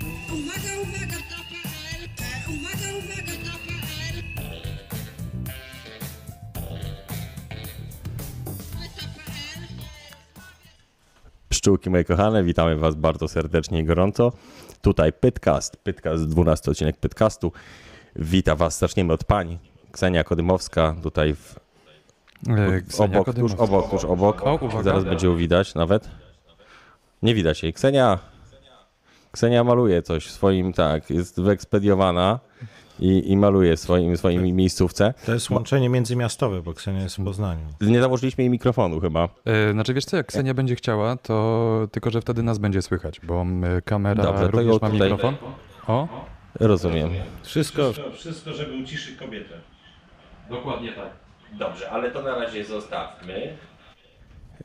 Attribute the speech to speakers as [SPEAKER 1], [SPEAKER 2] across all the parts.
[SPEAKER 1] Uwaga, uwaga, to PL. E, Uwaga, uwaga, to PL. To PL.
[SPEAKER 2] Pszczółki moje kochane, witamy Was bardzo serdecznie i gorąco. Tutaj Pytcast, Pytcast, 12 odcinek Pytcastu. Wita Was, zaczniemy od Pani. Ksenia Kodymowska, tutaj w,
[SPEAKER 3] E, Ksenia
[SPEAKER 2] obok, tuż
[SPEAKER 3] Kodymowska.
[SPEAKER 2] obok, tuż obok.
[SPEAKER 3] O, uwaga.
[SPEAKER 2] Zaraz będzie ją widać nawet. Nie widać jej. Ksenia, Ksenia maluje coś w swoim, tak, jest wyekspediowana i, i maluje swoim,
[SPEAKER 3] Tak.
[SPEAKER 2] swoim miejscówce.
[SPEAKER 4] To jest łączenie międzymiastowe, bo Ksenia jest w Poznaniu.
[SPEAKER 2] Nie założyliśmy jej mikrofonu chyba.
[SPEAKER 3] E, Znaczy wiesz co, jak Ksenia będzie chciała, to tylko, że wtedy nas będzie słychać, bo e, kamera
[SPEAKER 2] Dobrze, to
[SPEAKER 3] również
[SPEAKER 2] ją
[SPEAKER 3] ma
[SPEAKER 2] tutaj-
[SPEAKER 3] mikrofon. O,
[SPEAKER 2] Rozumiem.
[SPEAKER 4] Wszystko.
[SPEAKER 5] Wszystko, żeby uciszyć kobietę.
[SPEAKER 3] dokładnie tak.
[SPEAKER 2] Dobrze, ale to na razie zostawmy.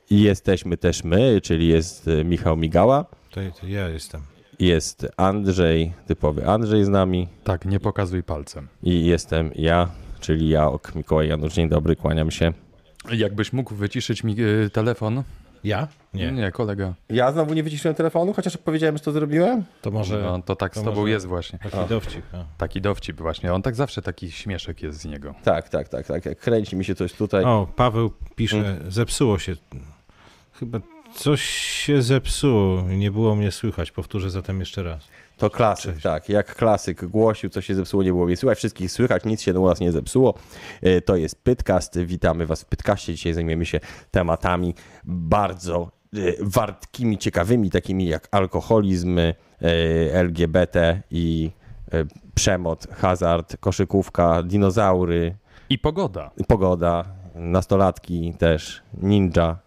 [SPEAKER 2] I jesteśmy też my, czyli jest y, Michał Migała,
[SPEAKER 4] To, to ja jestem.
[SPEAKER 2] jest Andrzej, typowy Andrzej z nami
[SPEAKER 3] Tak, nie pokazuj palcem.
[SPEAKER 2] i jestem ja, czyli ja, ok, Mikołaj Janusz, dzień dobry, kłaniam się.
[SPEAKER 3] Jakbyś mógł wyciszyć mi e, telefon.
[SPEAKER 4] Ja? Nie.
[SPEAKER 3] nie kolega.
[SPEAKER 2] Ja znowu nie wyciszyłem telefonu, chociaż powiedziałem, że to zrobiłem?
[SPEAKER 4] To może
[SPEAKER 3] No to tak z
[SPEAKER 4] to
[SPEAKER 3] tobą
[SPEAKER 4] może-
[SPEAKER 3] jest właśnie.
[SPEAKER 4] taki dowcip. no. A.
[SPEAKER 3] Taki dowcip właśnie. On tak zawsze taki śmieszek jest z niego.
[SPEAKER 2] Tak, tak, tak, tak, jak kręci mi się coś tutaj.
[SPEAKER 4] O, Paweł pisze,
[SPEAKER 2] Hmm.
[SPEAKER 4] zepsuło się. Chyba coś się zepsuło i nie było mnie słychać. Powtórzę zatem jeszcze raz. No
[SPEAKER 2] To klasyk, tak. Jak klasyk głosił, co się zepsuło, nie było mnie słychać. Wszystkich słychać, nic się u nas nie zepsuło. E, To jest Pytcast. Witamy Was w Pytcaście. Dzisiaj zajmiemy się tematami bardzo e, wartkimi, ciekawymi, takimi jak alkoholizm, e, LGBT i e, przemoc, hazard, koszykówka, dinozaury,
[SPEAKER 3] I pogoda.
[SPEAKER 2] pogoda, nastolatki też, ninja.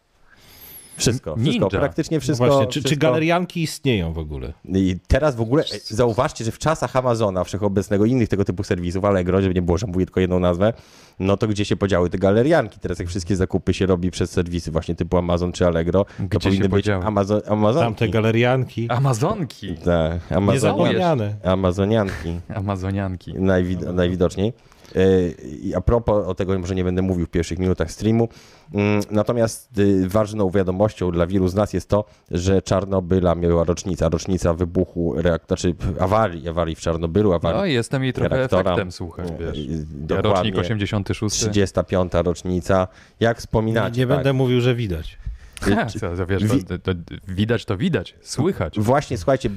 [SPEAKER 2] Wszystko, wszystko,
[SPEAKER 3] Ninja.
[SPEAKER 2] praktycznie wszystko.
[SPEAKER 4] no właśnie, czy, czy
[SPEAKER 2] wszystko.
[SPEAKER 4] galerianki istnieją w ogóle?
[SPEAKER 2] No I teraz w ogóle e, zauważcie, że w czasach Amazona wszechobecnego i innych tego typu serwisów, Allegro, żeby nie było, że mówię tylko jedną nazwę, no to gdzie się podziały te galerianki? Teraz jak wszystkie zakupy się robi przez serwisy właśnie typu Amazon czy Allegro,
[SPEAKER 3] Gdzie
[SPEAKER 2] to
[SPEAKER 3] się
[SPEAKER 2] powinny być
[SPEAKER 3] podziały?
[SPEAKER 2] Amazon,
[SPEAKER 4] Tamte
[SPEAKER 2] Amazonki.
[SPEAKER 4] galerianki
[SPEAKER 3] Amazonki.
[SPEAKER 2] Te Amazonian,
[SPEAKER 4] niezapomniane.
[SPEAKER 2] Amazonianki
[SPEAKER 3] Amazonianki.
[SPEAKER 2] najwid- najwidoczniej. E, i A propos, o tego może nie będę mówił w pierwszych minutach streamu, Mm, natomiast y, ważną wiadomością dla wielu z nas jest to, że Czarnobyla miała rocznica, rocznica wybuchu, reak- znaczy p- awarii, awarii w Czarnobylu,
[SPEAKER 3] No
[SPEAKER 2] awarii
[SPEAKER 3] i jestem jej trochę
[SPEAKER 2] Reaktora.
[SPEAKER 3] efektem, słuchaj, wiesz.
[SPEAKER 2] Y, dokładnie.
[SPEAKER 3] Rocznik 86.
[SPEAKER 2] 35. rocznica, jak
[SPEAKER 4] Nie,
[SPEAKER 2] wspominać?
[SPEAKER 4] nie
[SPEAKER 2] tak.
[SPEAKER 4] będę mówił, że widać.
[SPEAKER 3] Ha, co, co, wiesz, to, to, widać to widać, słychać.
[SPEAKER 2] Właśnie, słuchajcie,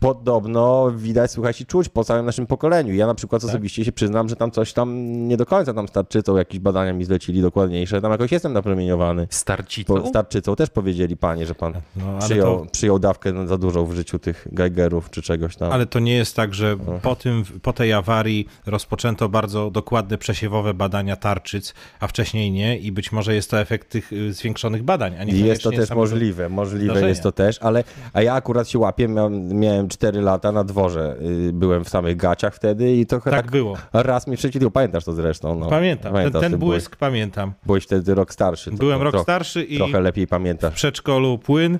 [SPEAKER 2] podobno widać, słychać i czuć po całym naszym pokoleniu. Ja na przykład
[SPEAKER 4] Tak.
[SPEAKER 2] osobiście się przyznam, że tam coś tam nie do końca tam starczycą, jakieś badania mi zlecili dokładniejsze, tam jakoś jestem napromieniowany. Po,
[SPEAKER 3] Starcicą?
[SPEAKER 2] starczycą też powiedzieli panie, że pan
[SPEAKER 4] No, ale
[SPEAKER 2] przyjął,
[SPEAKER 4] to-
[SPEAKER 2] przyjął dawkę za dużą w życiu tych Geigerów czy czegoś tam.
[SPEAKER 4] Ale to nie jest tak, że
[SPEAKER 2] No.
[SPEAKER 4] po, tym, po tej awarii rozpoczęto bardzo dokładne przesiewowe badania tarczyc, a wcześniej nie i być może jest to efekt tych y, zwiększonych badań, a nie
[SPEAKER 2] I jest to
[SPEAKER 4] koniecznie
[SPEAKER 2] też
[SPEAKER 4] samego-
[SPEAKER 2] możliwe, możliwe
[SPEAKER 4] zdarzenia.
[SPEAKER 2] jest to też, ale a ja akurat się łapię, miałem, miałem 4 lata na dworze, y, byłem w samych gaciach wtedy i trochę
[SPEAKER 4] Tak
[SPEAKER 2] tak,
[SPEAKER 4] było.
[SPEAKER 2] raz mi przeciwdział, pamiętasz to zresztą. No.
[SPEAKER 4] Pamiętam, ten,
[SPEAKER 2] Pamiętasz,
[SPEAKER 4] ten
[SPEAKER 2] ty byłeś-
[SPEAKER 4] błysk pamiętam.
[SPEAKER 2] Byłeś wtedy rok starszy. to
[SPEAKER 4] Byłem
[SPEAKER 2] to
[SPEAKER 4] rok
[SPEAKER 2] tro-
[SPEAKER 4] starszy i
[SPEAKER 2] Trochę lepiej
[SPEAKER 4] w
[SPEAKER 2] pamiętasz.
[SPEAKER 4] przedszkolu płyn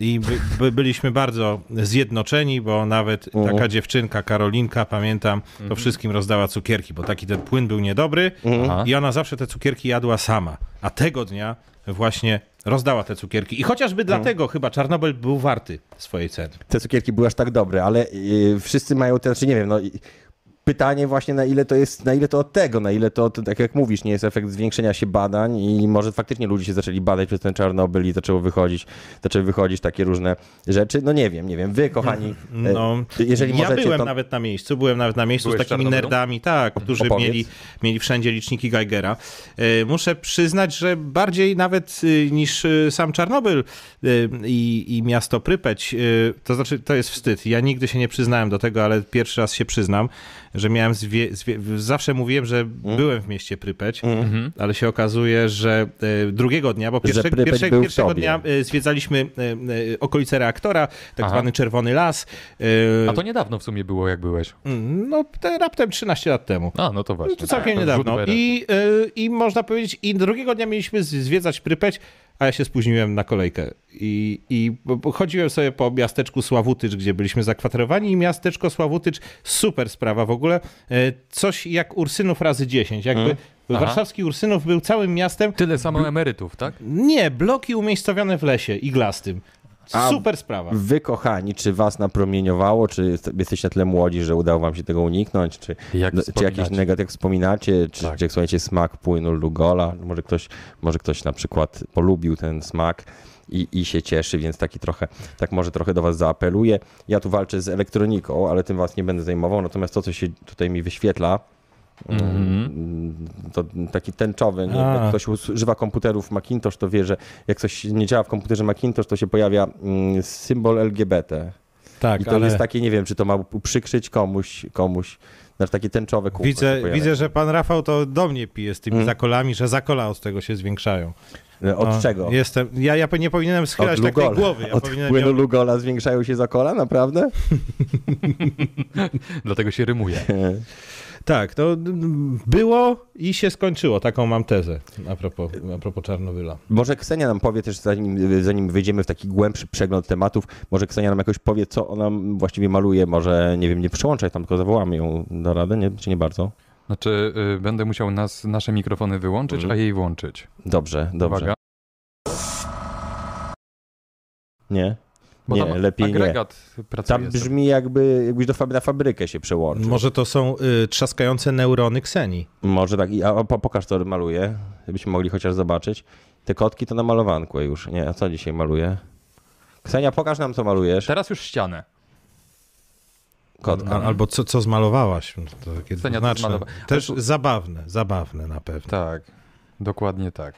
[SPEAKER 4] i by, by byliśmy bardzo zjednoczeni, bo nawet taka dziewczynka, Karolinka, pamiętam, to wszystkim rozdała cukierki, bo taki ten płyn był niedobry
[SPEAKER 3] Aha.
[SPEAKER 4] i ona zawsze te cukierki jadła sama, a tego dnia właśnie rozdała te cukierki. I chociażby dlatego chyba Czarnobyl był warty swojej ceny.
[SPEAKER 2] Te cukierki były aż tak dobre, ale yy, wszyscy mają ten, czy nie wiem, no i- pytanie właśnie na ile to jest, na ile to od tego, na ile to, od- tak jak mówisz, nie jest efekt zwiększenia się badań i może faktycznie ludzie się zaczęli badać przez ten Czarnobyl i zaczęło wychodzić, zaczęły wychodzić takie różne rzeczy. No nie wiem, nie wiem. Wy, kochani, e,
[SPEAKER 4] No,
[SPEAKER 2] jeżeli
[SPEAKER 4] ja
[SPEAKER 2] możecie,
[SPEAKER 4] byłem
[SPEAKER 2] to...
[SPEAKER 4] nawet na miejscu, byłem nawet na miejscu
[SPEAKER 3] Byłeś no.
[SPEAKER 4] z takimi
[SPEAKER 3] w Czarnobylu?
[SPEAKER 4] nerdami, tak, którzy
[SPEAKER 2] Opowiedz.
[SPEAKER 4] mieli, mieli wszędzie liczniki Geigera. E, Muszę przyznać, że bardziej nawet e, niż e, sam Czarnobyl e, i, i miasto Prypeć, e, to znaczy to jest wstyd. Ja nigdy się nie przyznałem do tego, ale pierwszy raz się przyznam, że miałem zwie, zwie, zawsze mówiłem, że
[SPEAKER 2] Mhm.
[SPEAKER 4] byłem w mieście Prypeć,
[SPEAKER 3] Mhm.
[SPEAKER 4] ale się okazuje, że e, drugiego dnia, bo pierwsze,
[SPEAKER 2] Prypeć
[SPEAKER 4] pierwsze,
[SPEAKER 2] był w
[SPEAKER 4] pierwszego
[SPEAKER 2] tobie.
[SPEAKER 4] dnia e, zwiedzaliśmy e, e, okolice reaktora, tak
[SPEAKER 3] Aha.
[SPEAKER 4] zwany Czerwony Las. e,
[SPEAKER 3] A to niedawno w sumie było, jak byłeś.
[SPEAKER 4] Mm, No, te raptem 13 lat temu.
[SPEAKER 3] A, no to właśnie.
[SPEAKER 4] To całkiem
[SPEAKER 3] To
[SPEAKER 4] niedawno.
[SPEAKER 3] rzut beretem.
[SPEAKER 4] I, y, I można powiedzieć, i drugiego dnia mieliśmy z- zwiedzać Prypeć, a ja się spóźniłem na kolejkę. I, i bo- bo chodziłem sobie po miasteczku Sławutycz, gdzie byliśmy zakwaterowani i miasteczko Sławutycz, super sprawa w ogóle. E, Coś jak Ursynów razy 10. Jakby
[SPEAKER 3] Hmm. Aha.
[SPEAKER 4] warszawski Ursynów był całym miastem.
[SPEAKER 3] Tyle samo emerytów, tak?
[SPEAKER 4] Nie, bloki umiejscowione w lesie iglastym.
[SPEAKER 2] A
[SPEAKER 4] Super sprawa.
[SPEAKER 2] Wy, kochani, czy was napromieniowało, czy jesteście na tyle młodzi, że udało wam się tego uniknąć, czy,
[SPEAKER 3] Jak
[SPEAKER 2] no, czy
[SPEAKER 3] wspominacie?
[SPEAKER 2] jakiś negatyw wspominacie, czy,
[SPEAKER 3] Tak.
[SPEAKER 2] czy jak słuchajcie smak płynu Lugola, może ktoś, może ktoś na przykład polubił ten smak i, i się cieszy, więc taki trochę, tak może trochę do was zaapeluję. Ja tu walczę z elektroniką, ale tym was nie będę zajmował, natomiast to, co się tutaj mi wyświetla, mm,
[SPEAKER 3] Mhm. Mm.
[SPEAKER 2] to taki tęczowy. Nie?
[SPEAKER 4] A.
[SPEAKER 2] Jak ktoś używa komputerów Macintosh, to wie, że jak coś nie działa w komputerze Macintosh, to się pojawia mm, symbol LGBT.
[SPEAKER 4] Tak,
[SPEAKER 2] I to jest takie, nie wiem, czy to ma uprzykrzyć komuś, komuś. Znaczy takie tęczowe kółko się
[SPEAKER 4] Widzę,
[SPEAKER 2] pojawia.
[SPEAKER 4] widzę, że pan Rafał to do mnie pije z tymi zakolami, że zakola od tego się zwiększają.
[SPEAKER 2] Od
[SPEAKER 4] No,
[SPEAKER 2] czego?
[SPEAKER 4] Jestem, ja, ja nie powinienem
[SPEAKER 2] Od
[SPEAKER 4] schylać takiej głowy. Ja
[SPEAKER 2] Od
[SPEAKER 4] powinienem
[SPEAKER 2] płynu
[SPEAKER 4] ją-
[SPEAKER 2] Lugola zwiększają się za kola, naprawdę?
[SPEAKER 3] Dlatego się rymuje.
[SPEAKER 4] Tak, to mm, było i się skończyło. Taką mam tezę a propos, a propos Czarnobyla.
[SPEAKER 2] Może Ksenia nam powie też, zanim, zanim wyjdziemy w taki głębszy przegląd tematów, może Ksenia nam jakoś powie, co ona właściwie maluje. Może, nie wiem, nie przełączaj tam, tylko zawołamy ją do rady, nie? czy nie bardzo?
[SPEAKER 3] Znaczy, y, będę musiał nas, nasze mikrofony wyłączyć, a jej włączyć.
[SPEAKER 2] Dobrze, Mm. dobrze.
[SPEAKER 3] Uwaga.
[SPEAKER 2] Nie?
[SPEAKER 3] Bo
[SPEAKER 2] Nie,
[SPEAKER 3] tam
[SPEAKER 2] lepiej nie.
[SPEAKER 3] agregat pracuje.
[SPEAKER 2] Tam
[SPEAKER 3] sobie.
[SPEAKER 2] brzmi jakby, jakbyś do fabry, na fabrykę się przełączył. Może,
[SPEAKER 4] Może to są y, trzaskające neurony Kseni.
[SPEAKER 2] tak. I, a, a po- pokaż, co maluje, żebyśmy mogli chociaż zobaczyć. Te kotki to na malowanku już. Nie, a co dzisiaj maluje? Ksenia, pokaż nam, co malujesz.
[SPEAKER 3] Teraz już ścianę.
[SPEAKER 2] Kotka.
[SPEAKER 4] A, albo co, co zmalowałaś. To takie
[SPEAKER 3] Ksenia, co
[SPEAKER 4] dwuznaczne.
[SPEAKER 3] zmalowa-
[SPEAKER 4] Też zabawne, zabawne na pewno.
[SPEAKER 3] Tak, dokładnie tak.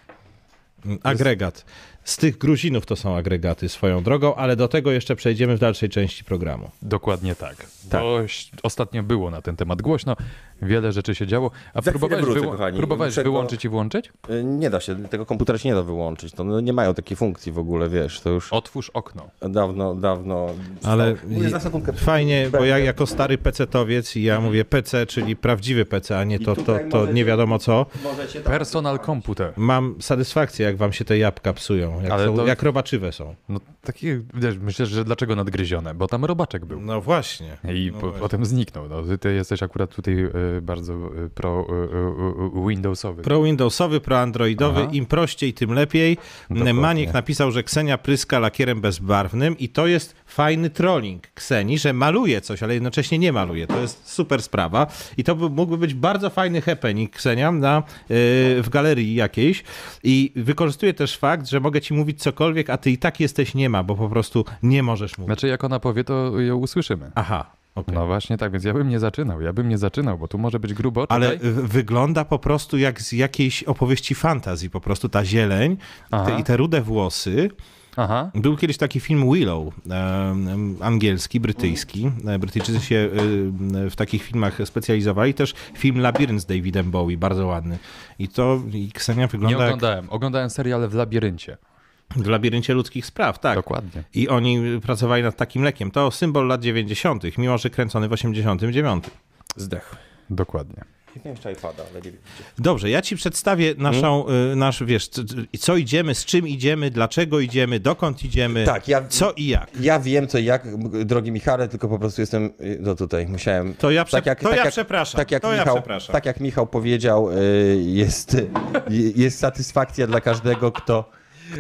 [SPEAKER 4] Agregat. Z tych Gruzinów to są agregaty swoją drogą, ale do tego jeszcze przejdziemy w dalszej części programu.
[SPEAKER 3] Dokładnie tak. Bo ś- ostatnio było na ten temat głośno, wiele rzeczy się działo. A
[SPEAKER 2] Za chwilę
[SPEAKER 3] próbowałeś,
[SPEAKER 2] wrócę,
[SPEAKER 3] wyłą-
[SPEAKER 2] kochani.
[SPEAKER 3] próbowałeś
[SPEAKER 2] Muszę go-
[SPEAKER 3] wyłączyć i włączyć?
[SPEAKER 2] Y, Nie da się, tego komputera się nie da wyłączyć. To no, nie mają takiej funkcji w ogóle, wiesz. To już
[SPEAKER 3] Otwórz okno.
[SPEAKER 2] dawno, dawno.
[SPEAKER 4] Ale
[SPEAKER 2] Mówię, za sekundkę.
[SPEAKER 4] fajnie, bo ja jako stary PC-towiec i ja mówię PC, czyli prawdziwy PC, a nie to, to,
[SPEAKER 2] tutaj
[SPEAKER 4] to
[SPEAKER 2] możecie-
[SPEAKER 4] nie wiadomo co.
[SPEAKER 2] Możecie tam...
[SPEAKER 3] Personal computer.
[SPEAKER 4] Mam satysfakcję, jak wam się te jabłka psują, jak,
[SPEAKER 3] Ale
[SPEAKER 4] są,
[SPEAKER 3] to-
[SPEAKER 4] jak robaczywe są.
[SPEAKER 3] No takie, wiesz, myślę, że dlaczego nadgryzione? Bo tam robaczek był.
[SPEAKER 4] No właśnie.
[SPEAKER 3] I po, potem zniknął. No, ty, ty jesteś akurat tutaj y, bardzo y, pro y, y, y, Windowsowy.
[SPEAKER 4] Pro-Windowsowy, pro-Androidowy,
[SPEAKER 3] Aha. No
[SPEAKER 4] im prościej, tym lepiej.
[SPEAKER 3] Dokładnie.
[SPEAKER 4] Maniek napisał, że Ksenia pryska lakierem bezbarwnym i to jest fajny trolling Kseni, że maluje coś, ale jednocześnie nie maluje. To jest super sprawa i to by, mógłby być bardzo fajny happening Ksenia na, y, w galerii jakiejś i wykorzystuje też fakt, że mogę ci mówić cokolwiek, a ty i tak jesteś nie ma, bo po prostu nie możesz mówić.
[SPEAKER 3] Znaczy, jak ona powie, to ją usłyszymy.
[SPEAKER 4] Aha, okej.
[SPEAKER 3] No właśnie tak, więc ja bym nie zaczynał, ja bym nie zaczynał, bo tu może być grubo.
[SPEAKER 4] Ale y,
[SPEAKER 3] czekaj.
[SPEAKER 4] w- wygląda po prostu jak z jakiejś opowieści fantazji, po prostu ta zieleń
[SPEAKER 3] Aha.
[SPEAKER 4] te, i te rude włosy.
[SPEAKER 3] Aha.
[SPEAKER 4] Był kiedyś taki film Willow, em, em, angielski, brytyjski. E, Brytyjczycy się em, w takich filmach specjalizowali. Też film Labirynt z Davidem Bowie, bardzo ładny. I to i Ksenia
[SPEAKER 3] Nie
[SPEAKER 4] wygląda jak
[SPEAKER 3] oglądałem. Oglądałem seriale w labiryncie.
[SPEAKER 4] w labiryncie ludzkich spraw, tak.
[SPEAKER 3] Dokładnie.
[SPEAKER 4] I oni pracowali nad takim lekiem. To symbol lat 90., mimo że kręcony w 89.
[SPEAKER 2] Zdech.
[SPEAKER 3] Dokładnie.
[SPEAKER 2] Nie wiem, jeszcze iPada, ale nie wiem. gdzie.
[SPEAKER 4] Dobrze, ja ci przedstawię
[SPEAKER 2] Mhm.
[SPEAKER 4] naszą, y, nasz, wiesz, c- c- co idziemy, z czym idziemy, dlaczego idziemy, dokąd idziemy,
[SPEAKER 2] Tak, ja-
[SPEAKER 4] co i jak.
[SPEAKER 2] Ja wiem co i jak, m- drogi Michale, tylko po prostu jestem, y, no tutaj musiałem.
[SPEAKER 4] To ja prze- to ja przepraszam,
[SPEAKER 2] Tak jak,
[SPEAKER 4] to ja
[SPEAKER 2] Michał,
[SPEAKER 4] przepraszam.
[SPEAKER 2] tak jak Michał powiedział, y, jest, y, jest satysfakcja dla każdego, kto,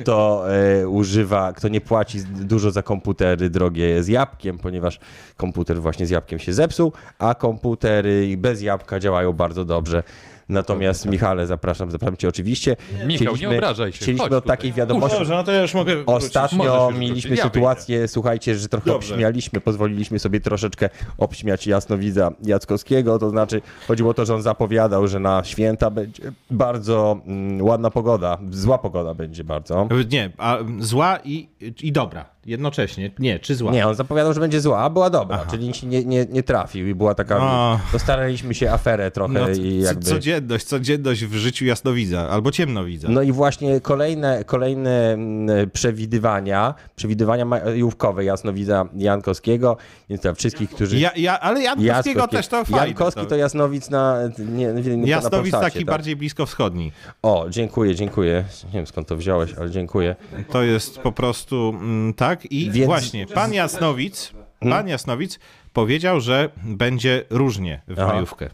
[SPEAKER 2] kto y, używa, kto nie płaci z- dużo za komputery drogie z jabłkiem, ponieważ komputer właśnie z jabłkiem się zepsuł, a komputery bez jabłka działają bardzo dobrze. Natomiast Michale, zapraszam, zapraszam cię oczywiście.
[SPEAKER 3] Tak. Michał, nie obrażaj się, chodź
[SPEAKER 2] Chcieliśmy od
[SPEAKER 3] tutaj.
[SPEAKER 2] takiej wiadomości.
[SPEAKER 4] Dobrze, no to ja już mogę wrócić.
[SPEAKER 2] Ostatnio
[SPEAKER 3] Możesz już
[SPEAKER 2] mieliśmy
[SPEAKER 3] wrócić. Ja
[SPEAKER 2] sytuację, słuchajcie, że trochę
[SPEAKER 4] Dobrze.
[SPEAKER 2] obśmialiśmy, pozwoliliśmy sobie troszeczkę obśmiać jasnowidza Jackowskiego, to znaczy chodziło o to, że on zapowiadał, że na święta będzie bardzo mm, ładna pogoda, zła pogoda będzie bardzo.
[SPEAKER 4] Y, Nie, a zła i, i dobra. Jednocześnie. Nie, czy zła?
[SPEAKER 2] Nie, on zapowiadał, że będzie zła, a była dobra, czyli nikt nie, nie, nie trafił i była taka,
[SPEAKER 4] A.
[SPEAKER 2] to staraliśmy się aferę trochę
[SPEAKER 4] No,
[SPEAKER 2] i
[SPEAKER 4] c-
[SPEAKER 2] jakby...
[SPEAKER 4] Codzienność, codzienność w życiu jasnowidza albo ciemnowidza.
[SPEAKER 2] No i właśnie kolejne, kolejne mm, przewidywania, przewidywania majówkowe jasnowidza Jankowskiego, więc dla wszystkich, którzy...
[SPEAKER 4] ja, ja, ale Jankowskiego też to fajne.
[SPEAKER 2] Jankowski to jasnowic na. Nie, nie, na-
[SPEAKER 4] Jasnowidz
[SPEAKER 2] na Polsacie,
[SPEAKER 4] taki
[SPEAKER 2] tak.
[SPEAKER 4] bardziej blisko wschodni.
[SPEAKER 2] O, dziękuję, dziękuję. Nie wiem skąd to wziąłeś, ale dziękuję.
[SPEAKER 4] To jest po prostu mm, tak. I
[SPEAKER 2] Więc- Hmm?
[SPEAKER 4] właśnie, pan Jasnowic, pan Jasnowic powiedział, że będzie różnie w
[SPEAKER 2] Aha.
[SPEAKER 4] majówkę.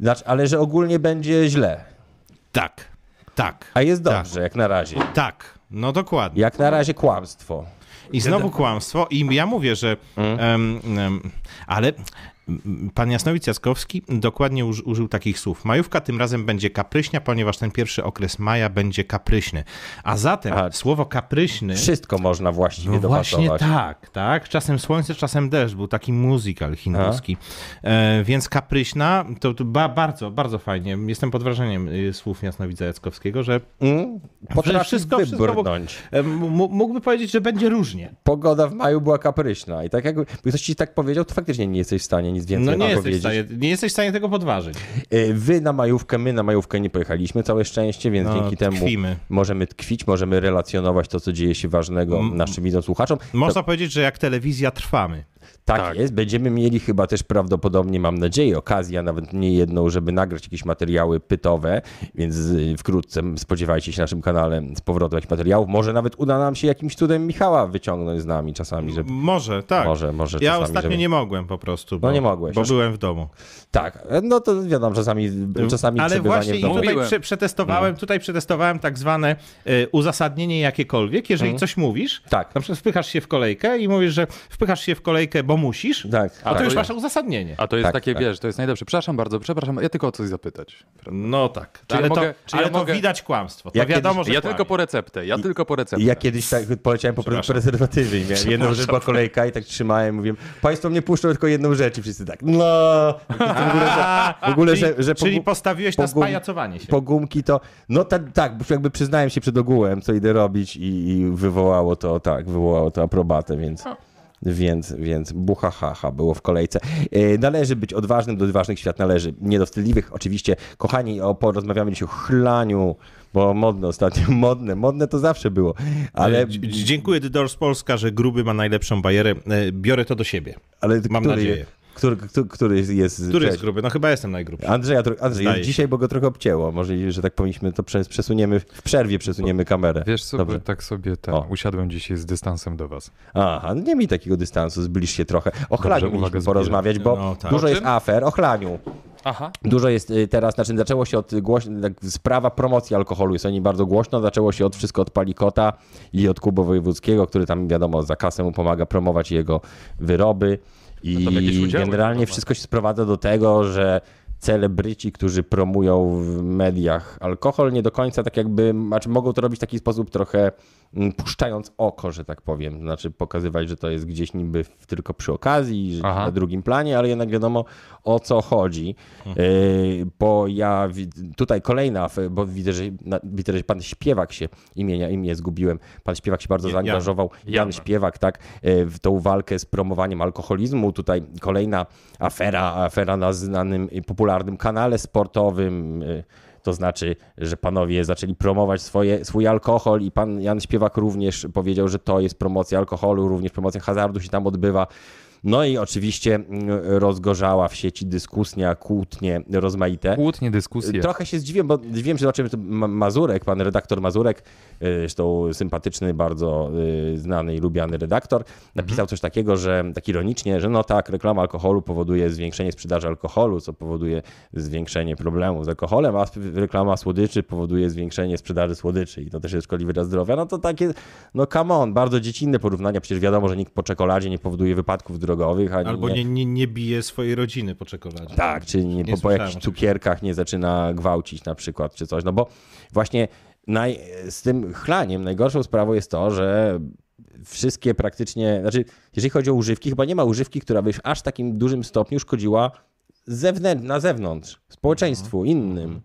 [SPEAKER 2] Znaczy, ale że ogólnie będzie źle.
[SPEAKER 4] Tak, tak,
[SPEAKER 2] A jest dobrze, jak na razie.
[SPEAKER 4] tak. No dokładnie.
[SPEAKER 2] Jak na razie kłamstwo.
[SPEAKER 4] I znowu kłamstwo. I ja mówię, że.
[SPEAKER 2] Mm.
[SPEAKER 4] em, em, ale mm, pan Jasnowic Jackowski dokładnie uż, użył takich słów. Majówka tym razem będzie kapryśna, ponieważ ten pierwszy okres maja będzie kapryśny. A zatem
[SPEAKER 2] Aha.
[SPEAKER 4] słowo kapryśny.
[SPEAKER 2] Wszystko można właściwie
[SPEAKER 4] No właśnie
[SPEAKER 2] dopasować.
[SPEAKER 4] tak, tak. Czasem słońce, czasem deszcz. Był taki musical hinduski. E, więc kapryśna, to, to ba, bardzo, bardzo fajnie. Jestem pod wrażeniem y, słów Jasnowidza Jackowskiego, że
[SPEAKER 2] Mm? Potrafi wszystko,
[SPEAKER 4] wszystko- wszystko
[SPEAKER 2] wybrnąć.
[SPEAKER 4] e, m- mógłby powiedzieć, że będzie różnie.
[SPEAKER 2] Pogoda w maju była kapryśna i tak jakby ktoś ci tak powiedział, to faktycznie nie jesteś w stanie nic więcej
[SPEAKER 4] No nie jesteś, w
[SPEAKER 2] powiedzieć.
[SPEAKER 4] stanie, nie jesteś w stanie tego podważyć.
[SPEAKER 2] Y, Wy na majówkę, my na majówkę nie pojechaliśmy, całe szczęście, więc
[SPEAKER 4] No,
[SPEAKER 2] dzięki temu
[SPEAKER 4] tkwimy.
[SPEAKER 2] możemy tkwić, możemy relacjonować to, co dzieje się ważnego
[SPEAKER 4] Mm.
[SPEAKER 2] naszym widzom, słuchaczom.
[SPEAKER 4] Można powiedzieć, że jak telewizja trwamy.
[SPEAKER 2] Tak, jest. Będziemy mieli chyba też prawdopodobnie, mam nadzieję, okazję, nawet nie jedną, żeby nagrać jakieś materiały pytowe, więc y, wkrótce spodziewajcie się na naszym kanale z powrotem jakichś materiałów. Może nawet uda nam się jakimś cudem Michała wyciągnąć z nami czasami, żeby...
[SPEAKER 4] Może, tak.
[SPEAKER 2] Może, może
[SPEAKER 4] Ja
[SPEAKER 2] czasami,
[SPEAKER 4] ostatnio
[SPEAKER 2] żeby- No
[SPEAKER 4] nie mogłem po prostu. Bo,
[SPEAKER 2] nie mogłeś.
[SPEAKER 4] Bo byłem w domu.
[SPEAKER 2] Tak, no to wiadomo, czasami, czasami
[SPEAKER 4] Ale
[SPEAKER 2] przebywanie
[SPEAKER 4] właśnie
[SPEAKER 2] w
[SPEAKER 4] i
[SPEAKER 2] domu... No.
[SPEAKER 4] tutaj
[SPEAKER 6] Mówiłem.
[SPEAKER 4] prze, przetestowałem, tutaj przetestowałem tak zwane e, uzasadnienie jakiekolwiek, jeżeli coś mówisz,
[SPEAKER 2] Tak.
[SPEAKER 4] na przykład wpychasz się w kolejkę i mówisz, że wpychasz się w kolejkę, bo musisz,
[SPEAKER 2] Tak,
[SPEAKER 4] a to
[SPEAKER 2] tak.
[SPEAKER 4] już masz uzasadnienie.
[SPEAKER 3] A to jest
[SPEAKER 2] Tak,
[SPEAKER 3] takie,
[SPEAKER 2] tak.
[SPEAKER 3] wiesz, to jest najlepsze. Przepraszam bardzo, przepraszam, ja tylko o coś zapytać.
[SPEAKER 4] No tak.
[SPEAKER 3] Czy ja
[SPEAKER 4] ale to,
[SPEAKER 3] mogę- czy
[SPEAKER 4] ale
[SPEAKER 3] ja
[SPEAKER 4] to
[SPEAKER 3] mogę-
[SPEAKER 4] widać kłamstwo. To
[SPEAKER 2] Ja
[SPEAKER 4] wiadomo, że
[SPEAKER 3] Ja
[SPEAKER 4] kłamie.
[SPEAKER 3] tylko po receptę, ja tylko po receptę.
[SPEAKER 2] Ja kiedyś tak poleciałem po pre- prezerwatywy i miałem jedną rzecz była kolejka i tak trzymałem, mówiłem, państwo mnie puszczą tylko jedną rzecz i wszyscy tak, no.
[SPEAKER 4] A,
[SPEAKER 2] W ogóle,
[SPEAKER 4] czyli,
[SPEAKER 2] że- że
[SPEAKER 4] czyli
[SPEAKER 2] pogu-
[SPEAKER 4] postawiłeś na
[SPEAKER 2] pogum-
[SPEAKER 4] spajacowanie się.
[SPEAKER 2] Pogumki to, no tak, tak, bo jakby przyznałem się przed ogółem, co idę robić i, i wywołało to, tak, wywołało to aprobatę, więc... Więc, więc bucha haha było w kolejce. E, Należy być odważnym, do odważnych świat należy, nie do wstydliwych. Oczywiście, kochani, o, porozmawiamy dziś o chlaniu, bo modne ostatnio, modne, modne to zawsze było, ale...
[SPEAKER 4] Dzie- Dziękuję The Doors Polska, że gruby ma najlepszą barierę. E, Biorę to do siebie.
[SPEAKER 2] Ale
[SPEAKER 4] Mam
[SPEAKER 2] który,
[SPEAKER 4] nadzieję.
[SPEAKER 2] Który, który, który jest.
[SPEAKER 4] Który jest gruby? No chyba jestem najgrubszy.
[SPEAKER 2] Andrzeja, tro- Andrzej jest
[SPEAKER 4] Zdaje się.
[SPEAKER 2] dzisiaj, bo go trochę obcięło. Może, że tak powinniśmy, to przes- przesuniemy, w przerwie przesuniemy kamerę.
[SPEAKER 3] Wiesz co,
[SPEAKER 2] Dobrze.
[SPEAKER 3] bo tak sobie ten,
[SPEAKER 2] O.
[SPEAKER 3] usiadłem dzisiaj z dystansem do was.
[SPEAKER 2] Aha, no nie mi takiego dystansu, zbliż się trochę. O
[SPEAKER 3] Dobrze,
[SPEAKER 2] chlaniu
[SPEAKER 3] uwaga,
[SPEAKER 2] mieliśmy
[SPEAKER 3] zbliżę.
[SPEAKER 2] porozmawiać, bo
[SPEAKER 4] No, tak.
[SPEAKER 2] dużo
[SPEAKER 3] O
[SPEAKER 2] jest
[SPEAKER 3] czym?
[SPEAKER 2] afer. O chlaniu.
[SPEAKER 3] Aha.
[SPEAKER 2] Dużo jest y, teraz, znaczy zaczęło się od y, głośno, tak, sprawa promocji alkoholu jest o nim bardzo głośno, zaczęło się od wszystko od Palikota i od Kubo Wojewódzkiego, który tam wiadomo za kasę mu pomaga promować jego wyroby
[SPEAKER 3] No tam jakieś
[SPEAKER 2] i
[SPEAKER 3] udziały
[SPEAKER 2] generalnie
[SPEAKER 3] prowadzi.
[SPEAKER 2] wszystko się sprowadza do tego, że celebryci, którzy promują w mediach alkohol, nie do końca tak jakby, znaczy mogą to robić w taki sposób trochę mm, puszczając oko, że tak powiem, znaczy pokazywać, że to jest gdzieś niby w- tylko przy okazji, że
[SPEAKER 3] Aha.
[SPEAKER 2] na drugim planie, ale jednak wiadomo o co chodzi.
[SPEAKER 4] Mhm.
[SPEAKER 2] Yy, Bo ja wi- tutaj kolejna, af- bo widzę, że, na- widzę, że pan Śpiewak się, imienia, imię zgubiłem, pan Śpiewak się bardzo
[SPEAKER 4] Ja-
[SPEAKER 2] zaangażował, Jan,
[SPEAKER 3] Jan.
[SPEAKER 2] Śpiewak, tak, yy, w tą walkę z promowaniem alkoholizmu. Tutaj kolejna afera, afera na znanym, i popularnym kanale sportowym. yy, To znaczy, że panowie zaczęli promować swoje, swój alkohol i pan Jan Śpiewak również powiedział, że to jest promocja alkoholu, również promocja hazardu się tam odbywa. No i oczywiście mm, rozgorzała w sieci dyskusja, kłótnie rozmaite.
[SPEAKER 3] Kłótnie, dyskusje.
[SPEAKER 2] Trochę się zdziwiłem, bo wiem, że zobaczymy to Ma- Mazurek, pan redaktor Mazurek, y, zresztą sympatyczny, bardzo y, znany i lubiany redaktor, napisał coś takiego, że tak ironicznie, że no tak, reklama alkoholu powoduje zwiększenie sprzedaży alkoholu, co powoduje zwiększenie problemów z alkoholem, a sp- reklama słodyczy powoduje zwiększenie sprzedaży słodyczy i to też jest szkodliwe dla zdrowia. No to takie, no come on, bardzo dziecinne porównania, przecież wiadomo, że nikt po czekoladzie nie powoduje wypadków drogowych, ani
[SPEAKER 4] Albo
[SPEAKER 2] nie,
[SPEAKER 4] nie, nie, nie bije swojej rodziny po czekoladzie.
[SPEAKER 2] tak, czy nie, po, po
[SPEAKER 4] słyszałem
[SPEAKER 2] jakichś
[SPEAKER 4] oczywiście.
[SPEAKER 2] cukierkach nie zaczyna gwałcić na przykład, czy coś. No bo właśnie naj, z tym chlaniem najgorszą sprawą jest to, że wszystkie praktycznie, znaczy jeżeli chodzi o używki, chyba nie ma używki, która by w aż takim dużym stopniu szkodziła zewnętrz, na zewnątrz, społeczeństwu,
[SPEAKER 4] Mhm.
[SPEAKER 2] innym.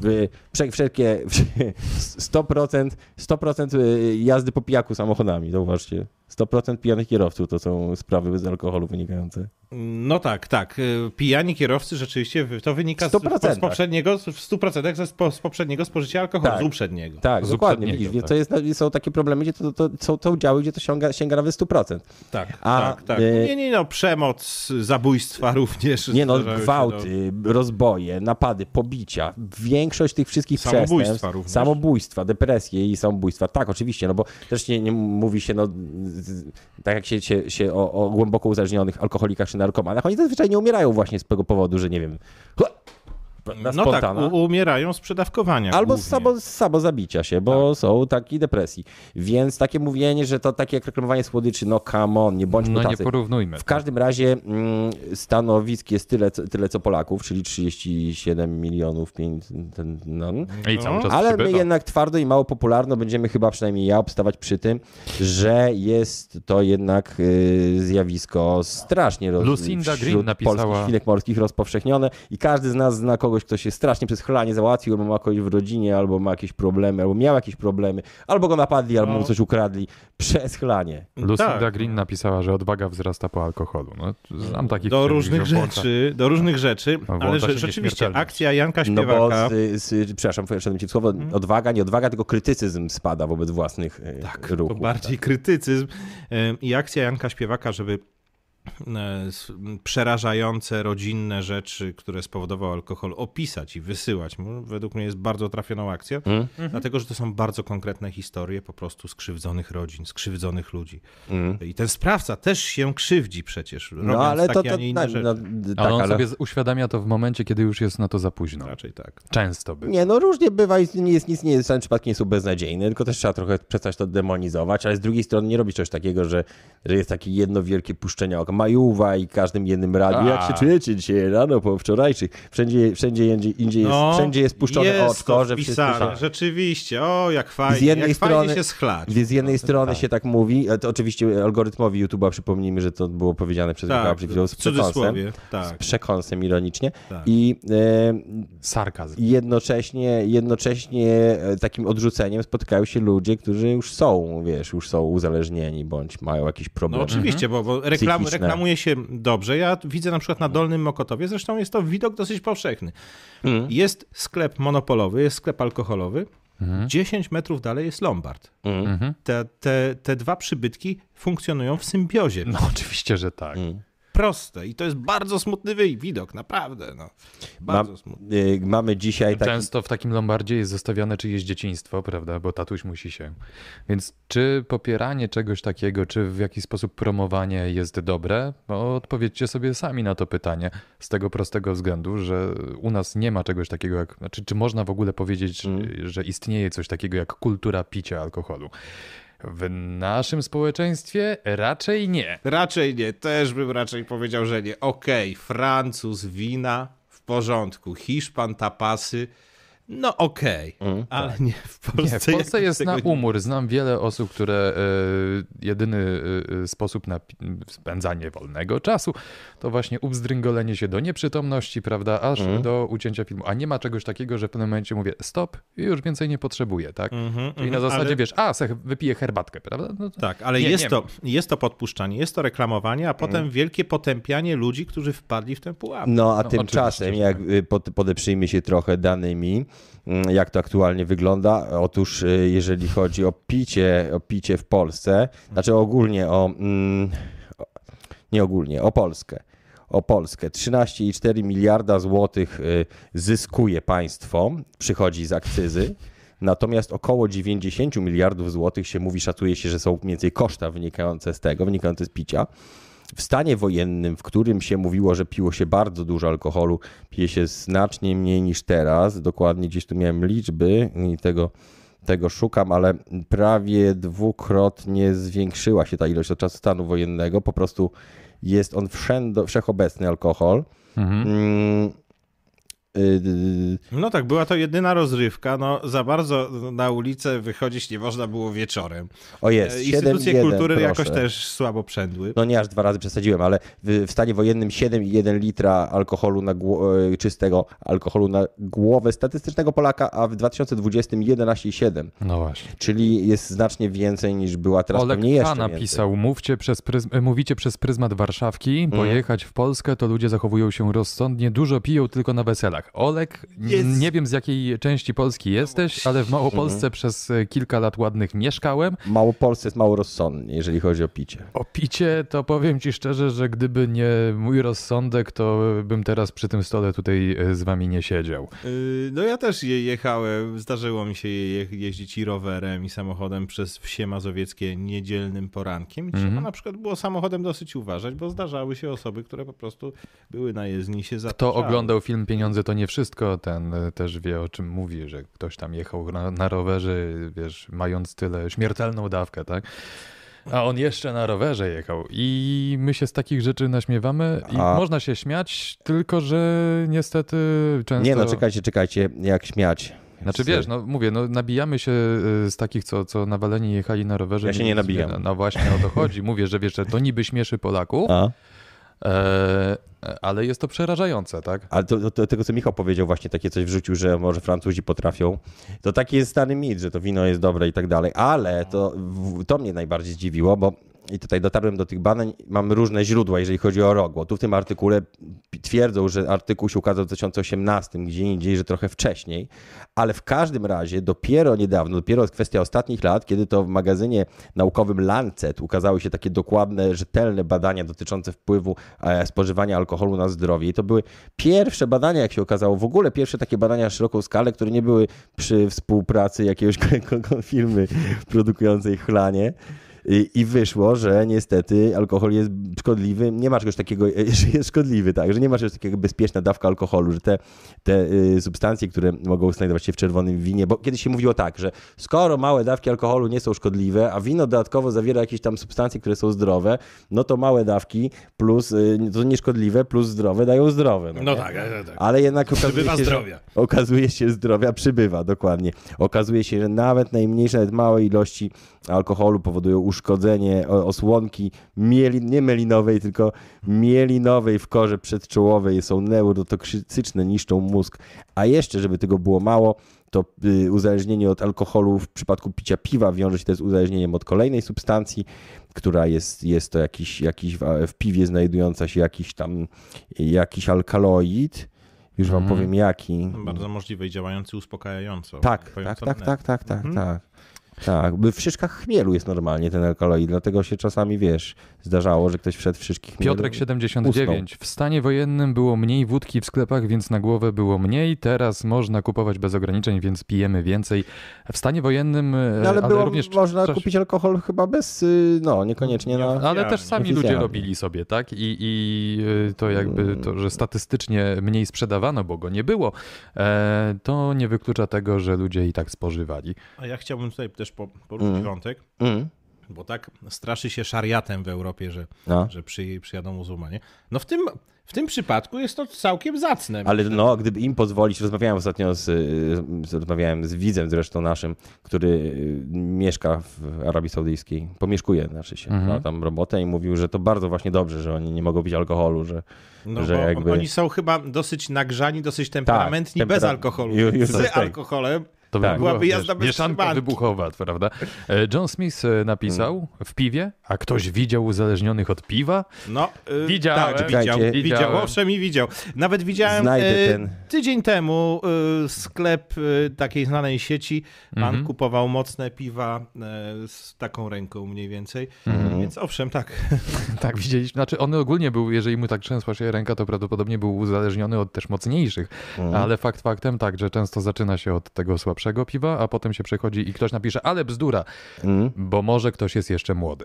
[SPEAKER 2] W, prze, wszelkie 100%, 100% y, jazdy po pijaku samochodami, zauważcie. 100% pijanych kierowców to są sprawy z alkoholu wynikające.
[SPEAKER 4] No tak, tak. E, Pijani kierowcy rzeczywiście, wy- to wynika z,
[SPEAKER 2] 100%.
[SPEAKER 4] z poprzedniego, w 100% ze spo, z poprzedniego spożycia alkoholu,
[SPEAKER 2] Tak.
[SPEAKER 4] z uprzedniego.
[SPEAKER 2] Tak,
[SPEAKER 3] Z
[SPEAKER 2] dokładnie.
[SPEAKER 3] uprzedniego,
[SPEAKER 2] Widzisz,
[SPEAKER 3] tak.
[SPEAKER 2] To jest, no, są takie problemy, gdzie to, to, są to udziały, gdzie to sięga, sięga nawet 100%.
[SPEAKER 4] Tak,
[SPEAKER 2] A,
[SPEAKER 4] tak, tak.
[SPEAKER 2] e-
[SPEAKER 4] Nie, nie, no, przemoc, zabójstwa również.
[SPEAKER 2] Nie no,
[SPEAKER 4] zdarzały się,
[SPEAKER 2] gwałty, rozboje, napady, pobicia, większość tych wszystkich
[SPEAKER 4] Samobójstwa
[SPEAKER 2] przestępstw,
[SPEAKER 4] również.
[SPEAKER 2] samobójstwa, depresje i samobójstwa. Tak, oczywiście, no bo też nie, nie mówi się, no, z- tak jak się, się, się o, o głęboko uzależnionych alkoholikach czy narkomanach, oni zazwyczaj nie umierają właśnie z tego powodu, że nie wiem, na
[SPEAKER 4] No tak,
[SPEAKER 2] spontana.
[SPEAKER 4] u- umierają z przedawkowania.
[SPEAKER 2] Albo z
[SPEAKER 4] głównie.
[SPEAKER 2] sabo, z samozabicia się, bo
[SPEAKER 3] Tak.
[SPEAKER 2] są taki depresji. Więc takie mówienie, że to takie jak reklamowanie słodyczy, no come on, nie bądźmy
[SPEAKER 3] No nie
[SPEAKER 2] tacy.
[SPEAKER 3] porównujmy.
[SPEAKER 2] W każdym razie mm, stanowisk jest tyle, co- tyle co Polaków, czyli 37 milionów. pięć- ten- No.
[SPEAKER 3] I cały czas
[SPEAKER 2] Ale my
[SPEAKER 4] no.
[SPEAKER 3] przybywa.
[SPEAKER 2] jednak twardo i mało popularno będziemy chyba, przynajmniej ja, obstawać przy tym, że jest to jednak y, zjawisko strasznie roz...
[SPEAKER 3] Lucinda
[SPEAKER 2] wśród
[SPEAKER 3] Green napisała-
[SPEAKER 2] polskich świnek morskich rozpowszechnione i każdy z nas zna kogoś, kto się strasznie przez chlanie załatwił, albo ma kogoś w rodzinie, albo ma jakieś problemy, albo miał jakieś problemy, albo go napadli, albo
[SPEAKER 4] No.
[SPEAKER 2] mu coś ukradli przez chlanie.
[SPEAKER 3] Lucinda
[SPEAKER 4] Tak.
[SPEAKER 3] Green napisała, że odwaga wzrasta po alkoholu. No, znam takich
[SPEAKER 4] do
[SPEAKER 3] których
[SPEAKER 4] różnych
[SPEAKER 3] włącza-
[SPEAKER 4] rzeczy, do różnych rzeczy,
[SPEAKER 3] No, włącza
[SPEAKER 4] ale
[SPEAKER 3] się
[SPEAKER 4] że, rzeczywiście
[SPEAKER 3] nieśmiertelność.
[SPEAKER 4] akcja Janka
[SPEAKER 2] No bo,
[SPEAKER 4] Śpiewaka,
[SPEAKER 2] z, z, przepraszam, wszedłem ci w słowo,
[SPEAKER 4] Mhm.
[SPEAKER 2] odwaga, nie odwaga, tylko krytycyzm spada wobec własnych tak,
[SPEAKER 4] to
[SPEAKER 2] ruchów.
[SPEAKER 4] bardziej krytycyzm em, i akcja Janka Śpiewaka, żeby e, s- m, przerażające rodzinne rzeczy, które spowodował alkohol, opisać i wysyłać. mu, Według mnie jest bardzo trafioną akcją,
[SPEAKER 2] Mm. Mhm.
[SPEAKER 4] dlatego że to są bardzo konkretne historie po prostu skrzywdzonych rodzin, skrzywdzonych ludzi. I ten sprawca też się krzywdzi przecież, robiąc
[SPEAKER 2] Mm. No ale
[SPEAKER 4] takie,
[SPEAKER 2] to,
[SPEAKER 4] a
[SPEAKER 2] to
[SPEAKER 4] nie inne rzeczy.
[SPEAKER 2] no,
[SPEAKER 3] Ale
[SPEAKER 2] tak,
[SPEAKER 3] on
[SPEAKER 2] ale... Znaczy.
[SPEAKER 3] sobie z- uświadamia to w momencie, kiedy już jest na to za późno.
[SPEAKER 4] Raczej tak.
[SPEAKER 3] Często by.
[SPEAKER 2] Nie, no różnie bywa i nie jest, nic nie jest, w żadnym przypadku nie są beznadziejne, tylko też trzeba trochę przestać to demonizować, ale z drugiej strony nie robić czegoś takiego, że, że jest takie jedno wielkie puszczenie oka, majuwa i każdym jednym radiu, jak
[SPEAKER 4] Tak.
[SPEAKER 2] się czujecie dzisiaj rano po wczorajszych, wszędzie, wszędzie indziej, indziej jest, wszędzie jest puszczone
[SPEAKER 4] No, jest
[SPEAKER 2] oczko,
[SPEAKER 4] to
[SPEAKER 2] że wszyscy
[SPEAKER 4] wpisane,
[SPEAKER 2] są-
[SPEAKER 4] Rzeczywiście, o jak fajnie,
[SPEAKER 2] z jednej
[SPEAKER 4] jak
[SPEAKER 2] strony
[SPEAKER 4] fajnie się schlać. No,
[SPEAKER 2] Z jednej strony się tak mówi, ale to oczywiście algorytmowi YouTube'a przypomnijmy, że to było powiedziane przez Michała
[SPEAKER 4] Tak,
[SPEAKER 2] przed chwilą z
[SPEAKER 4] w cudzysłowie,
[SPEAKER 2] przekąsem. Z
[SPEAKER 4] tak.
[SPEAKER 2] przekąsem ironicznie.
[SPEAKER 4] Tak.
[SPEAKER 2] I e,
[SPEAKER 3] Sarkazm.
[SPEAKER 2] jednocześnie, jednocześnie e, takim odrzuceniem spotykają się ludzie, którzy już są, wiesz, już są uzależnieni bądź mają jakiś
[SPEAKER 4] No
[SPEAKER 2] problem.
[SPEAKER 4] oczywiście, bo, bo
[SPEAKER 2] Mhm.
[SPEAKER 4] reklam,
[SPEAKER 2] Psychiczne.
[SPEAKER 4] reklamuje się dobrze. Ja widzę na przykład na Dolnym Mokotowie, zresztą jest to widok dosyć powszechny.
[SPEAKER 2] Mhm.
[SPEAKER 4] Jest sklep monopolowy, jest sklep alkoholowy, 10 metrów dalej jest Lombard.
[SPEAKER 2] Mhm.
[SPEAKER 4] Te, te, te dwa przybytki funkcjonują w symbiozie.
[SPEAKER 3] No oczywiście, że
[SPEAKER 2] Mm.
[SPEAKER 3] tak.
[SPEAKER 4] Proste i to jest bardzo smutny wy- widok, naprawdę. No. Bardzo smutny.
[SPEAKER 2] y, mamy dzisiaj taki...
[SPEAKER 3] Często w takim Lombardzie jest zostawiane czyjeś dzieciństwo, prawda, bo tatuś musi się. Więc czy popieranie czegoś takiego, czy w jakiś sposób promowanie jest dobre? No, odpowiedzcie sobie sami na to pytanie z tego prostego względu, że u nas nie ma czegoś takiego jak, znaczy czy można w ogóle powiedzieć, że istnieje coś takiego jak kultura picia alkoholu? W naszym społeczeństwie raczej nie.
[SPEAKER 4] Raczej nie, też bym raczej powiedział, że nie. Okej, Francuz wina w porządku, Hiszpan tapasy, no okej, ale nie w Polsce.
[SPEAKER 3] Nie, w Polsce
[SPEAKER 4] jakoś
[SPEAKER 3] jest
[SPEAKER 4] tego
[SPEAKER 3] na um-
[SPEAKER 4] nie-
[SPEAKER 3] umór. Znam wiele osób, które y, jedyny y, y, sposób na pi- spędzanie wolnego czasu to właśnie ubzdryngolenie się do nieprzytomności, prawda, aż
[SPEAKER 4] Mhm.
[SPEAKER 3] do ucięcia filmu. A nie ma czegoś takiego, że w pewnym momencie mówię stop i już więcej nie potrzebuję, tak? I na
[SPEAKER 4] mhm,
[SPEAKER 3] zasadzie
[SPEAKER 4] ale-
[SPEAKER 3] wiesz, a se wypiję herbatkę, prawda? No, to-
[SPEAKER 4] Tak, ale
[SPEAKER 3] Nie,
[SPEAKER 4] jest,
[SPEAKER 3] nie
[SPEAKER 4] to, jest to podpuszczanie, jest to reklamowanie, a potem wielkie potępianie ludzi, którzy wpadli w tę pułapkę.
[SPEAKER 2] No, a
[SPEAKER 3] No,
[SPEAKER 2] tymczasem,
[SPEAKER 3] oczywiście,
[SPEAKER 2] jak y, pod, podeprzyjmy się trochę danymi, mm, jak to aktualnie wygląda. Otóż, y, jeżeli chodzi o picie, o picie w Polsce, znaczy ogólnie o. Mm, o- nie ogólnie, o Polskę. O Polskę. 13,4 miliarda złotych y, zyskuje państwo, przychodzi z akcyzy. Natomiast około 90 miliardów złotych się mówi, szacuje się, że są mniej więcej koszta wynikające z tego, wynikające z picia. W stanie wojennym, w którym się mówiło, że piło się bardzo dużo alkoholu, pije się znacznie mniej niż teraz. Dokładnie gdzieś tu miałem liczby i tego, tego szukam, ale prawie dwukrotnie zwiększyła się ta ilość od czasu stanu wojennego. Po prostu jest on wszędo, wszechobecny alkohol.
[SPEAKER 4] Mhm.
[SPEAKER 2] Mm, yy,
[SPEAKER 4] No tak, była to jedyna rozrywka. No, za bardzo na ulicę wychodzić nie można było wieczorem.
[SPEAKER 2] o jest,
[SPEAKER 4] E,
[SPEAKER 2] 7,1,
[SPEAKER 4] Instytucje kultury
[SPEAKER 2] proszę.
[SPEAKER 4] jakoś też słabo przędły.
[SPEAKER 2] No nie aż dwa razy przesadziłem, ale w, w stanie wojennym 7,1 litra alkoholu na gło- e, czystego alkoholu na głowę statystycznego Polaka, a w 2020 11,7,
[SPEAKER 3] No właśnie.
[SPEAKER 2] czyli jest znacznie więcej niż była teraz
[SPEAKER 3] Olek
[SPEAKER 2] pewnie jeszcze
[SPEAKER 3] K.
[SPEAKER 2] więcej.
[SPEAKER 3] napisał, mówcie przez pryzm, mówicie przez pryzmat Warszawki,
[SPEAKER 2] Mhm.
[SPEAKER 3] pojechać w Polskę, to ludzie zachowują się rozsądnie, dużo piją tylko na weselach. Olek, n-
[SPEAKER 4] Jest.
[SPEAKER 3] nie wiem z jakiej części Polski jesteś, ale w Małopolsce
[SPEAKER 2] Mhm.
[SPEAKER 3] przez e, kilka lat ładnych mieszkałem.
[SPEAKER 2] Mało Polsce jest mało rozsądnie, jeżeli chodzi o picie.
[SPEAKER 3] O picie to powiem ci szczerze, że gdyby nie mój rozsądek, to bym teraz przy tym stole tutaj e, z wami nie siedział.
[SPEAKER 4] Yy, No ja też je jechałem, zdarzyło mi się je, je- jeździć i rowerem, i samochodem przez wsie mazowieckie niedzielnym porankiem. I trzeba
[SPEAKER 2] Mhm.
[SPEAKER 4] na przykład było samochodem dosyć uważać, bo zdarzały się osoby, które po prostu były na jezdni i się
[SPEAKER 3] To
[SPEAKER 4] zatarzały.
[SPEAKER 3] oglądał film Pieniądze to nie wszystko. Ten e, też wie, o czym mówi, że ktoś tam jechał na, na rowerze, wiesz, mając tyle, śmiertelną dawkę, tak? A on jeszcze na rowerze jechał. I my się z takich rzeczy naśmiewamy. I
[SPEAKER 2] A-
[SPEAKER 3] można się śmiać, tylko że niestety często...
[SPEAKER 2] Nie no, czekajcie, czekajcie, jak śmiać.
[SPEAKER 3] Znaczy wiesz, no mówię, no nabijamy się y, z takich, co, co nawaleni jechali na rowerze.
[SPEAKER 2] Ja się nie nabijam.
[SPEAKER 3] No, no właśnie o to chodzi. Mówię, że wiesz, że to niby śmieszy Polaków,
[SPEAKER 2] A?
[SPEAKER 3] e, ale jest to przerażające, tak?
[SPEAKER 2] Ale to, to, to tego, co Michał powiedział, właśnie takie coś wrzucił, że może Francuzi potrafią. To taki jest stary mit, że to wino jest dobre i tak dalej. Ale to, w- to mnie najbardziej zdziwiło, bo i tutaj dotarłem do tych badań, mam różne źródła, jeżeli chodzi o rogło. Tu w tym artykule p- twierdzą, że artykuł się ukazał w 2018, gdzie indziej, że trochę wcześniej, ale w każdym razie dopiero niedawno, dopiero jest kwestia ostatnich lat, kiedy to w magazynie naukowym Lancet ukazały się takie dokładne, rzetelne badania dotyczące wpływu e, spożywania alkoholu na zdrowie. I to były pierwsze badania, jak się okazało, w ogóle pierwsze takie badania na szeroką skalę, które nie były przy współpracy jakiejś ko- ko- firmy produkującej chlanie. I, I wyszło, że niestety alkohol jest szkodliwy, nie ma czegoś takiego, e, że jest szkodliwy, tak, że nie ma czegoś takiego jak bezpieczna dawka alkoholu, że te, te y, substancje, które mogą znajdować się w czerwonym winie, bo kiedyś się mówiło tak, że skoro małe dawki alkoholu nie są szkodliwe, a wino dodatkowo zawiera jakieś tam substancje, które są zdrowe, no to małe dawki plus, y, to nieszkodliwe plus zdrowe dają zdrowe. No, nie?
[SPEAKER 4] tak, tak.
[SPEAKER 2] Ale jednak okazuje
[SPEAKER 4] Przybywa
[SPEAKER 2] się, że-
[SPEAKER 4] zdrowia.
[SPEAKER 2] Okazuje się zdrowia, przybywa, dokładnie. Okazuje się, że nawet najmniejsze, nawet małe ilości alkoholu powodują uszkodzenie o- osłonki mieli, nie melinowej, tylko mielinowej w korze przedczołowej. Są neurotoksyczne, niszczą mózg. A jeszcze, żeby tego było mało, to y, uzależnienie od alkoholu w przypadku picia piwa wiąże się też z uzależnieniem od kolejnej substancji, która jest, jest to jakiś, jakiś w- w piwie znajdująca się jakiś tam jakiś alkaloid. Już wam powiem jaki.
[SPEAKER 4] Bardzo możliwe i działający uspokajająco.
[SPEAKER 2] Tak,
[SPEAKER 4] Powiem,
[SPEAKER 2] tak,
[SPEAKER 4] co
[SPEAKER 2] tak,
[SPEAKER 4] net.
[SPEAKER 2] tak, tak, tak, tak. Tak, by w szyszkach chmielu jest normalnie ten alkaloid, dlatego się czasami, wiesz, zdarzało, że ktoś wszedł w szyszki chmielu.
[SPEAKER 3] Piotrek 79. W stanie wojennym było mniej wódki w sklepach, więc na głowę było mniej. Teraz można kupować bez ograniczeń, więc pijemy więcej. W stanie wojennym, e,
[SPEAKER 2] No, ale,
[SPEAKER 3] ale
[SPEAKER 2] było,
[SPEAKER 3] również
[SPEAKER 2] można
[SPEAKER 3] czas-
[SPEAKER 2] kupić alkohol chyba bez, y, no, niekoniecznie na...
[SPEAKER 3] Ale też sami ludzie
[SPEAKER 2] Oficjalnie.
[SPEAKER 3] robili sobie, tak? I, i y, to
[SPEAKER 2] Mm.
[SPEAKER 3] jakby to, że statystycznie mniej sprzedawano, bo go nie było, e, to nie wyklucza tego, że ludzie i tak spożywali.
[SPEAKER 4] A ja chciałbym tutaj też po, poruszyć wątek,
[SPEAKER 2] Mm.
[SPEAKER 4] bo tak straszy się szariatem w Europie, że,
[SPEAKER 2] No.
[SPEAKER 4] że przy, przyjadą muzułmanie. No w tym, w tym przypadku jest to całkiem zacne.
[SPEAKER 2] Ale no, gdyby im pozwolić, rozmawiałem ostatnio z, y, z, rozmawiałem z widzem zresztą naszym, który y, mieszka w Arabii Saudyjskiej, pomieszkuje, znaczy się,
[SPEAKER 4] Mhm.
[SPEAKER 2] ma tam robotę i mówił, że to bardzo właśnie dobrze, że oni nie mogą pić alkoholu, że,
[SPEAKER 4] No
[SPEAKER 2] że
[SPEAKER 4] bo
[SPEAKER 2] jakby...
[SPEAKER 4] oni są chyba dosyć nagrzani, dosyć temperamentni
[SPEAKER 2] tempera-
[SPEAKER 4] bez alkoholu.
[SPEAKER 2] Ju- już
[SPEAKER 4] Z
[SPEAKER 2] tak.
[SPEAKER 4] alkoholem.
[SPEAKER 3] To
[SPEAKER 2] Tak.
[SPEAKER 4] Byłaby
[SPEAKER 3] wiesz,
[SPEAKER 4] jazda bez
[SPEAKER 3] mieszanka
[SPEAKER 4] trzymanki.
[SPEAKER 3] wybuchowa, prawda? E, John Smith e,
[SPEAKER 2] Mm.
[SPEAKER 3] napisał w piwie, a ktoś widział uzależnionych od piwa?
[SPEAKER 4] No, y,
[SPEAKER 3] Widziałem.
[SPEAKER 4] Tak, widział,
[SPEAKER 2] Czekajcie.
[SPEAKER 4] widział,
[SPEAKER 3] Widziałem.
[SPEAKER 4] owszem i widział. Nawet widziałem
[SPEAKER 2] Znajdę
[SPEAKER 4] y,
[SPEAKER 2] ten.
[SPEAKER 4] tydzień temu y, sklep y, takiej znanej sieci. Pan
[SPEAKER 3] Mhm.
[SPEAKER 4] kupował mocne piwa y, z taką ręką mniej więcej.
[SPEAKER 2] Mhm.
[SPEAKER 4] Więc owszem, tak.
[SPEAKER 3] Tak, widzieliśmy. Znaczy, on ogólnie był, jeżeli mu tak trzęsła się ręka, to prawdopodobnie był uzależniony od też mocniejszych. Ale fakt faktem tak, że często zaczyna się od tego słabszego piwa, a potem się przechodzi i ktoś napisze, ale bzdura,
[SPEAKER 2] Mm.
[SPEAKER 3] bo może ktoś jest jeszcze młody.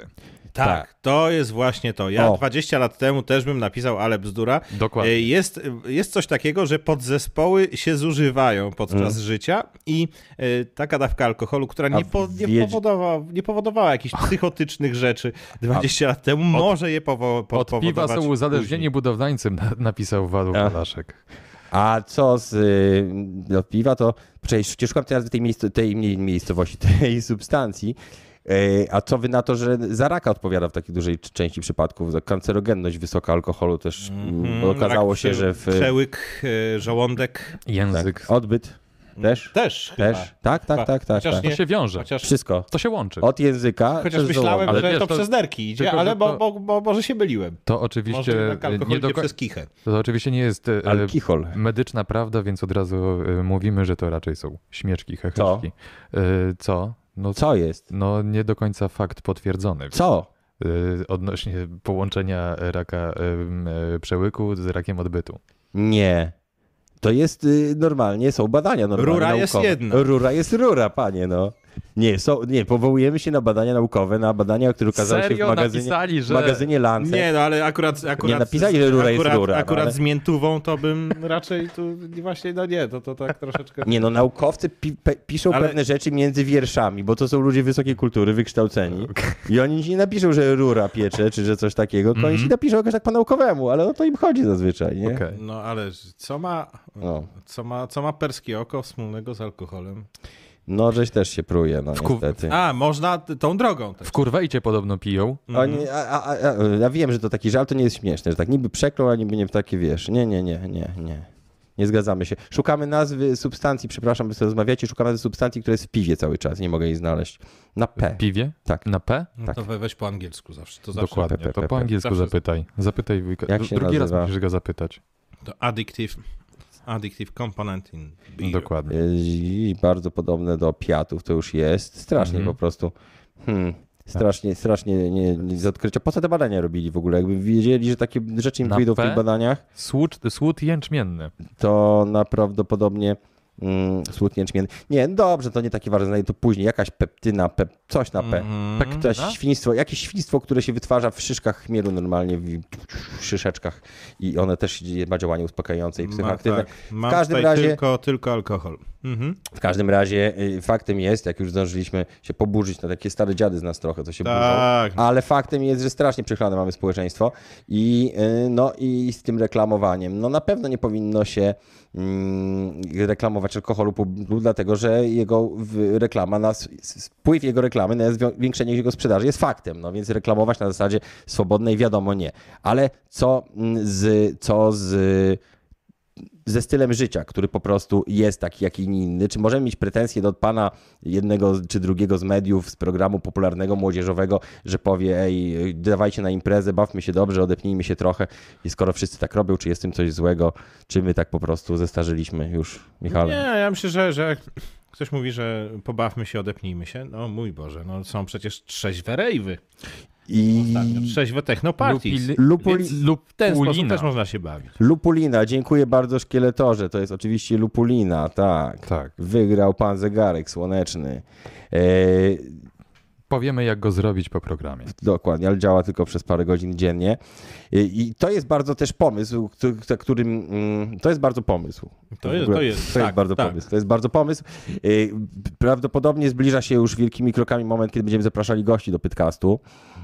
[SPEAKER 4] Tak,
[SPEAKER 2] Tak.
[SPEAKER 4] to jest właśnie to. Ja
[SPEAKER 2] O.
[SPEAKER 4] 20 lat temu też bym napisał, ale bzdura.
[SPEAKER 3] Dokładnie.
[SPEAKER 4] E, Jest, jest coś takiego, że podzespoły się zużywają podczas
[SPEAKER 3] Mm.
[SPEAKER 4] życia i e, taka dawka alkoholu, która nie, po, nie,
[SPEAKER 2] wiedz-
[SPEAKER 4] powodowała, nie powodowała jakichś psychotycznych rzeczy 20 lat temu, może je powo- po,
[SPEAKER 3] Od piwa
[SPEAKER 4] powodować
[SPEAKER 3] są uzależnieni budowlańcy, na, napisał Walu
[SPEAKER 2] A.
[SPEAKER 3] Kalaszek.
[SPEAKER 2] A co z y, od piwa, to przecież przecież szukam teraz tej, miejscu, tej mie- miejscowości, tej substancji. Y, A co wy na to, że za raka odpowiada w takiej dużej c- części przypadków? Za Kancerogenność wysoka alkoholu też mm
[SPEAKER 4] Mm,
[SPEAKER 2] okazało
[SPEAKER 4] rak
[SPEAKER 2] się, że w
[SPEAKER 4] Przełyk, e, żołądek
[SPEAKER 3] Język.
[SPEAKER 2] Tak. odbyt też,
[SPEAKER 4] też
[SPEAKER 2] też,
[SPEAKER 4] chyba.
[SPEAKER 2] tak,
[SPEAKER 4] Chyba.
[SPEAKER 2] tak, tak, tak,
[SPEAKER 4] Chociaż
[SPEAKER 2] tak.
[SPEAKER 3] To się wiąże,
[SPEAKER 4] Chociaż,
[SPEAKER 2] Wszystko.
[SPEAKER 3] to się łączy.
[SPEAKER 2] Od języka.
[SPEAKER 4] chociaż
[SPEAKER 2] przez
[SPEAKER 4] myślałem,
[SPEAKER 2] żołądek.
[SPEAKER 3] Ale
[SPEAKER 4] że
[SPEAKER 3] wiesz,
[SPEAKER 4] to,
[SPEAKER 3] to-
[SPEAKER 4] przez nerki idzie,
[SPEAKER 3] tylko, że
[SPEAKER 4] ale bo,
[SPEAKER 3] to-
[SPEAKER 4] bo, bo może się byliłem.
[SPEAKER 3] To
[SPEAKER 4] Może
[SPEAKER 3] oczywiście
[SPEAKER 4] jednak alkohol
[SPEAKER 3] nie
[SPEAKER 4] idzie
[SPEAKER 3] do końca.
[SPEAKER 4] przez kichę.
[SPEAKER 3] To oczywiście nie jest e,
[SPEAKER 2] Alkohol.
[SPEAKER 3] medyczna prawda, więc od razu e, mówimy, że to raczej są śmieszki, heheszki. Co? Co? No,
[SPEAKER 2] Co jest?
[SPEAKER 3] no nie do końca fakt potwierdzony.
[SPEAKER 2] Co?
[SPEAKER 3] Y, odnośnie połączenia raka ym, y, przełyku z rakiem odbytu.
[SPEAKER 2] Nie. To jest y, normalnie, są badania normalne.
[SPEAKER 4] Rura jest
[SPEAKER 2] naukowe.
[SPEAKER 4] jedna.
[SPEAKER 2] Rura jest rura, panie, no. Nie, są, nie, powołujemy się na badania naukowe, na badania, które ukazały się w
[SPEAKER 3] Serio
[SPEAKER 2] magazynie,
[SPEAKER 3] napisali, że-
[SPEAKER 2] w magazynie Lancet.
[SPEAKER 4] Nie, no ale akurat... akurat
[SPEAKER 2] Nie napisali, że rura jest
[SPEAKER 4] akurat,
[SPEAKER 2] rura, no,
[SPEAKER 4] Akurat
[SPEAKER 2] ale-
[SPEAKER 4] z miętówą to bym raczej tu właśnie, no nie, to, to tak troszeczkę...
[SPEAKER 2] Nie no, naukowcy pi pe piszą
[SPEAKER 4] Ale-
[SPEAKER 2] pewne rzeczy między wierszami, bo to są ludzie wysokiej kultury,
[SPEAKER 4] No,
[SPEAKER 2] wykształceni i oni ci nie napiszą, że rura piecze, czy że coś takiego, tylko
[SPEAKER 4] Mhm.
[SPEAKER 2] oni ci napiszą jakoś tak po naukowemu, ale o to im chodzi zazwyczaj, nie?
[SPEAKER 3] Okej.
[SPEAKER 4] No ale co ma,
[SPEAKER 2] No.
[SPEAKER 4] co, ma, co ma perskie oko wspólnego z alkoholem?
[SPEAKER 2] No, żeś też się pruje, no
[SPEAKER 3] ku-
[SPEAKER 2] niestety. Tak.
[SPEAKER 4] A, można t- tą drogą też.
[SPEAKER 3] W kurwejcie podobno piją.
[SPEAKER 4] mhm.
[SPEAKER 2] Oni, a, a, a, a, ja wiem, że to taki żal, to nie jest śmieszne, że tak niby przeklął, a niby nie w takie wiesz. Nie, nie, nie, nie, nie. Nie zgadzamy się. Szukamy nazwy substancji, przepraszam, wy sobie rozmawiacie, szukamy nazwy substancji, która jest w piwie cały czas, nie mogę jej znaleźć. Na P.
[SPEAKER 3] Piwie?
[SPEAKER 2] Tak.
[SPEAKER 3] Na P?
[SPEAKER 4] No
[SPEAKER 2] tak.
[SPEAKER 4] To we- weź po angielsku zawsze. To zawsze
[SPEAKER 3] Dokładnie.
[SPEAKER 2] P, P, P,
[SPEAKER 3] To
[SPEAKER 2] P.
[SPEAKER 3] po angielsku
[SPEAKER 4] Zawsze-
[SPEAKER 3] zapytaj. Zapytaj wujka.
[SPEAKER 2] Jak się
[SPEAKER 3] Drugi
[SPEAKER 2] nazywa?
[SPEAKER 3] raz musisz go zapytać.
[SPEAKER 4] To addictive, addictive component in beer.
[SPEAKER 3] Dokładnie.
[SPEAKER 2] I bardzo podobne do piatów, to już jest. Strasznie
[SPEAKER 4] Mhm.
[SPEAKER 2] po prostu. Hmm.
[SPEAKER 4] Tak.
[SPEAKER 2] Strasznie, strasznie nie, nie z odkrycia. Po co te badania robili w ogóle? Jakby wiedzieli, że takie rzeczy im
[SPEAKER 3] Na
[SPEAKER 2] wyjdą w
[SPEAKER 3] P?
[SPEAKER 2] tych badaniach,
[SPEAKER 3] Słód, słód jęczmienny.
[SPEAKER 2] to na prawdopodobnie mm, słutnie jęczmienny. Nie, dobrze, to nie takie ważne, znajdę to później. Jakaś peptyna, pep, coś na P.
[SPEAKER 4] Mhm.
[SPEAKER 3] Pektyna?
[SPEAKER 2] Coś świństwo, jakieś świństwo, które się wytwarza w szyszkach chmielu normalnie, w w szyszeczkach i one też ma działanie uspokajające i
[SPEAKER 4] Ma,
[SPEAKER 2] psychoaktywne.
[SPEAKER 4] tak. Mam
[SPEAKER 2] w każdym
[SPEAKER 4] tutaj
[SPEAKER 2] razie
[SPEAKER 4] tylko, tylko alkohol. Mhm.
[SPEAKER 2] W każdym razie y, faktem jest, jak już zdążyliśmy się poburzyć, na takie stare dziady z nas trochę, co się
[SPEAKER 4] Tak.
[SPEAKER 2] burzą, ale faktem jest, że strasznie przechlane mamy społeczeństwo i, y, no, i z tym reklamowaniem. No na pewno nie powinno się mm, reklamować alkoholu, pub- dlatego że jego w- reklama, na, s- s- wpływ jego reklamy na zwiększenie jego sprzedaży jest faktem, no więc reklamować na zasadzie swobodnej wiadomo nie. Ale co mm, z, co z ze stylem życia, który po prostu jest taki, jak i inny. Czy możemy mieć pretensje do pana jednego czy drugiego z mediów, z programu popularnego, młodzieżowego, że powie, ej, dawajcie na imprezę, bawmy się dobrze, odepnijmy się trochę i skoro wszyscy tak robią, czy jest w tym coś złego, czy my tak po prostu zestarzyliśmy już, Michale?
[SPEAKER 4] Nie, ja myślę, że, że jak ktoś mówi, że pobawmy się, odepnijmy się. No mój Boże, no są przecież trzeźwe rejwy. Tak, no,
[SPEAKER 2] I
[SPEAKER 4] Trzeźwe technoparties.
[SPEAKER 3] Lupili-
[SPEAKER 2] Lupuli...
[SPEAKER 3] Lub
[SPEAKER 4] W ten sposób
[SPEAKER 3] Ulina.
[SPEAKER 4] też można się bawić.
[SPEAKER 2] Lupulina, dziękuję bardzo szkieletorze, to jest oczywiście Lupulina, tak.
[SPEAKER 3] Tak.
[SPEAKER 2] Wygrał pan zegarek słoneczny. E,
[SPEAKER 3] Powiemy, jak go zrobić po programie.
[SPEAKER 2] Dokładnie, ale działa tylko przez parę godzin dziennie. I i to jest bardzo też pomysł, któ- za którym. mm, To jest bardzo pomysł.
[SPEAKER 4] To
[SPEAKER 2] w
[SPEAKER 4] jest-
[SPEAKER 2] ogóle-
[SPEAKER 4] to jest,
[SPEAKER 2] to jest
[SPEAKER 4] tak,
[SPEAKER 2] bardzo
[SPEAKER 4] tak.
[SPEAKER 2] pomysł. To jest bardzo pomysł. Y, Prawdopodobnie zbliża się już wielkimi krokami moment, kiedy będziemy zapraszali gości do podcastu.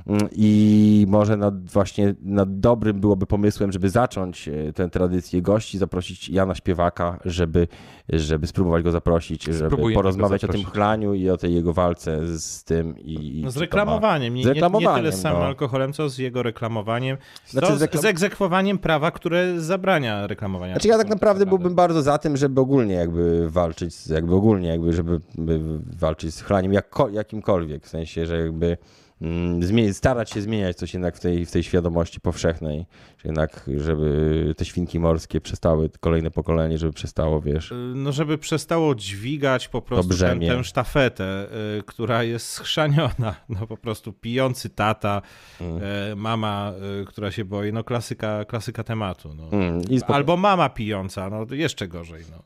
[SPEAKER 2] Mm, I może nad, właśnie nad dobrym byłoby pomysłem, żeby zacząć e, tę tradycję gości, zaprosić Jana Śpiewaka, żeby, żeby spróbować go zaprosić, żeby
[SPEAKER 3] Spróbujemy go
[SPEAKER 2] porozmawiać o tym
[SPEAKER 3] zaprosić.
[SPEAKER 2] chlaniu i o tej jego walce z tym. I, i
[SPEAKER 4] No
[SPEAKER 2] czy
[SPEAKER 4] z
[SPEAKER 2] to ma-
[SPEAKER 4] reklamowaniem. Nie,
[SPEAKER 2] Z
[SPEAKER 4] nie, nie
[SPEAKER 2] reklamowaniem,
[SPEAKER 4] tyle z samym
[SPEAKER 2] no.
[SPEAKER 4] alkoholem, co z jego reklamowaniem.
[SPEAKER 2] Znaczy,
[SPEAKER 4] co
[SPEAKER 2] z
[SPEAKER 4] z,
[SPEAKER 2] reklam-
[SPEAKER 4] z egzekwowaniem prawa, które zabrania reklamowania.
[SPEAKER 2] Znaczy ja tak
[SPEAKER 4] alkoholu,
[SPEAKER 2] naprawdę byłbym bardzo za tym, żeby ogólnie jakby walczyć, z, jakby ogólnie jakby, żeby by walczyć z chlaniem jakko, jakimkolwiek, w sensie, że jakby mm, zmie- starać się zmieniać coś jednak w tej, w tej świadomości powszechnej, że jednak żeby te świnki morskie przestały, kolejne pokolenie, żeby przestało, wiesz,
[SPEAKER 4] No, żeby przestało dźwigać po prostu tę,
[SPEAKER 2] brzemię.
[SPEAKER 4] tę sztafetę, y, która jest schrzaniona. No po prostu pijący tata,
[SPEAKER 2] Mm.
[SPEAKER 4] y, mama, y, która się boi, no klasyka, klasyka tematu. No.
[SPEAKER 2] mm, i spoko-
[SPEAKER 4] Albo mama pijąca, no to jeszcze gorzej. No.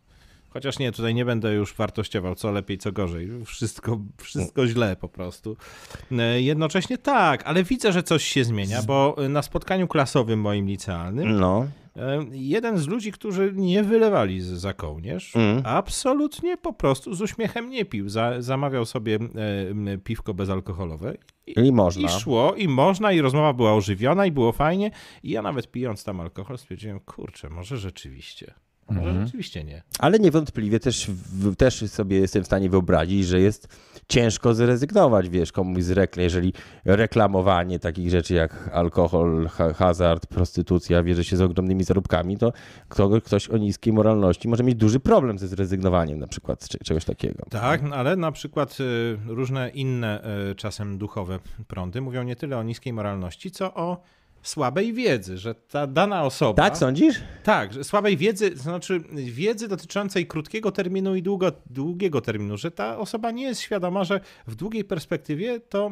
[SPEAKER 4] Chociaż nie, tutaj nie będę już wartościował, co lepiej, co gorzej. Wszystko, wszystko źle po prostu. E, Jednocześnie tak, ale widzę, że coś się zmienia, bo e, na spotkaniu klasowym moim licealnym
[SPEAKER 2] no,
[SPEAKER 4] e, jeden z ludzi, którzy nie wylewali z- za kołnierz,
[SPEAKER 2] Mm.
[SPEAKER 4] absolutnie po prostu z uśmiechem nie pił. Za, zamawiał sobie e, m, piwko bezalkoholowe i,
[SPEAKER 2] i można.
[SPEAKER 4] i szło, i można, i rozmowa była ożywiona, i było fajnie. I ja nawet pijąc tam alkohol stwierdziłem, kurczę, może rzeczywiście. Może
[SPEAKER 2] Mhm.
[SPEAKER 4] rzeczywiście nie.
[SPEAKER 2] Ale niewątpliwie też, w, też sobie jestem w stanie wyobrazić, że jest ciężko zrezygnować, wiesz, komuś z reklam, jeżeli reklamowanie takich rzeczy jak alkohol, ha hazard, prostytucja wiąże się z ogromnymi zarobkami, to kto, ktoś o niskiej moralności może mieć duży problem ze zrezygnowaniem na przykład z cze- czegoś takiego.
[SPEAKER 4] Tak,
[SPEAKER 2] Mhm.
[SPEAKER 4] no ale na przykład y, różne inne y, czasem duchowe prądy mówią nie tyle o niskiej moralności, co o słabej wiedzy, że ta dana osoba.
[SPEAKER 2] Tak sądzisz?
[SPEAKER 4] Tak, że słabej wiedzy, to znaczy wiedzy dotyczącej krótkiego terminu i długo, długiego terminu, że ta osoba nie jest świadoma, że w długiej perspektywie to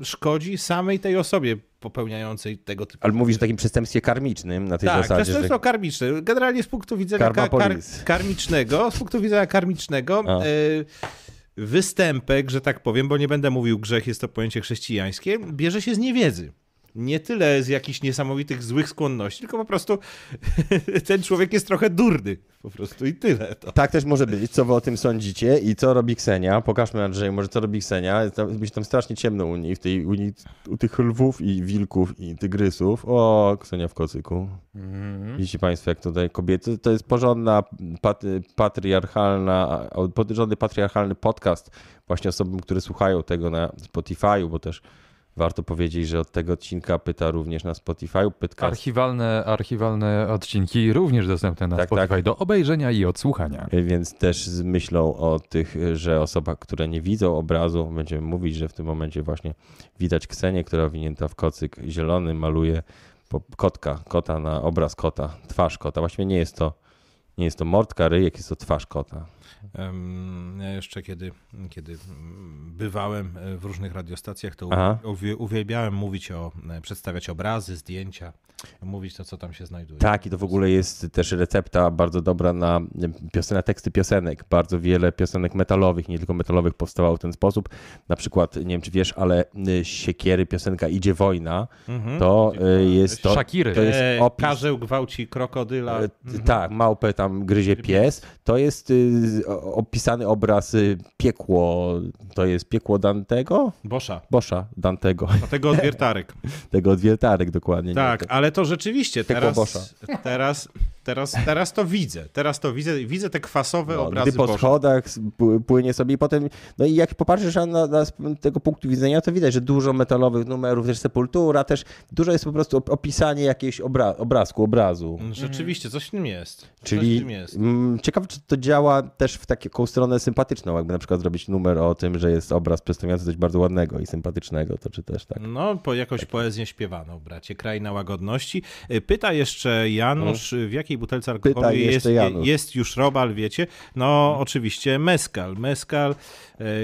[SPEAKER 4] y, szkodzi samej tej osobie popełniającej tego typu
[SPEAKER 2] Ale mówisz o takim przestępstwie karmicznym na tej
[SPEAKER 4] tak,
[SPEAKER 2] zasadzie, że...
[SPEAKER 4] przestępstwo karmiczne. Generalnie z punktu widzenia
[SPEAKER 2] Karma
[SPEAKER 4] ka- kar-
[SPEAKER 2] police.
[SPEAKER 4] karmicznego, z punktu widzenia karmicznego,
[SPEAKER 2] A.
[SPEAKER 4] e, występek, że tak powiem, bo nie będę mówił grzech, jest to pojęcie chrześcijańskie, bierze się z niewiedzy. Nie tyle z jakichś niesamowitych złych skłonności, tylko po prostu ten człowiek jest trochę durny. Po prostu i tyle. To.
[SPEAKER 2] Tak też może być. Co wy o tym sądzicie i co robi Ksenia? Pokażmy Andrzeju, może co robi Ksenia. Tam, być tam strasznie ciemno u niej, w tej, u, niej, u tych lwów i wilków i tygrysów. O, Ksenia w kocyku. Widzicie państwo, jak tutaj kobiety. To jest porządna, paty- patriarchalna, o, porządny patriarchalny podcast właśnie osobom, które słuchają tego na Spotify'u, bo też warto powiedzieć, że od tego odcinka pyta również na Spotify'u. Pytka
[SPEAKER 3] Archiwalne, archiwalne odcinki również dostępne na
[SPEAKER 2] Tak,
[SPEAKER 3] Spotify
[SPEAKER 2] tak.
[SPEAKER 3] do obejrzenia i odsłuchania.
[SPEAKER 2] Więc też z myślą o tych, że osobach, które nie widzą obrazu, będziemy mówić, że w tym momencie właśnie widać Ksenię, która winięta w kocyk zielony maluje po- kotka, kota na obraz kota, twarz kota. Właściwie nie jest to, nie jest to mordka, ryjek, jest to twarz kota.
[SPEAKER 4] Em, Ja jeszcze kiedy, kiedy mm, bywałem e, w różnych radiostacjach, to
[SPEAKER 2] Aha.
[SPEAKER 4] uwie- uwielbiałem mówić o, e, przedstawiać obrazy, zdjęcia, mówić to, co tam się znajduje.
[SPEAKER 2] Tak, i to w ogóle jest też recepta bardzo dobra na piosenę, teksty piosenek. Bardzo wiele piosenek metalowych, nie tylko metalowych, powstawało w ten sposób. Na przykład, nie wiem czy wiesz, ale y, Siekiery, piosenka Idzie Wojna, to y, jest to...
[SPEAKER 3] Szakiry.
[SPEAKER 2] To jest
[SPEAKER 4] E,
[SPEAKER 2] opis.
[SPEAKER 4] Karzeł gwałci krokodyla.
[SPEAKER 2] E, t- Tak, małpę tam gryzie pies. To jest y, z- o- opisany obraz y, piekło. To jest piekło Dantego?
[SPEAKER 4] Bosza.
[SPEAKER 2] Bosza Dantego.
[SPEAKER 4] Dlatego od wiertarek.
[SPEAKER 2] Tego od wiertarek dokładnie.
[SPEAKER 4] Tak,
[SPEAKER 2] Nie, to-
[SPEAKER 4] ale to rzeczywiście
[SPEAKER 2] Piekło
[SPEAKER 4] teraz,
[SPEAKER 2] Boscha.
[SPEAKER 4] teraz, teraz, teraz to widzę. Teraz to widzę. Widzę te kwasowe
[SPEAKER 2] No,
[SPEAKER 4] obrazy
[SPEAKER 2] gdy po
[SPEAKER 4] Boscha.
[SPEAKER 2] schodach s- p- płynie sobie i potem, no i jak popatrzysz na, na z tego punktu widzenia, to widać, że dużo metalowych numerów, też sepultura, też dużo jest po prostu op- opisanie jakiegoś obra- obrazku, obrazu.
[SPEAKER 4] Mm, Rzeczywiście, coś w tym jest. Coś w
[SPEAKER 2] Czyli
[SPEAKER 4] tym jest.
[SPEAKER 2] mm, ciekawe, czy to działa też w taką stronę sympatyczną, jakby na przykład zrobić numer o tym, że jest obraz przedstawiający coś bardzo ładnego i sympatycznego, to czy też tak.
[SPEAKER 4] No, po jakąś poezję śpiewaną, bracie. Kraina łagodności. Y, Pyta jeszcze Janusz, y, w jakiej butelce alkoholowej
[SPEAKER 2] Mhm. jeszcze
[SPEAKER 4] jest,
[SPEAKER 2] Janusz.
[SPEAKER 4] jest już robal, wiecie? No, oczywiście meskal. Meskal,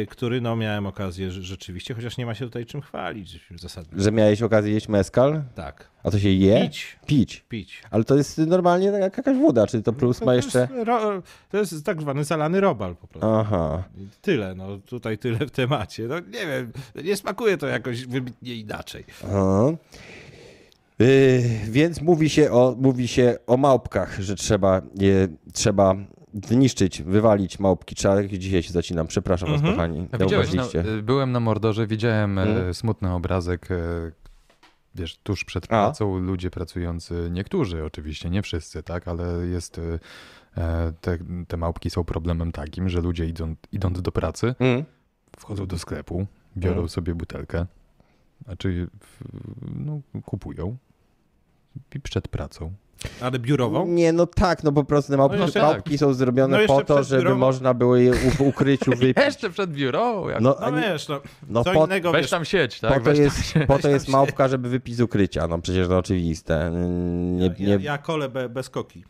[SPEAKER 4] y, który no miałem okazję rze- rzeczywiście, chociaż nie ma się tutaj czym chwalić zasadniczo.
[SPEAKER 2] Że miałeś okazję jeść mezcal,
[SPEAKER 4] Tak,
[SPEAKER 2] a to się je?
[SPEAKER 4] Pić.
[SPEAKER 2] Pić.
[SPEAKER 4] pić.
[SPEAKER 2] Ale to jest normalnie jak jakaś woda, czyli to plus ma jeszcze...
[SPEAKER 4] No,
[SPEAKER 2] No.
[SPEAKER 4] To jest, ro, to jest tak zwany zalany robal po prostu.
[SPEAKER 2] Aha.
[SPEAKER 4] Tyle, no tutaj tyle w temacie. No nie wiem, nie smakuje to jakoś wybitnie inaczej.
[SPEAKER 2] Aha. Yy, No. więc mówi się, o, mówi się o małpkach, że trzeba je trzeba niszczyć, wywalić małpki. Trzeba, dzisiaj się zacinam, przepraszam
[SPEAKER 4] Mhm.
[SPEAKER 2] was kochani.
[SPEAKER 3] A
[SPEAKER 2] nie
[SPEAKER 3] widziałeś, na,
[SPEAKER 2] uważaliście.
[SPEAKER 3] y, byłem na Mordorze, widziałem e, smutny obrazek, e, wiesz, tuż przed pracą ludzie pracujący, niektórzy oczywiście, nie wszyscy, tak, ale jest, e, e, te, te małpki są problemem takim, że ludzie idą, idąc do pracy,
[SPEAKER 2] Mm.
[SPEAKER 3] wchodzą do sklepu, biorą sobie butelkę, znaczy w- no, kupują i przed pracą.
[SPEAKER 4] Ale biurową?
[SPEAKER 2] Nie, no tak, no po prostu te małpki,
[SPEAKER 3] No jeszcze
[SPEAKER 2] małpki są zrobione
[SPEAKER 4] No
[SPEAKER 2] po
[SPEAKER 4] jeszcze
[SPEAKER 2] to,
[SPEAKER 4] przed
[SPEAKER 2] żeby
[SPEAKER 4] biurową.
[SPEAKER 2] można było je u- w ukryciu wypić.
[SPEAKER 3] Jeszcze przed biuro, jak...
[SPEAKER 2] No,
[SPEAKER 4] No
[SPEAKER 2] nie,
[SPEAKER 4] wiesz, no,
[SPEAKER 2] no
[SPEAKER 4] co
[SPEAKER 2] po-
[SPEAKER 4] innego
[SPEAKER 3] weź
[SPEAKER 4] wiesz,
[SPEAKER 3] tam sieć, tak,
[SPEAKER 2] po to
[SPEAKER 3] weź tam
[SPEAKER 2] jest,
[SPEAKER 3] sieć.
[SPEAKER 2] po to jest małpka, żeby wypić z ukrycia, no przecież to oczywiste. Mm, Nie,
[SPEAKER 4] Ja,
[SPEAKER 2] nie,
[SPEAKER 4] ja kolę be, bez koki.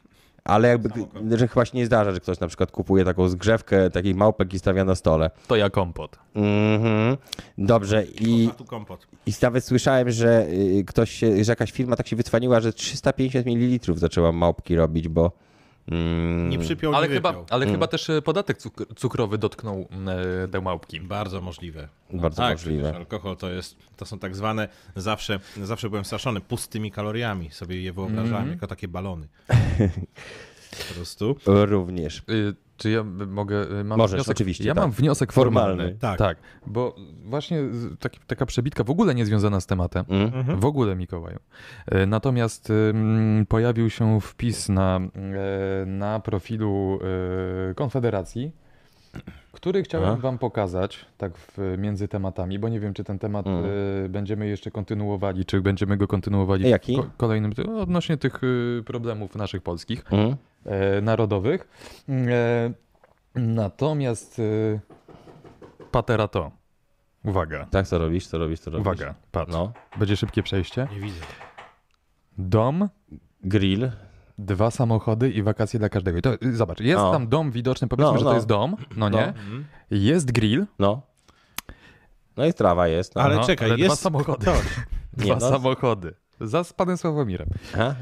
[SPEAKER 2] ale jakby,
[SPEAKER 4] Samokot.
[SPEAKER 2] że chyba się nie zdarza, że ktoś na przykład kupuje taką zgrzewkę takich małpek i stawia na stole.
[SPEAKER 3] To ja kompot.
[SPEAKER 2] Mhm. Dobrze i,
[SPEAKER 4] A tu kompot.
[SPEAKER 2] i nawet słyszałem, że y, ktoś się, że jakaś firma tak się wytwaniła, że 350 ml zaczęła małpki robić, bo mm,
[SPEAKER 4] Nie przypiął,
[SPEAKER 3] Ale,
[SPEAKER 4] nie
[SPEAKER 3] chyba,
[SPEAKER 4] wypiął.
[SPEAKER 3] ale chyba też e, podatek cuk- cukrowy dotknął e, te małpki.
[SPEAKER 4] Bardzo możliwe.
[SPEAKER 2] bardzo
[SPEAKER 4] tak,
[SPEAKER 2] możliwe.
[SPEAKER 4] przecież Alkohol to jest, to są tak zwane, zawsze, zawsze byłem straszony pustymi kaloriami, sobie je wyobrażałem
[SPEAKER 3] Mhm.
[SPEAKER 4] jako takie balony. Po prostu.
[SPEAKER 2] Również.
[SPEAKER 3] Y, Czy ja b- mogę. y, Mam
[SPEAKER 2] Możesz,
[SPEAKER 3] wniosek,
[SPEAKER 2] oczywiście,
[SPEAKER 3] Ja
[SPEAKER 2] tak.
[SPEAKER 3] mam wniosek
[SPEAKER 2] Formalny,
[SPEAKER 3] formalny.
[SPEAKER 4] tak.
[SPEAKER 3] tak. Bo właśnie z- taki, taka przebitka w ogóle nie związana z tematem.
[SPEAKER 2] Mm?
[SPEAKER 4] Mm.
[SPEAKER 3] W ogóle, Mikołaju. Y, Natomiast ym, pojawił się wpis na, y, na profilu y, Konfederacji, który chciałem
[SPEAKER 2] A?
[SPEAKER 3] Wam pokazać, tak w, między tematami, bo nie wiem, czy ten temat y, będziemy jeszcze kontynuowali, czy będziemy go kontynuowali
[SPEAKER 2] Jaki?
[SPEAKER 3] w ko- kolejnym. Odnośnie tych y, problemów naszych polskich
[SPEAKER 4] Mhm.
[SPEAKER 2] Mm?
[SPEAKER 3] e, narodowych. E, natomiast e, patera to. Uwaga,
[SPEAKER 2] Tak, co robisz, co robisz, co robisz?
[SPEAKER 3] uwaga, patrz.
[SPEAKER 2] No.
[SPEAKER 3] Będzie szybkie przejście.
[SPEAKER 4] Nie widzę.
[SPEAKER 3] Dom,
[SPEAKER 2] Grill.
[SPEAKER 3] dwa samochody i wakacje dla każdego. I to, y, zobacz, jest
[SPEAKER 2] No.
[SPEAKER 3] tam dom widoczny, powiedzmy,
[SPEAKER 2] No,
[SPEAKER 3] że
[SPEAKER 2] no.
[SPEAKER 3] to jest dom, no
[SPEAKER 2] No.
[SPEAKER 3] nie? Jest grill,
[SPEAKER 2] No. No i trawa jest. No.
[SPEAKER 4] Ale
[SPEAKER 3] No,
[SPEAKER 4] czekaj,
[SPEAKER 3] ale dwa
[SPEAKER 4] jest tak.
[SPEAKER 3] samochody.
[SPEAKER 4] ktoś.
[SPEAKER 3] dwa
[SPEAKER 2] Nie, no.
[SPEAKER 3] samochody. Za z panem Sławomirem.
[SPEAKER 2] Aha.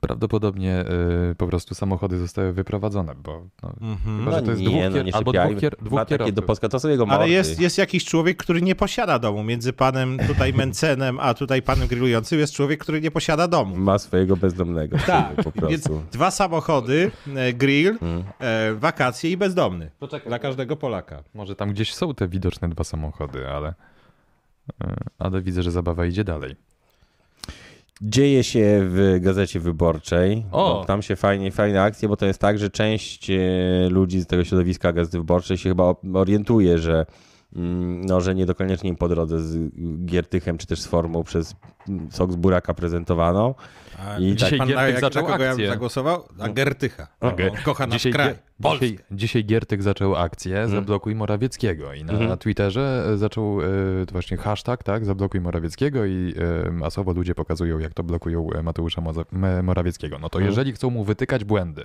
[SPEAKER 3] Prawdopodobnie y, po prostu samochody zostały wyprowadzone, bo no,
[SPEAKER 4] Mhm.
[SPEAKER 3] chyba, że to jest
[SPEAKER 2] nie,
[SPEAKER 3] dwóch
[SPEAKER 2] no
[SPEAKER 3] kier-
[SPEAKER 2] nie
[SPEAKER 3] albo
[SPEAKER 2] sypiajmy.
[SPEAKER 3] dwóch, kier-
[SPEAKER 2] Ma
[SPEAKER 3] dwóch
[SPEAKER 2] takie do
[SPEAKER 3] kierowców.
[SPEAKER 2] Polska, to są jego
[SPEAKER 4] Ale
[SPEAKER 2] mordy.
[SPEAKER 4] jest, jest jakiś człowiek, który nie posiada domu. Między panem tutaj Mencenem, a tutaj panem grillującym jest człowiek, który nie posiada domu.
[SPEAKER 2] Ma swojego bezdomnego.
[SPEAKER 4] Tak,
[SPEAKER 2] po
[SPEAKER 4] Więc
[SPEAKER 2] prostu.
[SPEAKER 4] dwa samochody, e, grill,
[SPEAKER 3] Mm.
[SPEAKER 4] e, wakacje i bezdomny. Dla każdego Polaka.
[SPEAKER 3] Może tam gdzieś są te widoczne dwa samochody, ale, y, ale widzę, że zabawa idzie dalej.
[SPEAKER 2] Dzieje się w Gazecie Wyborczej.
[SPEAKER 3] O!
[SPEAKER 2] O. Tam się fajnie, fajne akcje, bo to jest tak, że część e, ludzi z tego środowiska Gazety Wyborczej się chyba o- orientuje, że mm, no, że niedokoniecznie im po drodze z Giertychem, czy też z formą przez mm, sok z buraka prezentowano. I tak,
[SPEAKER 3] Dzisiaj
[SPEAKER 4] Pan na,
[SPEAKER 3] Giertych
[SPEAKER 4] jak,
[SPEAKER 3] zaczął
[SPEAKER 4] na kogo ja bym
[SPEAKER 3] akcję. No.
[SPEAKER 4] zagłosował? Na Gertycha.
[SPEAKER 2] O,
[SPEAKER 4] On kocha nasz
[SPEAKER 3] Dzisiaj,
[SPEAKER 4] kraj.
[SPEAKER 3] Gier- dzisiaj, dzisiaj Giertek zaczął akcję Zablokuj Morawieckiego i na, na Twitterze e, zaczął e, to właśnie hashtag, tak? Zablokuj Morawieckiego i e, masowo ludzie pokazują, jak to blokują e, Mateusza Moza- M- Morawieckiego. No to jeżeli chcą mu wytykać błędy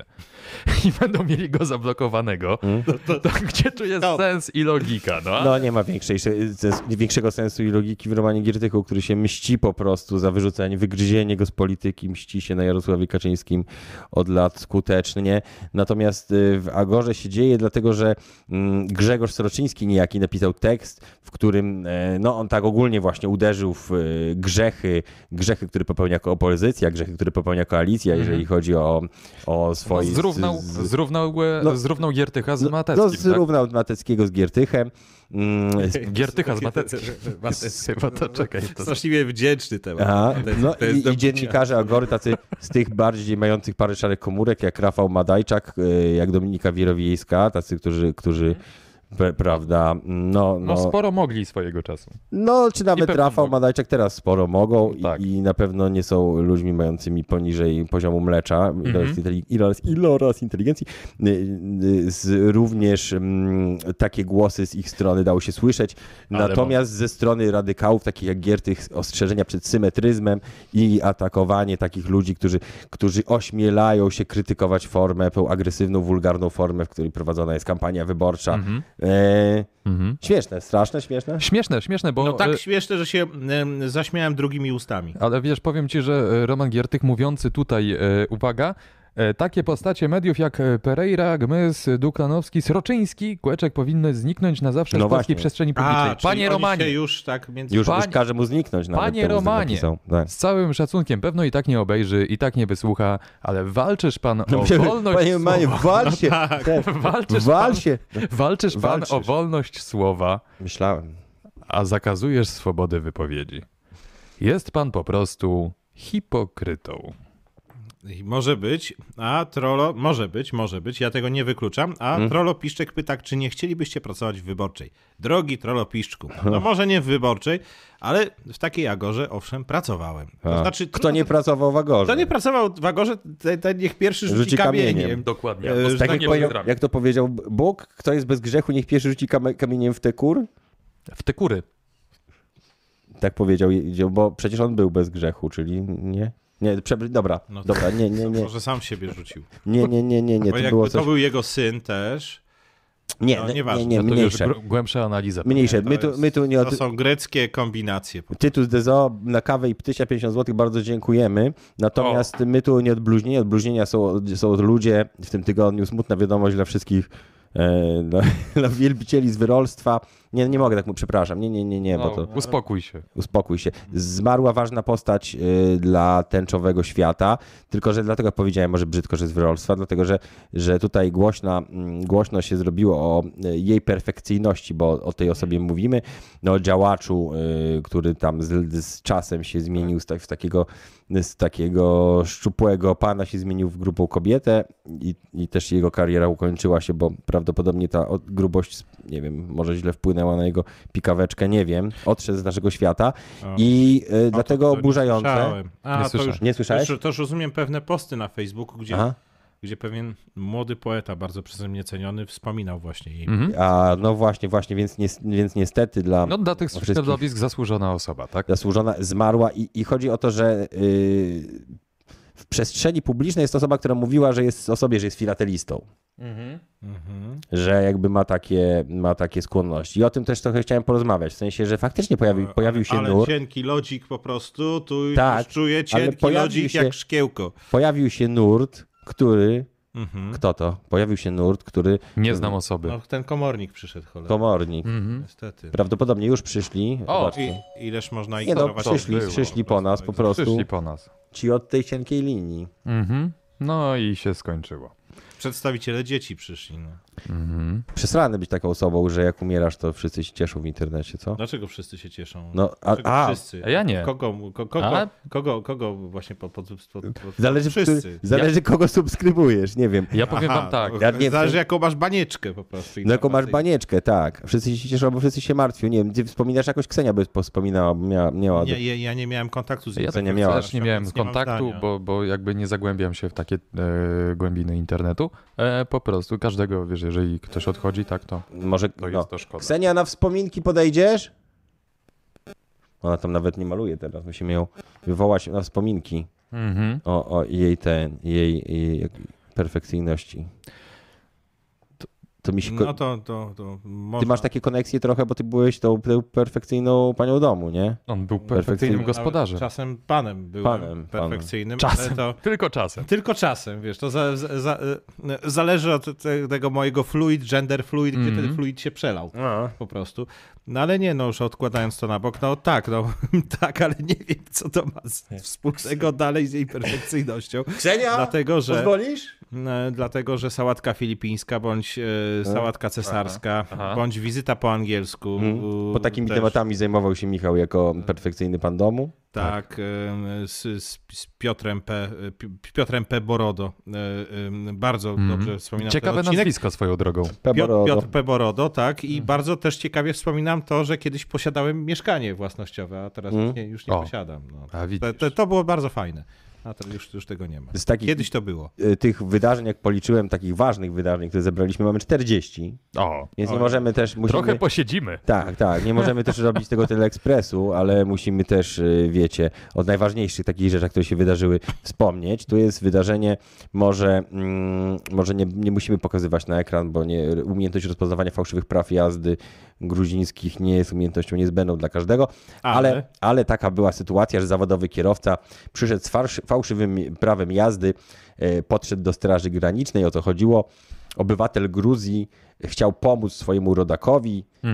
[SPEAKER 3] i będą mieli go zablokowanego, to, to gdzie tu jest
[SPEAKER 4] No.
[SPEAKER 3] sens i logika, no?
[SPEAKER 2] No nie ma większej, ze- większego sensu i logiki w Romanie Giertychu, który się mści po prostu za wyrzucenie, wygryzienie go z polityki, mści się na Jarosławie Kaczyńskim od lat skutecznie. Natomiast y, w Agorze się dzieje, dlatego że mm, Grzegorz Sroczyński niejaki napisał tekst, w którym e, no, on tak ogólnie właśnie uderzył w e, grzechy, grzechy, które popełnia ko- opozycja, grzechy, które popełnia koalicja, jeżeli chodzi o, o swoje...
[SPEAKER 3] Mhm. No, Zrównał,
[SPEAKER 2] z-
[SPEAKER 3] zrównał, e,
[SPEAKER 2] No.
[SPEAKER 3] zrównał Giertycha z
[SPEAKER 2] no,
[SPEAKER 3] Mateckim,
[SPEAKER 2] no, zrównał Mateckiego z Giertychem. Mm, z
[SPEAKER 3] tak? Giertycha z Mateckim. Chyba to czekaj. To...
[SPEAKER 4] Straszliwie wdzięczny temat.
[SPEAKER 2] Aha,
[SPEAKER 4] To jest-
[SPEAKER 2] no
[SPEAKER 4] to jest
[SPEAKER 2] i,
[SPEAKER 4] do
[SPEAKER 2] i dziennikarze Agory, tacy z tych bardziej mających parę szarych komórek, jak Rafał Madajczak, y, jak Dominika Wirowiejska, tacy, którzy, którzy p- prawda, no,
[SPEAKER 3] No
[SPEAKER 2] no,
[SPEAKER 3] sporo mogli swojego czasu.
[SPEAKER 2] no czy nawet
[SPEAKER 3] pewno
[SPEAKER 2] Rafał
[SPEAKER 3] mogą.
[SPEAKER 2] Madajczak teraz sporo mogą
[SPEAKER 3] Tak.
[SPEAKER 2] i, i na pewno nie są ludźmi mającymi poniżej poziomu mlecza
[SPEAKER 3] Mhm.
[SPEAKER 2] iloraz, inteli- iloraz, iloraz inteligencji. Y, y, Z, również mm, takie głosy z ich strony dało się słyszeć,
[SPEAKER 3] Ale
[SPEAKER 2] natomiast ze strony radykałów, takich jak Giertych, ostrzeżenia przed symetryzmem i atakowanie takich ludzi, którzy, którzy ośmielają się krytykować formę, tą agresywną, wulgarną formę, w której prowadzona jest kampania wyborcza.
[SPEAKER 3] Mhm.
[SPEAKER 2] E, Śmieszne, straszne, śmieszne.
[SPEAKER 3] Śmieszne, śmieszne, bo...
[SPEAKER 4] No
[SPEAKER 3] e,
[SPEAKER 4] tak śmieszne, że się em, zaśmiałem drugimi ustami.
[SPEAKER 3] Ale wiesz, powiem ci, że e, Roman Giertych mówiący tutaj, e, uwaga, e, takie postacie mediów jak e, Pereira, Gmys, Duklanowski, Sroczyński, Kłeczek powinny zniknąć na zawsze
[SPEAKER 2] No
[SPEAKER 3] z polskiej
[SPEAKER 2] właśnie.
[SPEAKER 3] przestrzeni publicznej.
[SPEAKER 4] czyli oni
[SPEAKER 3] Panie
[SPEAKER 4] się
[SPEAKER 3] Romanie,
[SPEAKER 4] już tak między...
[SPEAKER 2] Już, już
[SPEAKER 3] Panie-
[SPEAKER 2] każe mu zniknąć nawet.
[SPEAKER 3] Panie
[SPEAKER 2] temu, co
[SPEAKER 3] Romanie.
[SPEAKER 2] napisał. Tak.
[SPEAKER 3] z całym szacunkiem, pewno i tak nie obejrzy, i tak nie wysłucha, ale walczysz pan o wolność
[SPEAKER 2] Panie Romanie,
[SPEAKER 3] słowa.
[SPEAKER 2] wal się.
[SPEAKER 4] No
[SPEAKER 2] tak.
[SPEAKER 3] Walczysz
[SPEAKER 2] Wal
[SPEAKER 3] pan-
[SPEAKER 2] się.
[SPEAKER 3] Walczysz pan
[SPEAKER 2] Walczysz.
[SPEAKER 3] o wolność słowa,
[SPEAKER 2] Myślałem.
[SPEAKER 3] a zakazujesz swobody wypowiedzi. Jest pan po prostu hipokrytą.
[SPEAKER 4] I Może być, a Trollo, może być, może być, ja tego nie wykluczam, a
[SPEAKER 2] Mhm.
[SPEAKER 4] Trollo Piszczek pyta, czy nie chcielibyście pracować w Wyborczej? Drogi Trollo Piszczku, no może nie w Wyborczej, ale w takiej Agorze owszem pracowałem. To
[SPEAKER 2] A.
[SPEAKER 4] znaczy,
[SPEAKER 2] Kto nie pracował w Agorze?
[SPEAKER 4] kto nie pracował w Agorze, ten, ten niech pierwszy rzuci,
[SPEAKER 2] Rzuci
[SPEAKER 4] kamieniem.
[SPEAKER 2] kamieniem.
[SPEAKER 3] Dokładnie.
[SPEAKER 4] E,
[SPEAKER 2] tak
[SPEAKER 3] Ostatnie
[SPEAKER 2] jak, powiedział,
[SPEAKER 3] pozdrawiam.
[SPEAKER 2] jak to powiedział Bóg, kto jest bez grzechu, niech pierwszy rzuci kam- kamieniem w te kur?
[SPEAKER 3] W te kury.
[SPEAKER 2] Tak powiedział, Jezio, bo przecież on był bez grzechu, czyli nie? Nie, przebr- dobra,
[SPEAKER 4] No to-
[SPEAKER 2] dobra, nie, nie, nie,
[SPEAKER 4] Może sam siebie rzucił.
[SPEAKER 2] nie, nie, nie, nie, nie,
[SPEAKER 4] Bo
[SPEAKER 2] to
[SPEAKER 4] jakby
[SPEAKER 2] było coś,
[SPEAKER 4] to był jego syn też,
[SPEAKER 2] nie,
[SPEAKER 4] no,
[SPEAKER 2] nie,
[SPEAKER 4] nieważne.
[SPEAKER 2] nie, nie,
[SPEAKER 3] To już
[SPEAKER 2] mniejsze,
[SPEAKER 3] gr- głębsza analiza.
[SPEAKER 2] mniejsze, my
[SPEAKER 4] jest-
[SPEAKER 2] tu, my tu nie, o,
[SPEAKER 4] to są greckie kombinacje.
[SPEAKER 2] Tytus Dezo na kawę i ptysia 50 zł, bardzo dziękujemy. Natomiast my tu nie odbluźnieni, odbluźnienia są, są ludzie. W tym tygodniu smutna wiadomość dla wszystkich, e, dla, dla wielbicieli z wyrolstwa. Nie, nie mogę tak mu, przepraszam, nie, nie, nie, nie, bo
[SPEAKER 3] No.
[SPEAKER 2] to...
[SPEAKER 3] Uspokój się.
[SPEAKER 2] Uspokój się. Zmarła ważna postać y, dla tęczowego świata, tylko że dlatego jak powiedziałem może brzydko, że z wyrolstwa, dlatego że, że tutaj głośna, mm, głośno się zrobiło o y, jej perfekcyjności, bo o tej osobie mówimy, no o działaczu, y, który tam z, z czasem się zmienił z, tak, w takiego, z takiego szczupłego pana się zmienił w grubą kobietę i, i też jego kariera ukończyła się, bo prawdopodobnie ta od- grubość, nie wiem, może źle wpłynęła na jego pikaweczkę, nie wiem, odszedł z naszego świata i y, dlatego
[SPEAKER 4] to nie
[SPEAKER 2] oburzające.
[SPEAKER 4] słyszałem. A,
[SPEAKER 3] Nie
[SPEAKER 4] to
[SPEAKER 3] słyszę.
[SPEAKER 4] już,
[SPEAKER 2] Nie słyszałeś?
[SPEAKER 4] To już, to już rozumiem pewne posty na Facebooku, gdzie,
[SPEAKER 2] Aha.
[SPEAKER 4] gdzie pewien młody poeta, bardzo przeze mnie ceniony, wspominał właśnie jej.
[SPEAKER 2] A no właśnie, właśnie, więc, nies- więc niestety dla
[SPEAKER 3] No dla tych
[SPEAKER 2] wszystkich.
[SPEAKER 3] środowisk zasłużona osoba, tak?
[SPEAKER 2] zasłużona zmarła i, i chodzi o to, że y, w przestrzeni publicznej jest osoba, która mówiła, że jest o sobie, że jest filatelistą.
[SPEAKER 4] Mhm.
[SPEAKER 2] Że jakby ma takie, ma takie skłonności. I o tym też trochę chciałem porozmawiać. W sensie, że faktycznie pojawił, pojawił się
[SPEAKER 4] ale
[SPEAKER 2] nur.
[SPEAKER 4] cienki lodzik po prostu, tu już
[SPEAKER 2] Tak,
[SPEAKER 4] czuję cienki
[SPEAKER 2] pojawił
[SPEAKER 4] lodzik
[SPEAKER 2] się-
[SPEAKER 4] jak szkiełko. Mhm.
[SPEAKER 2] Pojawił się nurt, który. Kto to? Pojawił się nurt, który.
[SPEAKER 3] Nie znam osoby.
[SPEAKER 4] No, ten komornik przyszedł, cholera.
[SPEAKER 2] Komornik.
[SPEAKER 4] Niestety.
[SPEAKER 2] Prawdopodobnie już przyszli.
[SPEAKER 3] O,
[SPEAKER 2] Zobaczcie.
[SPEAKER 4] I, ileż można
[SPEAKER 2] Nie no,
[SPEAKER 4] ignorować?
[SPEAKER 2] przyszli,
[SPEAKER 3] było.
[SPEAKER 2] przyszli po nas po prostu.
[SPEAKER 3] Przyszli po nas.
[SPEAKER 2] Ci od tej cienkiej linii.
[SPEAKER 3] Mhm. No i się skończyło.
[SPEAKER 4] Przedstawiciele dzieci przyszli. No.
[SPEAKER 2] Mhm. Przesrany być taką osobą, że jak umierasz, to wszyscy się cieszą w internecie, co?
[SPEAKER 4] Dlaczego wszyscy się cieszą?
[SPEAKER 2] No, a-
[SPEAKER 4] Dlaczego
[SPEAKER 2] a.
[SPEAKER 4] wszyscy?
[SPEAKER 3] A ja nie.
[SPEAKER 4] Kogo, ko, kogo,
[SPEAKER 3] A?
[SPEAKER 4] kogo, kogo właśnie pod... pod, pod, pod, pod
[SPEAKER 2] Zależy,
[SPEAKER 4] wszyscy.
[SPEAKER 2] który, zależy kogo subskrybujesz, nie wiem.
[SPEAKER 3] Ja powiem wam tak.
[SPEAKER 2] Ja nie
[SPEAKER 4] zależy
[SPEAKER 2] wiem.
[SPEAKER 4] jaką masz banieczkę po prostu.
[SPEAKER 2] No jaką masz
[SPEAKER 4] informacyjną.
[SPEAKER 2] banieczkę, tak. Wszyscy się cieszą, bo wszyscy się martwią. Nie wiem, ty wspominasz jakoś Ksenia, by wspominała, bo miała, miała
[SPEAKER 4] Nie, ja, ja nie miałem kontaktu z
[SPEAKER 3] Ja
[SPEAKER 4] internetem,
[SPEAKER 2] nie miałem.
[SPEAKER 3] Też nie miałem
[SPEAKER 4] więc nie mam
[SPEAKER 3] kontaktu,
[SPEAKER 4] zdania.
[SPEAKER 3] bo, bo jakby nie zagłębiam się w takie e, głębiny internetu. E, po prostu każdego, wiesz, jeżeli ktoś odchodzi, tak to,
[SPEAKER 2] Może,
[SPEAKER 3] to
[SPEAKER 2] no.
[SPEAKER 3] jest to szkoda.
[SPEAKER 2] Ksenia, na wspominki podejdziesz? Ona tam nawet nie maluje teraz, musimy ją wywołać na wspominki
[SPEAKER 3] Mhm.
[SPEAKER 2] o, o jej ten, jej, jej perfekcyjności. To, to mi się... ko-
[SPEAKER 4] No to, to, to można.
[SPEAKER 2] Ty masz takie koneksje trochę, bo ty byłeś tą, tą perfekcyjną panią domu, nie?
[SPEAKER 3] On był perfekcyjnym
[SPEAKER 2] Perfekcyjny.
[SPEAKER 3] gospodarzem.
[SPEAKER 4] Czasem panem byłem
[SPEAKER 2] Panem, panem.
[SPEAKER 4] perfekcyjnym,
[SPEAKER 3] Czasem.
[SPEAKER 4] ale to
[SPEAKER 3] Tylko czasem.
[SPEAKER 4] tylko czasem, wiesz, to za, za, za, e, zależy od te, tego mojego fluid, gender fluid, gdzie
[SPEAKER 3] Mhm.
[SPEAKER 4] ten fluid się przelał po prostu. No ale nie, no już odkładając to na bok, no tak, no tak, ale nie wiem, co to ma z, wspólnego dalej z jej perfekcyjnością.
[SPEAKER 2] Ksenia,
[SPEAKER 4] Dlatego, że...
[SPEAKER 2] pozwolisz?
[SPEAKER 4] E, Dlatego, że sałatka filipińska, bądź e, sałatka cesarska, bądź wizyta po angielsku. u-
[SPEAKER 2] Bo takimi
[SPEAKER 4] też, E,
[SPEAKER 2] tematami zajmował się Michał jako perfekcyjny pan domu.
[SPEAKER 4] Tak, e, z, z, z Piotrem P. Pi- Piotrem P. Borodo. E, e, Bardzo dobrze wspominam
[SPEAKER 3] Mhm. Ciekawe
[SPEAKER 4] ten odcinek.
[SPEAKER 3] nazwisko Mhm. swoją drogą.
[SPEAKER 2] Peborodo.
[SPEAKER 4] Piotr, Piotr P. Borodo, tak. I bardzo też ciekawie wspominam to, że kiedyś posiadałem mieszkanie własnościowe, a teraz już nie, już nie
[SPEAKER 3] O.
[SPEAKER 4] posiadam. No.
[SPEAKER 3] A widzisz.
[SPEAKER 4] To, to, to było bardzo fajne. A teraz już, już tego nie ma.
[SPEAKER 2] Z takich-
[SPEAKER 4] Kiedyś to było.
[SPEAKER 2] Y, Tych wydarzeń, jak policzyłem, takich ważnych wydarzeń, które zebraliśmy, mamy 40,
[SPEAKER 3] O,
[SPEAKER 2] więc nie możemy też... Musimy...
[SPEAKER 3] trochę posiedzimy.
[SPEAKER 2] Tak, tak. Nie możemy też robić tego teleekspresu, ale musimy też, y, wiecie, od najważniejszych takich rzeczy, które się wydarzyły, wspomnieć. Tu jest wydarzenie, może, mm, może nie, nie musimy pokazywać na ekran, bo nie, umiejętność rozpoznawania fałszywych praw jazdy gruzińskich nie jest umiejętnością niezbędną dla każdego, ale, ale,
[SPEAKER 4] Ale?
[SPEAKER 2] taka była sytuacja, że zawodowy kierowca przyszedł z farsz, fałszywym prawem jazdy, y, podszedł do Straży Granicznej, o co chodziło. Obywatel Gruzji chciał pomóc swojemu rodakowi y,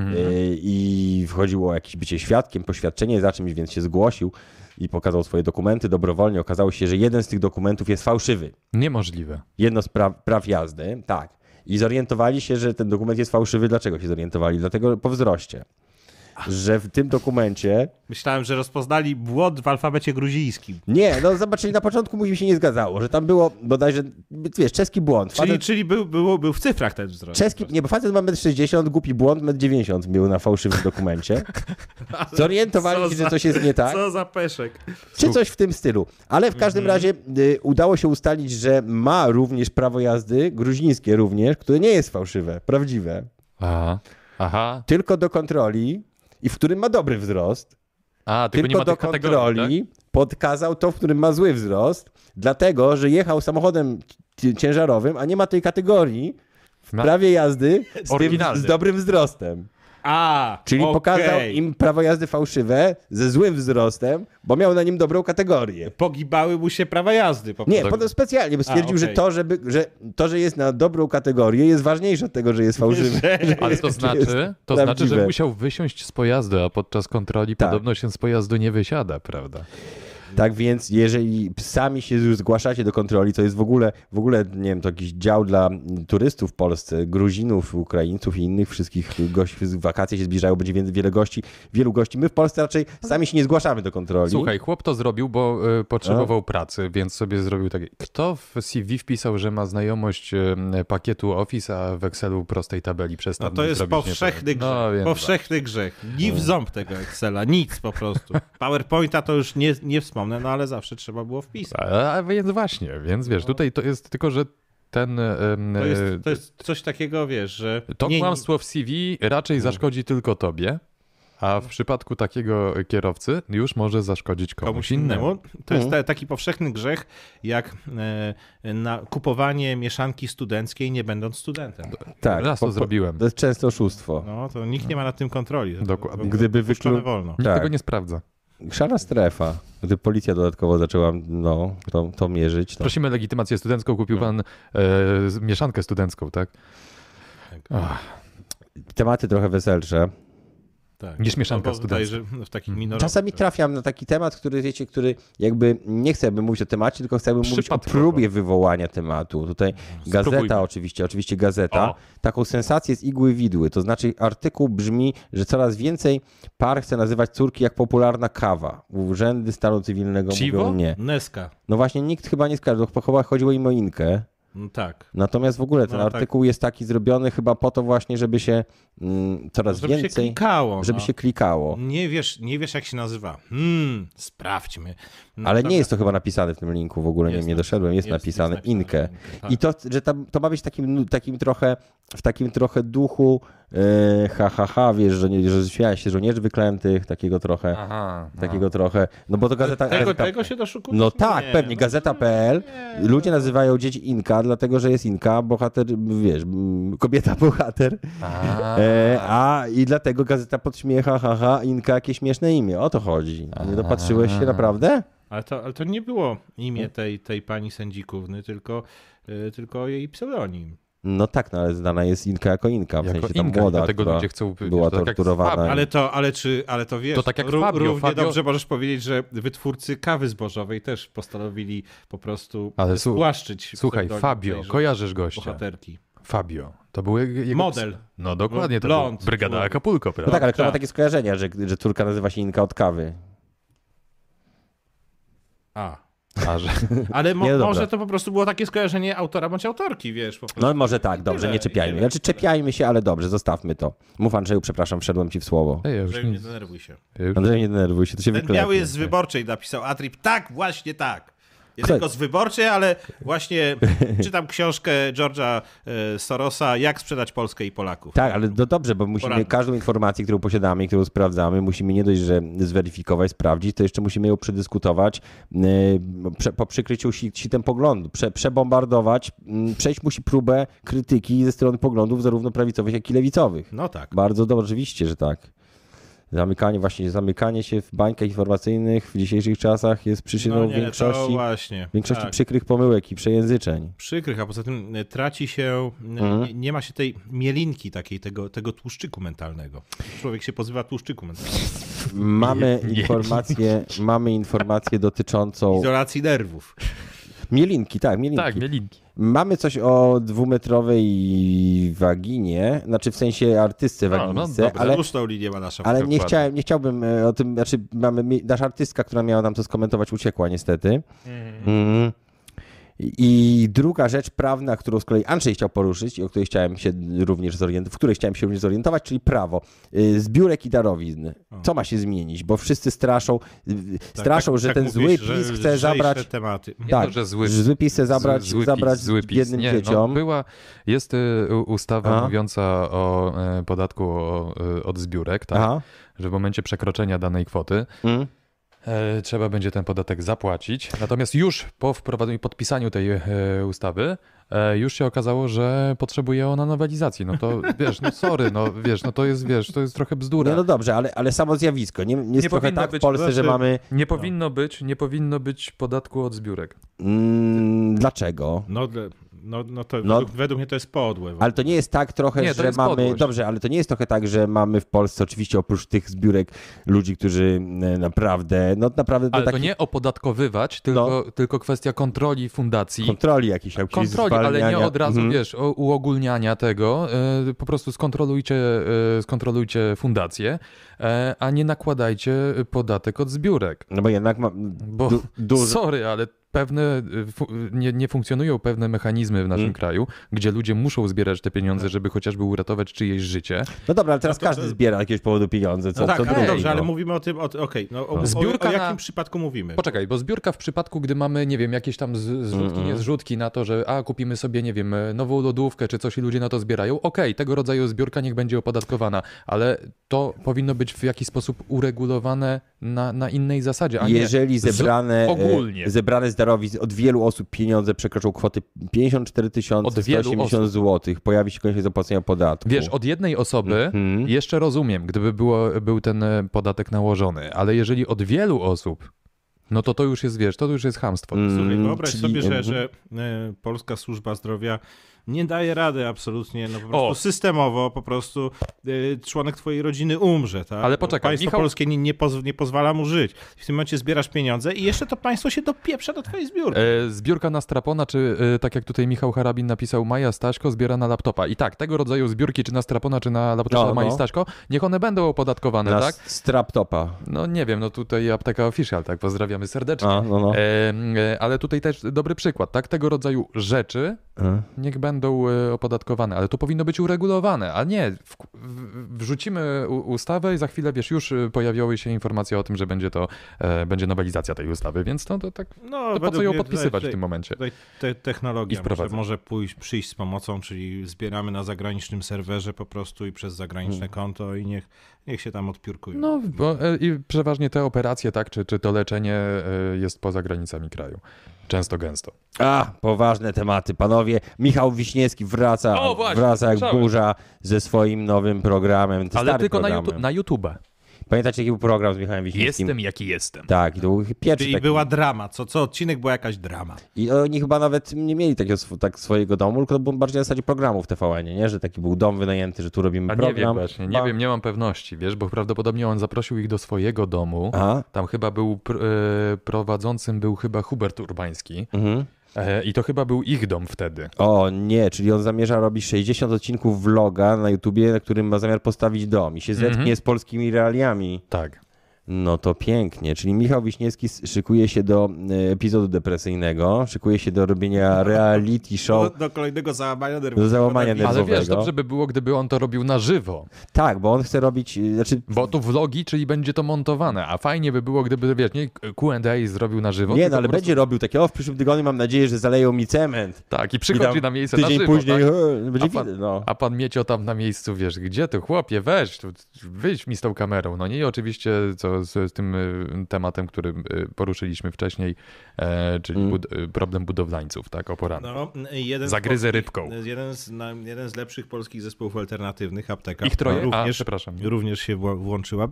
[SPEAKER 2] i wchodziło o jakieś bycie świadkiem, poświadczenie za czymś, więc się zgłosił i pokazał swoje dokumenty dobrowolnie. Okazało się, że jeden z tych dokumentów jest fałszywy.
[SPEAKER 3] Niemożliwe.
[SPEAKER 2] Jedno z praw, praw jazdy, tak. I zorientowali się, że ten dokument jest fałszywy. Dlaczego się zorientowali? Dlatego po wzroście. Że w tym dokumencie
[SPEAKER 4] Myślałem, że rozpoznali błąd w alfabecie gruzijskim.
[SPEAKER 2] Nie, no zobaczyli, na początku mu się nie zgadzało, że tam było bodajże, wiesz, czeski błąd.
[SPEAKER 4] Czyli,
[SPEAKER 2] Facet-
[SPEAKER 4] czyli był, był, był w cyfrach ten wzrost.
[SPEAKER 2] Czeski, nie, bo facet ma 1,60 m, głupi błąd 1,90 m był na fałszywym dokumencie. Zorientowali
[SPEAKER 4] Co
[SPEAKER 2] się,
[SPEAKER 4] za-
[SPEAKER 2] że coś jest nie tak,
[SPEAKER 4] Co za peszek.
[SPEAKER 2] czy coś w tym stylu. Ale w każdym
[SPEAKER 3] Mhm.
[SPEAKER 2] razie y, udało się ustalić, że ma również prawo jazdy, gruzińskie również, które nie jest fałszywe, prawdziwe,
[SPEAKER 3] Aha. Aha.
[SPEAKER 2] tylko do kontroli i w którym ma dobry wzrost.
[SPEAKER 3] A,
[SPEAKER 2] tylko,
[SPEAKER 3] tylko, nie ma
[SPEAKER 2] do
[SPEAKER 3] tych kategorii. tak?
[SPEAKER 2] kontroli podkazał to, w którym ma zły wzrost, dlatego, że jechał samochodem ci- ciężarowym, a nie ma tej kategorii w
[SPEAKER 3] Na-
[SPEAKER 2] prawie jazdy z, tym,
[SPEAKER 3] Oryginalny.
[SPEAKER 2] z dobrym wzrostem.
[SPEAKER 4] A,
[SPEAKER 2] Czyli
[SPEAKER 4] okej.
[SPEAKER 2] pokazał im prawo jazdy fałszywe ze złym wzrostem, bo miał na nim dobrą kategorię.
[SPEAKER 4] Pogibały mu się prawa jazdy po
[SPEAKER 3] No
[SPEAKER 2] Nie,
[SPEAKER 3] tak.
[SPEAKER 4] prostu.
[SPEAKER 2] potem specjalnie, bo stwierdził, że,
[SPEAKER 4] okej.
[SPEAKER 2] to, żeby, że to, że jest na dobrą kategorię, jest ważniejsze od tego, że jest fałszywe.
[SPEAKER 3] Tak? Ale to znaczy, to
[SPEAKER 2] prawdziwe.
[SPEAKER 3] znaczy, że musiał wysiąść z pojazdu, a podczas kontroli
[SPEAKER 2] Tak.
[SPEAKER 3] podobno się z pojazdu nie wysiada, prawda?
[SPEAKER 2] Tak więc, jeżeli sami się już zgłaszacie do kontroli, to jest w ogóle, w ogóle nie wiem, to jakiś dział dla turystów w Polsce, Gruzinów, Ukraińców i innych wszystkich gości, wakacje się zbliżają, będzie wie- wiele gości, wielu gości. My w Polsce raczej sami się nie zgłaszamy do kontroli.
[SPEAKER 3] Słuchaj, chłop to zrobił, bo e, potrzebował pracy, więc sobie zrobił takie. Kto w CV wpisał, że ma znajomość e, pakietu Office, a w Excelu prostej tabeli
[SPEAKER 4] No
[SPEAKER 3] przestał
[SPEAKER 4] to jest
[SPEAKER 3] zrobić nie
[SPEAKER 4] powszechny
[SPEAKER 3] powiem.
[SPEAKER 4] grzech.
[SPEAKER 3] No, więc
[SPEAKER 4] powszechny grzech. Ni w ząb tego Excela, nic po prostu. PowerPointa to już nie, nie wspomnę, no ale zawsze trzeba było wpisać.
[SPEAKER 3] tak. A, a więc właśnie, więc wiesz, tutaj to jest tylko, że ten. em,
[SPEAKER 4] No. To jest,
[SPEAKER 3] e,
[SPEAKER 4] to jest coś takiego, wiesz, że...
[SPEAKER 3] To
[SPEAKER 4] nie-
[SPEAKER 3] kłamstwo w CV raczej zaszkodzi tylko tobie, A w przypadku takiego kierowcy już może zaszkodzić komuś,
[SPEAKER 4] komuś
[SPEAKER 3] innemu.
[SPEAKER 4] innemu. To jest ta, taki powszechny grzech, jak e, na kupowanie mieszanki studenckiej, nie będąc studentem.
[SPEAKER 2] Tak.
[SPEAKER 3] Raz to zrobiłem.
[SPEAKER 2] To jest częste oszustwo.
[SPEAKER 4] No, to nikt nie ma nad tym kontroli. To- to-
[SPEAKER 3] Dokładnie.
[SPEAKER 4] to- to
[SPEAKER 2] Gdyby
[SPEAKER 4] puszczone
[SPEAKER 2] wyklu-
[SPEAKER 4] wolno.
[SPEAKER 3] Nikt
[SPEAKER 2] Tak.
[SPEAKER 3] tego nie sprawdza.
[SPEAKER 2] Szara strefa. Gdy policja dodatkowo zaczęła no, to, to mierzyć, to
[SPEAKER 3] Prosimy legitymację studencką, kupił pan e, z- mieszankę studencką, tak?
[SPEAKER 2] tematy trochę weselsze.
[SPEAKER 4] Tak.
[SPEAKER 3] Niż mieszanka
[SPEAKER 4] No, bo wydaje, że W takich minoritach.
[SPEAKER 2] Czasami trafiam na taki temat, który wiecie, który jakby nie chcę, aby mówić o temacie, tylko chcę, aby mówić o
[SPEAKER 3] Przypadkowo.
[SPEAKER 2] próbie wywołania tematu. Tutaj gazeta
[SPEAKER 3] Spróbujmy.
[SPEAKER 2] oczywiście, oczywiście gazeta.
[SPEAKER 3] O.
[SPEAKER 2] Taką sensację z igły widły. To znaczy artykuł brzmi, że coraz więcej par chce nazywać córki jak popularna kawa. Urzędy stanu cywilnego
[SPEAKER 3] Ciwo?
[SPEAKER 2] mówią nie.
[SPEAKER 4] Neska.
[SPEAKER 2] No właśnie nikt chyba nie skarżył, chyba chodziło im o Inkę.
[SPEAKER 4] No, tak.
[SPEAKER 2] Natomiast w ogóle ten
[SPEAKER 4] No, tak.
[SPEAKER 2] artykuł jest taki zrobiony chyba po to właśnie, żeby się mm, coraz
[SPEAKER 4] No, Żeby się
[SPEAKER 2] więcej,
[SPEAKER 4] klikało.
[SPEAKER 2] żeby
[SPEAKER 4] no.
[SPEAKER 2] się klikało.
[SPEAKER 4] Nie wiesz, nie wiesz, jak się nazywa. Hmm, sprawdźmy. No,
[SPEAKER 2] Ale
[SPEAKER 4] dobra.
[SPEAKER 2] nie jest to chyba napisane w tym linku, w ogóle nie,
[SPEAKER 4] Jest
[SPEAKER 2] nie doszedłem, jest,
[SPEAKER 4] jest-
[SPEAKER 2] napisane
[SPEAKER 4] jest napisane
[SPEAKER 2] Inkę.
[SPEAKER 4] Inkę, tak.
[SPEAKER 2] I to, że tam, to ma być takim, nu- takim trochę, w takim trochę duchu e, ha, ha, ha, wiesz, że, nie- że śmiałeś się żołnierzy wyklętych, takiego trochę,
[SPEAKER 3] Aha.
[SPEAKER 2] takiego trochę, no bo to gazeta...
[SPEAKER 4] Tego,
[SPEAKER 2] gazeta,
[SPEAKER 4] tego się doszukujesz?
[SPEAKER 2] No tak,
[SPEAKER 4] Nie. no,
[SPEAKER 2] pewnie, gazeta.pl. Ludzie nazywają dzieci Inka, dlatego że jest Inka, bohater, wiesz, m, kobieta bohater.
[SPEAKER 3] A.
[SPEAKER 2] E, a i dlatego gazeta podśmiecha, haha, Inka, jakie śmieszne imię. O to chodzi. Nie dopatrzyłeś się naprawdę?
[SPEAKER 4] Ale to, ale to nie było imię tej, tej pani sędzikówny, tylko, y, tylko jej pseudonim.
[SPEAKER 2] No tak, no ale znana jest Inka jako Inka, w
[SPEAKER 3] Jako
[SPEAKER 2] sensie tam
[SPEAKER 3] Inka, i
[SPEAKER 2] młoda,
[SPEAKER 3] dlatego
[SPEAKER 2] która
[SPEAKER 3] ludzie chcą, wiesz,
[SPEAKER 2] była
[SPEAKER 3] to tak jak
[SPEAKER 2] torturowana.
[SPEAKER 3] Fabio.
[SPEAKER 4] Ale to, ale czy, ale to wiesz,
[SPEAKER 3] To tak jak
[SPEAKER 4] ró-
[SPEAKER 3] Fabio,
[SPEAKER 4] równie
[SPEAKER 3] Fabio-
[SPEAKER 4] dobrze możesz powiedzieć, że wytwórcy kawy zbożowej też postanowili po prostu
[SPEAKER 3] Ale
[SPEAKER 4] ale
[SPEAKER 3] słu-
[SPEAKER 4] spłaszczyć.
[SPEAKER 3] Słuchaj,
[SPEAKER 4] pseudonim
[SPEAKER 3] Fabio,
[SPEAKER 4] tejże
[SPEAKER 3] kojarzysz gościa.
[SPEAKER 4] Bohaterki.
[SPEAKER 3] Fabio. To był jego... jego
[SPEAKER 4] Model.
[SPEAKER 3] ps- No dokładnie, to
[SPEAKER 4] Blond.
[SPEAKER 3] był Brygada
[SPEAKER 4] Blond.
[SPEAKER 3] Acapulco,
[SPEAKER 2] No
[SPEAKER 3] prawda?
[SPEAKER 2] tak, ale kto ma
[SPEAKER 4] tak.
[SPEAKER 2] takie skojarzenia, że, że córka nazywa się Inka od kawy?
[SPEAKER 4] A.
[SPEAKER 3] A, że...
[SPEAKER 4] Ale mo-
[SPEAKER 2] Nie, dobra.
[SPEAKER 4] może to po prostu było takie skojarzenie autora bądź autorki, wiesz. Po prostu.
[SPEAKER 2] No może tak, dobrze,
[SPEAKER 4] tyle,
[SPEAKER 2] nie
[SPEAKER 4] i
[SPEAKER 2] czepiajmy.
[SPEAKER 4] tyle.
[SPEAKER 2] Znaczy czepiajmy się, ale dobrze, zostawmy to. Mów Andrzeju, przepraszam, wszedłem ci w słowo.
[SPEAKER 3] Ej, ja już
[SPEAKER 4] Że nie
[SPEAKER 3] nie...
[SPEAKER 4] denerwuj się.
[SPEAKER 3] ja już-
[SPEAKER 2] Andrzej, nie denerwuj się, to się
[SPEAKER 4] Ten
[SPEAKER 2] wyklepie.
[SPEAKER 4] biały jest z wyborczej, napisał Atrip. Tak, właśnie tak. Nie
[SPEAKER 2] Kto-
[SPEAKER 4] tylko z wyborczej, ale właśnie czytam książkę George'a e, Sorosa, jak sprzedać Polskę i Polaków.
[SPEAKER 2] Tak, ale no dobrze, bo musimy
[SPEAKER 4] Poranny.
[SPEAKER 2] każdą informację, którą posiadamy, i którą sprawdzamy, musimy nie dość, że zweryfikować, sprawdzić, to jeszcze musimy ją przedyskutować yy, prze, po przykryciu si- sitem poglądu, prze, przebombardować, mm, przejść musi próbę krytyki ze strony poglądów zarówno prawicowych, jak i lewicowych.
[SPEAKER 4] No tak.
[SPEAKER 2] Bardzo dobrze, oczywiście, że tak. Zamykanie, właśnie zamykanie się w bańkach informacyjnych w dzisiejszych czasach jest przyczyną
[SPEAKER 4] No nie, to
[SPEAKER 2] większości,
[SPEAKER 4] właśnie.
[SPEAKER 2] większości
[SPEAKER 4] tak.
[SPEAKER 2] przykrych pomyłek i przejęzyczeń.
[SPEAKER 4] przykrych, a poza tym e, traci się, e, nie, nie ma się tej mielinki takiej, tego, tego tłuszczyku mentalnego. Człowiek się pozbywa tłuszczyku mentalnego.
[SPEAKER 2] Mamy informację, mamy informację dotyczącą
[SPEAKER 4] Izolacji nerwów.
[SPEAKER 2] Mielinki, tak, mielinki.
[SPEAKER 3] Tak, mielinki.
[SPEAKER 2] Mamy coś o dwumetrowej waginie, znaczy w sensie artystce
[SPEAKER 3] no
[SPEAKER 2] waginistce,
[SPEAKER 3] dobra.
[SPEAKER 2] ale,
[SPEAKER 4] Zagłuszną linię ma nasza.
[SPEAKER 2] ale nie,
[SPEAKER 3] dokładnie.
[SPEAKER 2] chciałem, nie chciałbym e, o tym, znaczy mamy, mi- nasza artystka, która miała nam to skomentować, uciekła niestety.
[SPEAKER 4] Mhm.
[SPEAKER 2] Mm. I druga rzecz prawna, którą z kolei Andrzej chciał poruszyć i o której chciałem się również zorientować, w której chciałem się również zorientować, czyli prawo y, zbiórek i darowizn. Co ma się zmienić? Bo wszyscy straszą, y,
[SPEAKER 4] Tak,
[SPEAKER 2] straszą,
[SPEAKER 4] tak-
[SPEAKER 2] że
[SPEAKER 4] tak
[SPEAKER 2] ten
[SPEAKER 4] mówisz,
[SPEAKER 2] zły
[SPEAKER 4] że
[SPEAKER 2] PiS chce
[SPEAKER 4] lżejsze
[SPEAKER 2] zabrać
[SPEAKER 4] Tematy.
[SPEAKER 3] Nie
[SPEAKER 2] tak,
[SPEAKER 3] to, że zły,
[SPEAKER 2] że zły PiS chce zabrać-
[SPEAKER 3] zły, zły
[SPEAKER 2] zabrać
[SPEAKER 3] PiS, zły PiS.
[SPEAKER 2] biednym
[SPEAKER 3] nie,
[SPEAKER 2] dzieciom.
[SPEAKER 3] No, była, jest y, u- ustawa
[SPEAKER 2] Aha.
[SPEAKER 3] mówiąca o e, podatku o, e, od zbiórek, tak?
[SPEAKER 2] Aha.
[SPEAKER 3] że w momencie przekroczenia danej kwoty
[SPEAKER 2] Mm.
[SPEAKER 3] e, trzeba będzie ten podatek zapłacić. Natomiast już po wprowadzeniu i podpisaniu tej e, ustawy e, już się okazało, że potrzebuje ona nowelizacji. No to wiesz, no sorry, no wiesz, no to jest, wiesz, to jest trochę bzdura.
[SPEAKER 2] Nie, no dobrze, ale, ale samo zjawisko. Nie, nie jest
[SPEAKER 3] Nie
[SPEAKER 2] trochę
[SPEAKER 3] powinno
[SPEAKER 2] tak w
[SPEAKER 3] być,
[SPEAKER 2] Polsce, że
[SPEAKER 3] znaczy-
[SPEAKER 2] mamy.
[SPEAKER 3] Nie powinno być, nie powinno być podatku od zbiórek.
[SPEAKER 2] No Mm, dlaczego?
[SPEAKER 4] No, dla- no, no to
[SPEAKER 2] No.
[SPEAKER 4] Według, według mnie to jest podłe.
[SPEAKER 2] Ale to nie jest tak trochę,
[SPEAKER 3] Nie, to
[SPEAKER 2] że
[SPEAKER 3] jest
[SPEAKER 2] mamy.
[SPEAKER 3] podłość.
[SPEAKER 2] Dobrze, ale to nie jest trochę tak, że mamy w Polsce oczywiście oprócz tych zbiórek ludzi, którzy e, naprawdę, no naprawdę do
[SPEAKER 3] Ale to
[SPEAKER 2] takiej
[SPEAKER 3] nie opodatkowywać, tylko, tylko kwestia kontroli fundacji.
[SPEAKER 2] No. kontroli jakiejś jakiejś
[SPEAKER 3] Kontroli, ale nie
[SPEAKER 2] zwalniania.
[SPEAKER 3] od razu,
[SPEAKER 2] Mhm.
[SPEAKER 3] wiesz, o- uogólniania tego. e, Po prostu skontrolujcie, e, skontrolujcie fundację, e, a nie nakładajcie podatek od zbiórek.
[SPEAKER 2] No bo jednak ma,
[SPEAKER 3] Bo,
[SPEAKER 2] du, dużo.
[SPEAKER 3] sorry, ale pewne, y, fu- nie, nie funkcjonują pewne mechanizmy w naszym
[SPEAKER 2] Mhm.
[SPEAKER 3] kraju, gdzie ludzie muszą zbierać te
[SPEAKER 2] Tak.
[SPEAKER 3] pieniądze, żeby chociażby uratować czyjeś życie.
[SPEAKER 2] No dobra, ale teraz każdy zbiera z jakiegoś powodu pieniądze, co,
[SPEAKER 4] No tak,
[SPEAKER 2] co
[SPEAKER 4] ale
[SPEAKER 2] drugi,
[SPEAKER 4] dobrze,
[SPEAKER 2] no.
[SPEAKER 4] ale mówimy o tym, o- okej, no, o, o,
[SPEAKER 3] Zbiórka
[SPEAKER 4] o jakim
[SPEAKER 3] na-
[SPEAKER 4] przypadku mówimy?
[SPEAKER 3] Poczekaj, bo zbiórka w przypadku, gdy mamy, nie wiem, jakieś tam z- zrzutki, nie zrzutki na to, że a, kupimy sobie, nie wiem, e, nową lodówkę czy coś i ludzie na to zbierają, okej, tego rodzaju zbiórka niech będzie opodatkowana, ale to powinno być w jakiś sposób uregulowane na, na innej zasadzie, a
[SPEAKER 2] Jeżeli
[SPEAKER 3] nie z-
[SPEAKER 2] zebrane, z,
[SPEAKER 3] ogólnie.
[SPEAKER 2] zebrane z darowizn od wielu osób pieniądze przekroczą kwoty 54
[SPEAKER 3] Od wielu
[SPEAKER 2] 180 zł, pojawi się konieczność zapłacenia podatku. Hmm.
[SPEAKER 3] Wiesz, od Hmm. jednej osoby
[SPEAKER 2] Mhm.
[SPEAKER 3] jeszcze rozumiem, gdyby było, był ten e, podatek nałożony, ale jeżeli od wielu osób, no to to już jest, wiesz, to już jest chamstwo.
[SPEAKER 4] Słuchaj,
[SPEAKER 2] Mm,
[SPEAKER 4] wyobraź
[SPEAKER 2] czyli-
[SPEAKER 4] sobie, że,
[SPEAKER 2] mhm.
[SPEAKER 4] że e, polska służba zdrowia nie daje rady absolutnie, no po prostu
[SPEAKER 3] O!
[SPEAKER 4] systemowo po prostu e, członek twojej rodziny umrze, tak?
[SPEAKER 3] Ale poczekaj,
[SPEAKER 4] Państwo
[SPEAKER 3] Michał-
[SPEAKER 4] polskie nie, nie, poz, nie pozwala mu żyć. W tym momencie zbierasz pieniądze i jeszcze to państwo się dopieprza do twojej zbiórki.
[SPEAKER 3] E, Zbiórka na strapona, czy e, tak jak tutaj Michał Harabin napisał, Maja Staśko zbiera na laptopa. I tak, tego rodzaju zbiórki, czy na strapona, czy na laptopa
[SPEAKER 2] No,
[SPEAKER 3] Maji
[SPEAKER 2] no.
[SPEAKER 3] Staśko, niech one będą opodatkowane,
[SPEAKER 2] Na
[SPEAKER 3] tak?
[SPEAKER 2] tak? straptopa.
[SPEAKER 3] No nie wiem, no tutaj apteka official, tak, pozdrawiamy serdecznie.
[SPEAKER 2] A, no, no.
[SPEAKER 3] E, e, ale tutaj też dobry przykład, tak? Tego rodzaju rzeczy
[SPEAKER 2] E.
[SPEAKER 3] niech będą e, opodatkowane, ale to powinno być uregulowane, a nie w, w, wrzucimy u, ustawę i za chwilę, wiesz, już e, pojawiały się informacje o tym, że będzie to, e, będzie nowelizacja tej ustawy, więc no to tak, to
[SPEAKER 4] No,
[SPEAKER 3] po co
[SPEAKER 4] według
[SPEAKER 3] ją
[SPEAKER 4] mnie
[SPEAKER 3] podpisywać
[SPEAKER 4] tutaj-
[SPEAKER 3] w tym momencie?
[SPEAKER 4] Tutaj te,
[SPEAKER 3] I
[SPEAKER 4] technologia może,
[SPEAKER 3] wprowadzać.
[SPEAKER 4] może pójść, przyjść z pomocą, czyli zbieramy na zagranicznym serwerze po prostu i przez
[SPEAKER 3] Hmm.
[SPEAKER 4] zagraniczne konto i niech, niech się tam odpiórkują.
[SPEAKER 3] No bo, e, i przeważnie te operacje, tak, czy, czy to leczenie e, jest poza granicami kraju. Często gęsto.
[SPEAKER 2] A, poważne tematy, panowie. Michał Wiśniewski wraca,
[SPEAKER 3] O, właśnie,
[SPEAKER 2] wraca jak
[SPEAKER 3] słyszałem.
[SPEAKER 2] burza ze swoim nowym programem.
[SPEAKER 3] Ale
[SPEAKER 2] stary
[SPEAKER 3] tylko na,
[SPEAKER 2] programem.
[SPEAKER 3] YouTube, na YouTube.
[SPEAKER 2] Pamiętacie, jaki był program z Michałem Wiśniewskim?
[SPEAKER 3] jaki jestem.
[SPEAKER 2] Tak, i to był pierwszy
[SPEAKER 4] I
[SPEAKER 3] Znaczy
[SPEAKER 2] taki.
[SPEAKER 4] była drama, co, co odcinek była jakaś drama.
[SPEAKER 2] I oni chyba nawet nie mieli takiego sw- tak swojego domu, tylko to było bardziej na zasadzie programów TVN, nie? Że taki był dom wynajęty, że tu robimy
[SPEAKER 3] A nie
[SPEAKER 2] program.
[SPEAKER 3] wiem właśnie, nie
[SPEAKER 2] Ba-
[SPEAKER 3] wiem, nie mam pewności, wiesz, bo prawdopodobnie on zaprosił ich do swojego domu.
[SPEAKER 2] Aha.
[SPEAKER 3] Tam chyba był, pr- e, prowadzącym był chyba Hubert Urbański
[SPEAKER 2] Mhm.
[SPEAKER 3] e, i to chyba był ich dom wtedy.
[SPEAKER 2] O nie, czyli on zamierza robić 60 odcinków vloga na YouTubie, na którym ma zamiar postawić dom i się
[SPEAKER 3] Mhm.
[SPEAKER 2] zetknie z polskimi realiami.
[SPEAKER 3] Tak.
[SPEAKER 2] No to pięknie, czyli Michał Wiśniewski s- szykuje się do e, epizodu depresyjnego, szykuje się do robienia reality show.
[SPEAKER 3] No.
[SPEAKER 4] Do, do kolejnego załamania nerwowego.
[SPEAKER 2] Do załamania
[SPEAKER 4] Dawid.
[SPEAKER 3] Ale wiesz,
[SPEAKER 2] Nerwowego.
[SPEAKER 3] dobrze by było, gdyby on to robił na żywo,
[SPEAKER 2] Tak, bo on chce robić, e, znaczy
[SPEAKER 3] bo to vlogi, czyli będzie to montowane, a fajnie by było, gdyby, wiesz, nie Q&A zrobił na żywo.
[SPEAKER 2] nie,
[SPEAKER 3] tylko
[SPEAKER 2] no ale
[SPEAKER 3] po prostu-
[SPEAKER 2] będzie robił takie, o w przyszłym tygodniu mam nadzieję, że zaleją mi cement.
[SPEAKER 3] Tak, i
[SPEAKER 2] I
[SPEAKER 3] przychodzi
[SPEAKER 2] tam
[SPEAKER 3] na miejsce na
[SPEAKER 2] Tydzień
[SPEAKER 3] żywo,
[SPEAKER 2] później
[SPEAKER 3] tak?
[SPEAKER 2] e, będzie
[SPEAKER 3] A pan-
[SPEAKER 2] widać, no.
[SPEAKER 3] A pan Miecio tam na miejscu, wiesz, gdzie ty, chłopie, weź, tu, wyjdź mi z tą kamerą. No nie, i oczywiście co z, z tym y, tematem, który y, poruszyliśmy wcześniej, e, czyli bud y, problem budowlańców, tak, o poranku.
[SPEAKER 4] No, jeden z
[SPEAKER 3] Zagryzę
[SPEAKER 4] polskich-
[SPEAKER 3] rybką.
[SPEAKER 4] Jeden z, na- jeden z lepszych polskich zespołów alternatywnych, apteka. No,
[SPEAKER 3] Ich troje, a,
[SPEAKER 4] również,
[SPEAKER 3] przepraszam.
[SPEAKER 4] również się wło- włączyła.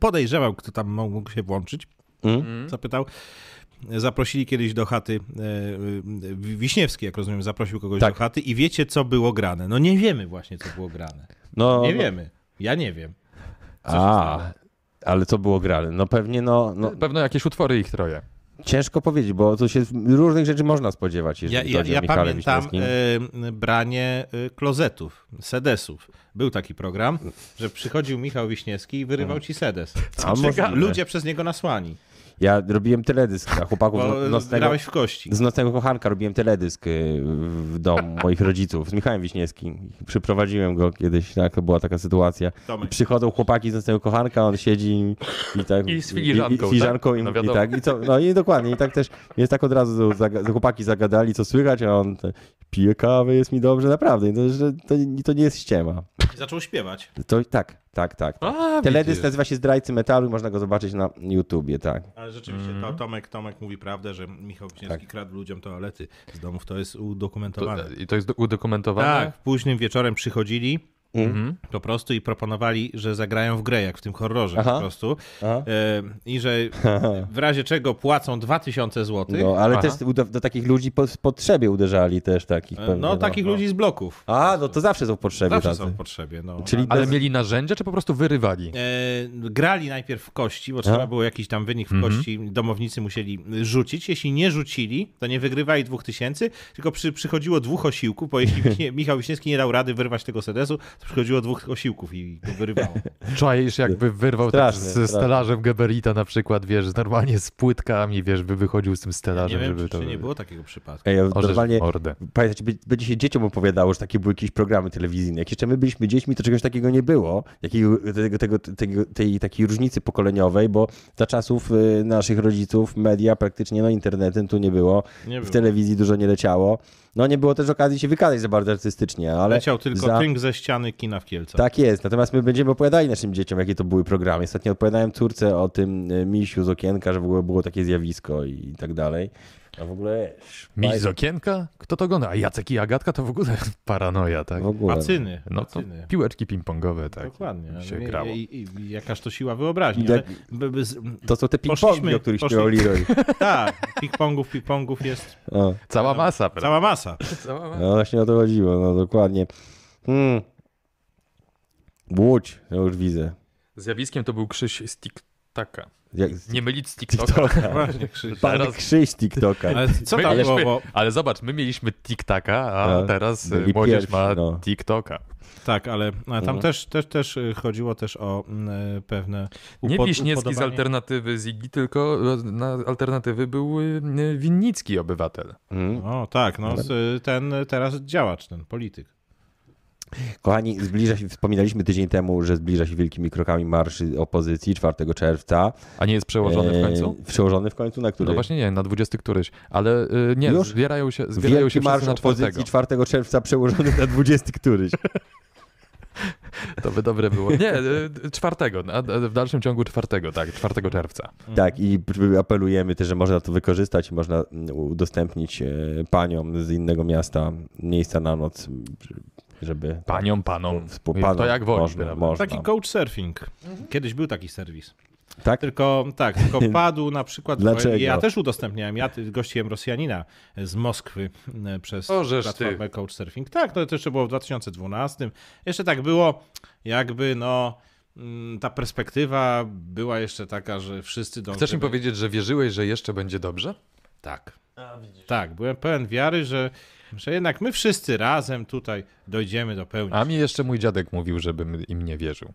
[SPEAKER 4] Podejrzewał, kto tam mógł mógł się włączyć.
[SPEAKER 2] Mm?
[SPEAKER 3] Mm.
[SPEAKER 2] Hmm?
[SPEAKER 4] Zapytał. Zaprosili kiedyś do chaty e, e, Wiśniewski, jak rozumiem, zaprosił kogoś
[SPEAKER 2] Tak.
[SPEAKER 4] do chaty i wiecie, co było grane. No nie wiemy właśnie, co było grane.
[SPEAKER 2] no
[SPEAKER 4] Nie
[SPEAKER 2] no.
[SPEAKER 4] wiemy. Ja nie wiem.
[SPEAKER 2] A, ale co było grane? No pewnie, no, no
[SPEAKER 3] Pewno jakieś utwory ich troje.
[SPEAKER 2] ciężko powiedzieć, bo to się różnych rzeczy można spodziewać,
[SPEAKER 4] Ja,
[SPEAKER 2] jeżeli
[SPEAKER 4] ja,
[SPEAKER 2] chodzi o
[SPEAKER 4] ja
[SPEAKER 2] Michała
[SPEAKER 4] pamiętam
[SPEAKER 2] Wiśniewskim.
[SPEAKER 4] e, branie e, klozetów, sedesów. Był taki program, że przychodził Michał Wiśniewski i wyrywał ci sedes.
[SPEAKER 2] Hmm.
[SPEAKER 4] Znaczy,
[SPEAKER 2] A może-
[SPEAKER 4] Ludzie przez niego nasłani,
[SPEAKER 2] Ja robiłem teledysk dla chłopaków
[SPEAKER 4] bo e,
[SPEAKER 2] z nocnego,
[SPEAKER 4] grałeś w kości.
[SPEAKER 2] z nocnego kochanka, robiłem teledysk y, w domu moich rodziców z Michałem Wiśniewskim. Przyprowadziłem go kiedyś, tak, to była taka sytuacja. I
[SPEAKER 4] Tomek.
[SPEAKER 2] przychodzą chłopaki z nocnego kochanka, on siedzi i, i tak...
[SPEAKER 3] I z filiżanką,
[SPEAKER 2] I, i, z filiżanką
[SPEAKER 3] tak?
[SPEAKER 2] i,
[SPEAKER 3] No
[SPEAKER 2] i
[SPEAKER 3] wiadomo.
[SPEAKER 2] tak, i co, no i dokładnie, i tak też jest tak od razu, zaga, chłopaki zagadali, co słychać, a on te, pije kawę, jest mi dobrze, naprawdę, to, że, to, to nie jest ściema.
[SPEAKER 4] I Zaczął śpiewać.
[SPEAKER 2] To tak, tak, tak. tak.
[SPEAKER 3] A,
[SPEAKER 2] Teledysk
[SPEAKER 3] widzisz.
[SPEAKER 2] nazywa się Zdrajcy Metalu i można go zobaczyć na YouTubie, tak.
[SPEAKER 4] Ale rzeczywiście, to Tomek, Tomek mówi prawdę, że Michał Wiśniewski
[SPEAKER 2] Tak.
[SPEAKER 4] kradł ludziom toalety z domów. To jest udokumentowane.
[SPEAKER 2] e,
[SPEAKER 3] To- I to jest do- udokumentowane?
[SPEAKER 4] Tak, późnym wieczorem przychodzili mhm, po prostu i proponowali, że zagrają w grę, jak w tym horrorze
[SPEAKER 2] Aha.
[SPEAKER 4] po prostu. E, I że w razie czego płacą 2000 zł.
[SPEAKER 2] No, ale
[SPEAKER 3] Aha.
[SPEAKER 2] też do, do takich ludzi po, w potrzebie uderzali też takich.
[SPEAKER 4] E,
[SPEAKER 2] pewnie, tak,
[SPEAKER 4] No, takich ludzi z bloków.
[SPEAKER 2] A, no to zawsze są w potrzebie
[SPEAKER 4] Zawsze
[SPEAKER 2] tacy.
[SPEAKER 4] są w potrzebie. No.
[SPEAKER 2] Czyli
[SPEAKER 3] Ale
[SPEAKER 2] bez-
[SPEAKER 3] mieli narzędzia, czy po prostu wyrywali?
[SPEAKER 4] E, grali najpierw w kości, bo trzeba było jakiś tam wynik w
[SPEAKER 2] Mhm.
[SPEAKER 4] kości. Domownicy musieli rzucić. Jeśli nie rzucili, to nie wygrywali dwóch tysięcy, tylko przy, przychodziło dwóch osiłków, bo jeśli Wiśnie- Michał Wiśniewski nie dał rady wyrwać tego sedesu, to przychodziło dwóch osiłków i go wyrywało.
[SPEAKER 3] Czaisz, jakby wyrwał tak
[SPEAKER 2] Straszne,
[SPEAKER 3] ze
[SPEAKER 2] straszne.
[SPEAKER 3] stelażem Geberita na przykład, wiesz, normalnie z płytkami, wiesz, by wychodził z tym
[SPEAKER 4] Nie
[SPEAKER 3] stelażem,
[SPEAKER 4] wiem,
[SPEAKER 3] żeby
[SPEAKER 4] czy,
[SPEAKER 3] to...
[SPEAKER 4] czy nie było takiego przypadku.
[SPEAKER 2] Ej, ja
[SPEAKER 3] Orzesz
[SPEAKER 2] normalnie,
[SPEAKER 3] mordę.
[SPEAKER 2] pamiętacie, by- będzie się dzieciom opowiadało, że takie były jakieś programy telewizyjne. Jak jeszcze my byliśmy dziećmi, to czegoś takiego nie było, jakiego, tego, tego, tego, tej takiej różnicy pokoleniowej, bo za czasów y, naszych rodziców media praktycznie, no internetem tu nie było,
[SPEAKER 4] Nie
[SPEAKER 2] w
[SPEAKER 4] było.
[SPEAKER 2] telewizji dużo nie leciało. No nie było też okazji się wykazać za bardzo artystycznie, ale...
[SPEAKER 4] Leciał tylko
[SPEAKER 2] za...
[SPEAKER 4] tynk ze ściany kina w Kielcach.
[SPEAKER 2] Tak jest, natomiast my będziemy opowiadali naszym dzieciom, jakie to były programy. Ostatnio opowiadałem córce o tym y, misiu z okienka, że w ogóle było takie zjawisko i tak dalej. A w ogóle... wiesz,
[SPEAKER 3] Miś z okienka? Kto to ogląda? A Jacek i Agatka to w ogóle paranoja, tak?
[SPEAKER 2] w ogóle.
[SPEAKER 4] Pacyny,
[SPEAKER 3] No to
[SPEAKER 4] pacyny.
[SPEAKER 3] piłeczki ping-pongowe, tak.
[SPEAKER 4] Dokładnie.
[SPEAKER 3] Się
[SPEAKER 4] I-
[SPEAKER 3] grało.
[SPEAKER 4] I, i, I jakaż to siła wyobraźni.
[SPEAKER 2] I
[SPEAKER 4] Ale
[SPEAKER 2] jak-
[SPEAKER 4] b, b, z,
[SPEAKER 2] To są te ping-pongi,
[SPEAKER 4] Poszliśmy-
[SPEAKER 2] o których
[SPEAKER 4] poszli-
[SPEAKER 2] śpiewał Leroy.
[SPEAKER 4] tak, ping-pongów, ping-pongów jest
[SPEAKER 2] O,
[SPEAKER 3] Cała masa, prawda?
[SPEAKER 4] cała masa.
[SPEAKER 3] Cała masa.
[SPEAKER 2] no właśnie o to chodziło, no dokładnie. Hmm. Łódź, no już widzę.
[SPEAKER 3] Zjawiskiem to był Krzyś z TikToka.
[SPEAKER 2] Jak,
[SPEAKER 3] Nie mylić z TikToka.
[SPEAKER 2] TikToka.
[SPEAKER 4] Tak. Właśnie, Krzysiu.
[SPEAKER 2] Pan
[SPEAKER 3] Teraz-
[SPEAKER 2] Krzyś TikToka.
[SPEAKER 4] Ale co
[SPEAKER 3] My
[SPEAKER 4] tam było?
[SPEAKER 3] mieliśmy,
[SPEAKER 4] Bo,
[SPEAKER 3] ale zobacz, my mieliśmy TikToka, a
[SPEAKER 2] Tak.
[SPEAKER 3] teraz
[SPEAKER 2] Byli
[SPEAKER 3] Byli młodzież
[SPEAKER 2] pierwsi,
[SPEAKER 3] ma
[SPEAKER 2] no.
[SPEAKER 3] TikToka.
[SPEAKER 4] tak, ale ale tam
[SPEAKER 2] Mhm.
[SPEAKER 4] też, też, też y, chodziło też o mm, pewne
[SPEAKER 3] Nie
[SPEAKER 4] upod-
[SPEAKER 3] Wiśniewski z
[SPEAKER 4] upodobanie.
[SPEAKER 3] alternatywy Ziggy, tylko e, na alternatywy był y, y, Winnicki obywatel.
[SPEAKER 2] Hmm.
[SPEAKER 4] O tak, no z- ten y, teraz działacz, ten polityk.
[SPEAKER 2] Kochani, zbliża się, wspominaliśmy tydzień temu, że zbliża się wielkimi krokami marsz opozycji 4 czerwca.
[SPEAKER 3] A nie jest przełożony w końcu?
[SPEAKER 2] E, przełożony w końcu na który?
[SPEAKER 3] No właśnie nie, na 20 któryś. Ale y, nie,
[SPEAKER 2] Już?
[SPEAKER 3] zbierają się, zbierają
[SPEAKER 2] Wielki
[SPEAKER 3] się wszyscy
[SPEAKER 2] marsz
[SPEAKER 3] na czwartego.
[SPEAKER 2] opozycji 4 czerwca przełożony na 20 któryś.
[SPEAKER 3] To by dobre było. Nie, y, czwartego, na- w dalszym ciągu czwartego, tak, 4 czerwca.
[SPEAKER 2] Tak, i p- apelujemy też, że można to wykorzystać i można mm, udostępnić e, paniom z innego miasta miejsca na noc, m, żeby.
[SPEAKER 3] Paniom, panom.
[SPEAKER 2] Współpanom.
[SPEAKER 3] To jak woli,
[SPEAKER 2] Można,
[SPEAKER 3] prawda?
[SPEAKER 2] można.
[SPEAKER 4] Taki coach surfing. Kiedyś był taki serwis.
[SPEAKER 2] Tak?
[SPEAKER 4] Tylko tak, tylko padł na przykład.
[SPEAKER 2] Dlaczego?
[SPEAKER 4] Ja też udostępniałem. Ja ty- gościłem Rosjanina z Moskwy e, przez
[SPEAKER 3] Ożesz
[SPEAKER 4] platformę Couchsurfing. Tak, no to jeszcze było w 2012. Jeszcze tak było, jakby no. mm, Ta perspektywa była jeszcze taka, że wszyscy dążymy.
[SPEAKER 3] Chcesz mi powiedzieć, że wierzyłeś, że jeszcze będzie dobrze?
[SPEAKER 4] Tak. Tak, byłem pełen wiary, że, że jednak my wszyscy razem tutaj dojdziemy do pełni.
[SPEAKER 3] A mi jeszcze mój dziadek mówił, żebym im nie wierzył.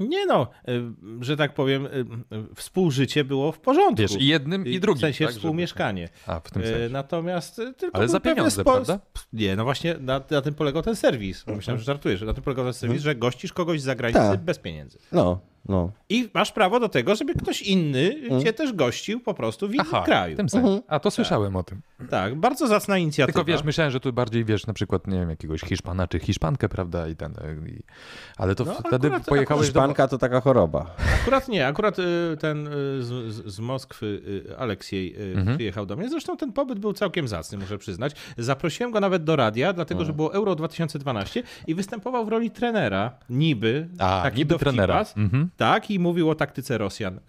[SPEAKER 4] Nie no, y, że tak powiem, y, y, współżycie było w porządku.
[SPEAKER 3] Wiesz, i jednym, i drugim.
[SPEAKER 4] W sensie
[SPEAKER 3] tak, żeby-
[SPEAKER 4] współmieszkanie.
[SPEAKER 3] A, w tym
[SPEAKER 4] E,
[SPEAKER 3] sensie.
[SPEAKER 4] Natomiast e, tylko.
[SPEAKER 3] Ale
[SPEAKER 4] był
[SPEAKER 3] za
[SPEAKER 4] pewien
[SPEAKER 3] pieniądze, prawda?
[SPEAKER 4] Nie, no właśnie na, na tym polegał ten serwis. Myślałem, że żartujesz. Na tym polegał ten
[SPEAKER 3] Mhm.
[SPEAKER 4] serwis, że gościsz kogoś z zagranicy
[SPEAKER 2] Tak.
[SPEAKER 4] bez pieniędzy.
[SPEAKER 2] No, no.
[SPEAKER 4] I masz prawo do tego, żeby ktoś inny cię też gościł po prostu w innym
[SPEAKER 3] Aha,
[SPEAKER 4] kraju.
[SPEAKER 3] w tym sensie. A to słyszałem o tym.
[SPEAKER 4] mhm. Tak, bardzo zacna inicjatywa.
[SPEAKER 3] Tylko wiesz, myślałem, że tu bardziej wiesz, na przykład, nie wiem, jakiegoś Hiszpana czy Hiszpankę, prawda? I ten, e, i... Ale to wtedy
[SPEAKER 4] No, akurat-
[SPEAKER 3] pojechałeś do...
[SPEAKER 2] Hiszpanka to taka choroba.
[SPEAKER 4] Akurat nie, akurat y, ten y, z, z- z Moskwy y, Aleksiej y,
[SPEAKER 3] Mhm.
[SPEAKER 4] przyjechał do mnie. Zresztą ten pobyt był całkiem zacny, muszę przyznać. Zaprosiłem go nawet do radia, dlatego
[SPEAKER 3] Mm.
[SPEAKER 4] że było Euro 2012 i występował w roli trenera, niby.
[SPEAKER 3] A,
[SPEAKER 4] taki
[SPEAKER 3] niby
[SPEAKER 4] dowcipas.
[SPEAKER 3] trenera. Mhm.
[SPEAKER 4] Tak, i mówił o taktyce Rosjan y,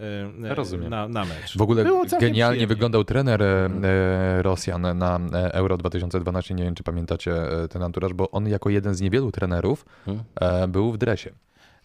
[SPEAKER 4] y,
[SPEAKER 3] Rozumiem.
[SPEAKER 4] Na, na mecz.
[SPEAKER 3] W ogóle
[SPEAKER 4] Było całkiem
[SPEAKER 3] genialnie
[SPEAKER 4] przyjemnie.
[SPEAKER 3] wyglądał trener e, e, Rosjan na e, Euro 2012. Nie wiem, czy pamiętacie e, ten anturaż, bo on jako jeden z niewielu trenerów
[SPEAKER 2] Hmm?
[SPEAKER 3] e, był w dresie.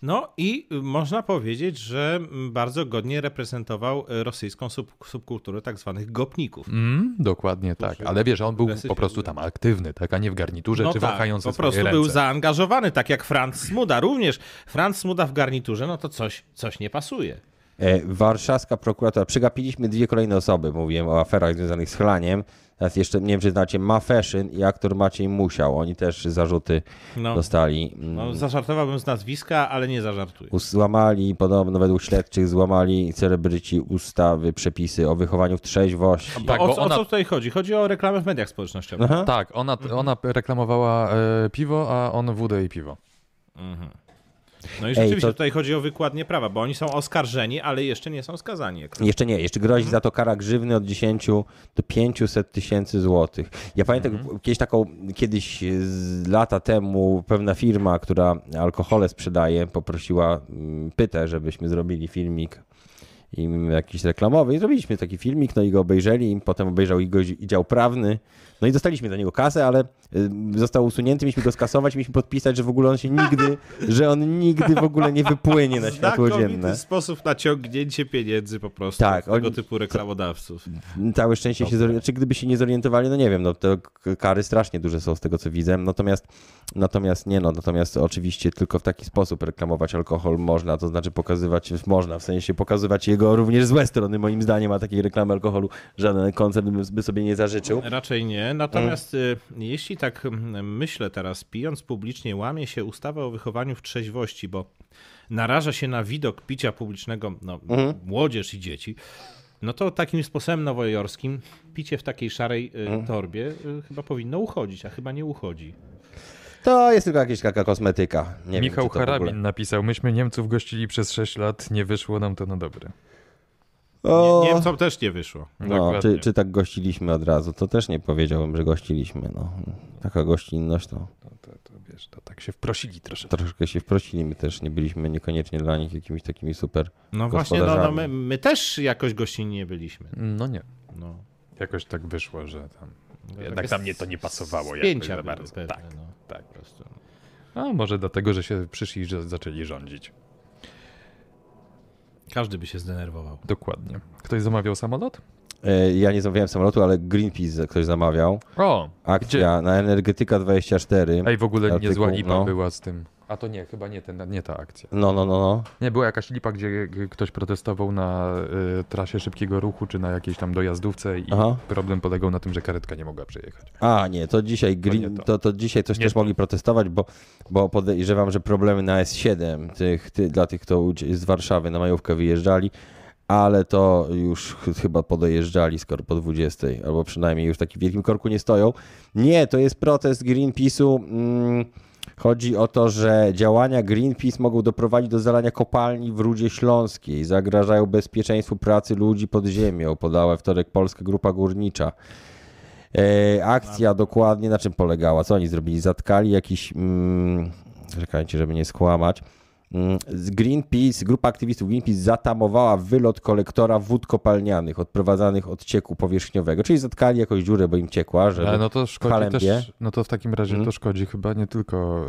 [SPEAKER 4] No i y, można powiedzieć, że mm, bardzo godnie reprezentował y, rosyjską sub, subkulturę tak zwanych gopników.
[SPEAKER 3] Mm, dokładnie tak. Ale wiesz, on był
[SPEAKER 4] dresy
[SPEAKER 3] po
[SPEAKER 4] się
[SPEAKER 3] prostu tam aktywny, tak, a nie w garniturze czy wahający
[SPEAKER 4] No po
[SPEAKER 3] swoje
[SPEAKER 4] prostu
[SPEAKER 3] ręce.
[SPEAKER 4] był zaangażowany, tak jak Franz Smuda. Również Franz Smuda w garniturze, no to coś, coś nie pasuje.
[SPEAKER 2] E, warszawska prokuratura. Przegapiliśmy dwie kolejne osoby. Mówiłem o aferach związanych z chlaniem. Teraz jeszcze nie wiem, czy znacie Mafeszyn i aktor Maciej Musiał. Oni też zarzuty
[SPEAKER 4] No.
[SPEAKER 2] dostali. Mm,
[SPEAKER 4] No, zażartowałbym z nazwiska, ale nie zażartuję.
[SPEAKER 2] Us- Złamali, podobno według śledczych, złamali celebryci ustawy, przepisy o wychowaniu w trzeźwości.
[SPEAKER 3] Tak,
[SPEAKER 4] o,
[SPEAKER 3] bo
[SPEAKER 4] co-
[SPEAKER 3] ona-
[SPEAKER 4] o co tutaj chodzi? Chodzi o reklamę w mediach społecznościowych.
[SPEAKER 2] Aha.
[SPEAKER 3] Tak, ona,
[SPEAKER 4] Mhm.
[SPEAKER 3] ona reklamowała e, piwo, a on wódę i piwo.
[SPEAKER 4] No i rzeczywiście
[SPEAKER 2] to-
[SPEAKER 4] tutaj chodzi o wykładnię prawa, bo oni są oskarżeni, ale jeszcze nie są skazani. jak-
[SPEAKER 2] Jeszcze nie, jeszcze grozi za to kara grzywny od 10 do 500 tysięcy złotych. Ja pamiętam kiedyś taką, kiedyś e, z lata temu pewna firma, która alkohole sprzedaje, poprosiła mm, Pytę, żebyśmy zrobili filmik im jakiś reklamowy i zrobiliśmy taki filmik, no i go obejrzeli, i potem obejrzał i go i dział prawny, no i dostaliśmy za niego kasę, ale y, został usunięty, mieliśmy go skasować, mieliśmy podpisać, że w ogóle on się nigdy, że on nigdy w ogóle nie wypłynie na światło dzienne.
[SPEAKER 4] Znakomity sposób na ciągnięcie pieniędzy po prostu
[SPEAKER 2] Tak,
[SPEAKER 4] tak, tego
[SPEAKER 2] oni-
[SPEAKER 4] typu reklamodawców.
[SPEAKER 2] Całe szczęście się, zori- czy gdyby się nie zorientowali, no nie wiem, no te k- kary strasznie duże są z tego co widzę. Natomiast, natomiast nie no, natomiast oczywiście tylko w taki sposób reklamować alkohol można, to znaczy pokazywać, można w sensie pokazywać jego również złe strony moim zdaniem, a takiej reklamy alkoholu żaden koncert by- by sobie nie zażyczył.
[SPEAKER 4] Raczej nie. Natomiast y, jeśli tak mm, myślę teraz, pijąc publicznie, łamie się ustawa o wychowaniu w trzeźwości, bo naraża się na widok picia publicznego no, młodzież i dzieci, no to takim sposobem nowojorskim picie w takiej szarej y, torbie y, chyba powinno uchodzić, a chyba nie uchodzi.
[SPEAKER 2] To jest tylko jakaś taka kosmetyka. Nie
[SPEAKER 3] Michał
[SPEAKER 2] wiem, czy to w ogóle-
[SPEAKER 3] Harabin napisał, myśmy Niemców gościli przez 6 lat, nie wyszło nam to na dobre.
[SPEAKER 2] O,
[SPEAKER 4] Nie, Niemcom też nie wyszło.
[SPEAKER 2] no,
[SPEAKER 3] Dokładnie.
[SPEAKER 2] czy, czy tak gościliśmy od razu? To też nie powiedziałbym, że gościliśmy. No. Taka gościnność to...
[SPEAKER 3] To, to wiesz, to tak się wprosili troszeczkę.
[SPEAKER 2] troszkę się wprosili, my też nie byliśmy niekoniecznie dla nich jakimiś takimi super
[SPEAKER 4] No właśnie, no, no
[SPEAKER 2] gospodarzami.
[SPEAKER 4] my, my też jakoś gościnni nie byliśmy.
[SPEAKER 3] No nie,
[SPEAKER 4] No.
[SPEAKER 3] jakoś tak wyszło, że tam...
[SPEAKER 4] takie
[SPEAKER 3] Jednak tam mnie to nie pasowało jakoś
[SPEAKER 4] Spięcia
[SPEAKER 3] za
[SPEAKER 4] były
[SPEAKER 3] bardzo.
[SPEAKER 4] pewne,
[SPEAKER 3] Tak,
[SPEAKER 4] no,
[SPEAKER 3] tak.
[SPEAKER 4] po prostu.
[SPEAKER 3] A może dlatego, że się przyszli, że zaczęli rządzić.
[SPEAKER 4] Każdy by się zdenerwował.
[SPEAKER 3] Dokładnie. Ktoś zamawiał samolot?
[SPEAKER 2] E, Ja nie zamawiałem samolotu, ale Greenpeace ktoś zamawiał.
[SPEAKER 3] O!
[SPEAKER 2] Akcja na Energetyka 24.
[SPEAKER 3] Ej, w ogóle
[SPEAKER 2] Artykuł,
[SPEAKER 3] niezła lipa
[SPEAKER 2] no.
[SPEAKER 3] była z tym. A to nie, chyba nie, ten, nie ta akcja.
[SPEAKER 2] No, no, no, no.
[SPEAKER 3] Nie, była jakaś lipa, gdzie g- ktoś protestował na y, trasie szybkiego ruchu, czy na jakiejś tam dojazdówce i
[SPEAKER 2] Aha.
[SPEAKER 3] problem polegał na tym, że karetka nie mogła przejechać.
[SPEAKER 2] A, nie, to dzisiaj,
[SPEAKER 3] To
[SPEAKER 2] green,
[SPEAKER 3] nie
[SPEAKER 2] to.
[SPEAKER 3] to.
[SPEAKER 2] To, dzisiaj coś
[SPEAKER 3] Nie
[SPEAKER 2] też
[SPEAKER 3] to.
[SPEAKER 2] mogli protestować, bo, bo podejrzewam, że problemy na S7 tych, ty, dla tych, kto ucie- z Warszawy na majówkę wyjeżdżali, ale to już ch- chyba podojeżdżali skoro po 20, albo przynajmniej już w takim wielkim korku nie stoją. Nie, to jest protest Greenpeace'u. Mm, Chodzi o to, że działania Greenpeace mogą doprowadzić do zalania kopalni w Rudzie Śląskiej, zagrażają bezpieczeństwu pracy ludzi pod ziemią, podała wtorek Polska Grupa Górnicza. E, akcja dokładnie na czym polegała? Co oni zrobili? Zatkali jakiś. Mm, czekajcie, żeby nie skłamać. Mm, z Greenpeace, grupa aktywistów Greenpeace zatamowała wylot kolektora wód kopalnianych odprowadzanych od cieku powierzchniowego, czyli zatkali jakąś dziurę, bo im ciekła, żeby
[SPEAKER 3] Ale no to szkodzi
[SPEAKER 2] Halemie. Hmm?
[SPEAKER 3] też, no to w takim razie to szkodzi chyba nie tylko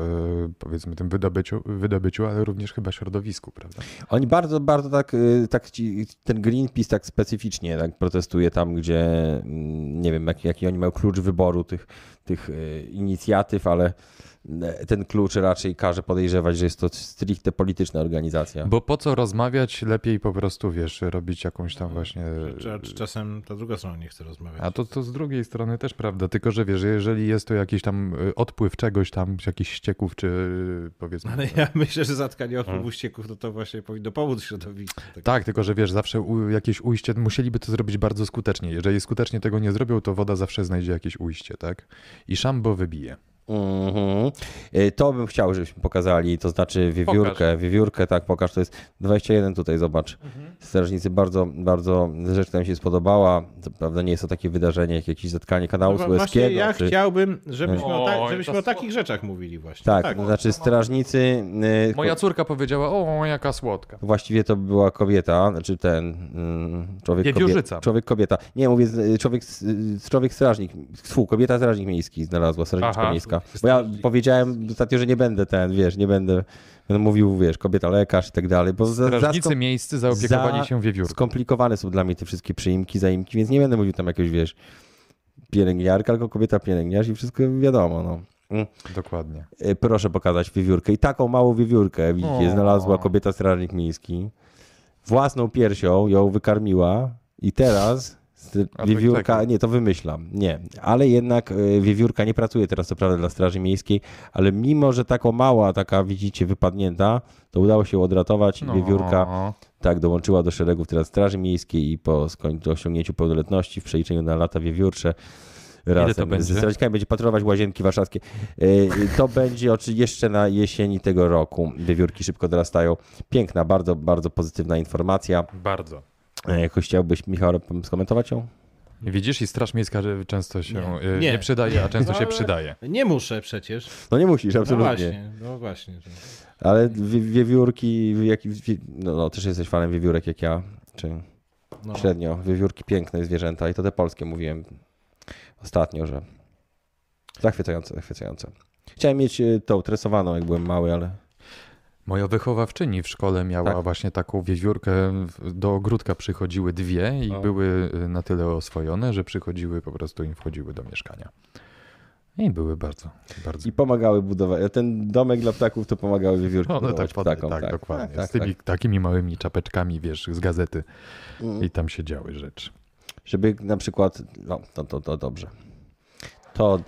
[SPEAKER 3] y, powiedzmy tym wydobyciu, wydobyciu, ale również chyba środowisku, prawda?
[SPEAKER 2] Oni bardzo, bardzo tak, y, tak ci, ten Greenpeace tak specyficznie tak protestuje tam, gdzie mm, nie wiem, jaki, jaki oni mają klucz wyboru tych, tych y, inicjatyw, ale mm, ten klucz raczej każe podejrzewać, że jest to stricte polityczna organizacja.
[SPEAKER 3] Bo po co rozmawiać, lepiej po prostu, wiesz, robić jakąś tam właśnie...
[SPEAKER 4] Czy, czy czasem ta druga strona nie chce rozmawiać?
[SPEAKER 3] A to, to z drugiej strony też prawda, tylko że wiesz, jeżeli jest to jakiś tam y, odpływ czegoś tam, z jakichś ścieków, czy y, powiedzmy...
[SPEAKER 4] Ale ja myślę, że zatkanie odpływu ścieków to, to właśnie powinno pomóc środowisku. Tak.
[SPEAKER 3] Tak, tylko że wiesz, zawsze u, jakieś ujście, musieliby to zrobić bardzo skutecznie. Jeżeli skutecznie tego nie zrobią, to woda zawsze znajdzie jakieś ujście, tak? I szambo wybije.
[SPEAKER 2] Mhm. Y, To bym chciał, żebyśmy pokazali, to znaczy wiewiórkę, wiewiórkę, tak, pokaż, to jest 21 tutaj, zobacz. Strażnicy bardzo, bardzo rzecz, która mi się spodobała, co prawda nie jest to takie wydarzenie, jak jakieś zatkanie kanału
[SPEAKER 4] Wa- No, właśnie
[SPEAKER 2] Suezkiego,
[SPEAKER 4] ja
[SPEAKER 2] czy...
[SPEAKER 4] chciałbym, żebyśmy, o, ta,
[SPEAKER 3] Oj,
[SPEAKER 4] żebyśmy
[SPEAKER 3] to
[SPEAKER 4] o takich rzeczach mówili właśnie.
[SPEAKER 2] Tak, to znaczy strażnicy. y,
[SPEAKER 3] Moja córka powiedziała, o, jaka słodka.
[SPEAKER 2] Właściwie to była kobieta, znaczy ten mm, człowiek kobieta.
[SPEAKER 3] Wiewiórzyca.
[SPEAKER 2] Człowiek kobieta. Nie, mówię z- y, człowiek, z- z- człowiek strażnik, tfu, kobieta strażnik miejski znalazła, strażniczka
[SPEAKER 3] Aha.
[SPEAKER 2] miejska. Bo ja powiedziałem ostatnio, że nie będę ten, wiesz, nie będę będę mówił, wiesz, kobieta lekarz i tak dalej, bo za, za
[SPEAKER 3] Strażnicy miejscy zaopiekowali
[SPEAKER 2] za
[SPEAKER 3] się wiewiórką.
[SPEAKER 2] Skomplikowane są dla mnie te wszystkie przyimki, zaimki, więc nie będę mówił tam jakoś, wiesz, pielęgniarka, tylko kobieta pielęgniarz i wszystko wiadomo, no. Mm.
[SPEAKER 3] Dokładnie.
[SPEAKER 2] E, Proszę pokazać wiewiórkę. I taką małą wiewiórkę, widzicie,
[SPEAKER 3] O.
[SPEAKER 2] znalazła kobieta strażnik miejski. Własną piersią ją wykarmiła i teraz s-
[SPEAKER 3] A to
[SPEAKER 2] wiewiórka,
[SPEAKER 3] czekaj.
[SPEAKER 2] nie, to wymyślam, nie. Ale jednak e, wiewiórka nie pracuje teraz, co prawda, dla straży miejskiej, ale mimo, że taką mała, taka widzicie, wypadnięta, to udało się ją odratować i wiewiórka
[SPEAKER 3] No.
[SPEAKER 2] tak dołączyła do szeregów teraz straży miejskiej i po skończeniu osiągnięciu pełnoletności w przeliczeniu na lata wiewiórcze
[SPEAKER 3] to
[SPEAKER 2] razem
[SPEAKER 3] będzie?
[SPEAKER 2] ze strażnikami będzie patrolować łazienki warszawskie. E, To będzie oczy- jeszcze na jesieni tego roku. Wiewiórki szybko dorastają. Piękna, bardzo, bardzo pozytywna informacja.
[SPEAKER 3] Bardzo.
[SPEAKER 2] E, Jakoś chciałbyś, Michał, skomentować ją?
[SPEAKER 3] Widzisz, i straż miejska że często się
[SPEAKER 4] Nie.
[SPEAKER 3] y, nie,
[SPEAKER 4] Nie.
[SPEAKER 3] przydaje, a często się przydaje.
[SPEAKER 4] Nie muszę przecież.
[SPEAKER 2] No nie musisz,
[SPEAKER 4] No
[SPEAKER 2] absolutnie.
[SPEAKER 4] właśnie, no właśnie. że-
[SPEAKER 2] Ale wie- wiewiórki, jak, wie, no, no, też jesteś fanem wiewiórek jak ja. Czy
[SPEAKER 4] no.
[SPEAKER 2] średnio, wiewiórki piękne zwierzęta i to te polskie mówiłem ostatnio, że zachwycające, zachwycające. Chciałem mieć y, tą tresowaną, jak byłem mały, ale
[SPEAKER 3] Moja wychowawczyni w szkole miała
[SPEAKER 2] Tak.
[SPEAKER 3] właśnie taką wiewiórkę. W- Do ogródka przychodziły dwie i
[SPEAKER 2] O.
[SPEAKER 3] były y, na tyle oswojone, że przychodziły po prostu i wchodziły do mieszkania. I były bardzo, bardzo.
[SPEAKER 2] i pomagały budować. Ten domek dla ptaków to pomagały wiewiórki
[SPEAKER 3] One tak,
[SPEAKER 2] budować
[SPEAKER 3] pod,
[SPEAKER 2] ptakom.
[SPEAKER 3] tak, dokładnie.
[SPEAKER 2] Tak, tak,
[SPEAKER 3] z tymi,
[SPEAKER 2] tak.
[SPEAKER 3] takimi małymi czapeczkami, wiesz, z gazety.
[SPEAKER 2] Mm.
[SPEAKER 3] I tam się działy rzeczy.
[SPEAKER 2] Żeby na przykład, no to, to, to dobrze. To,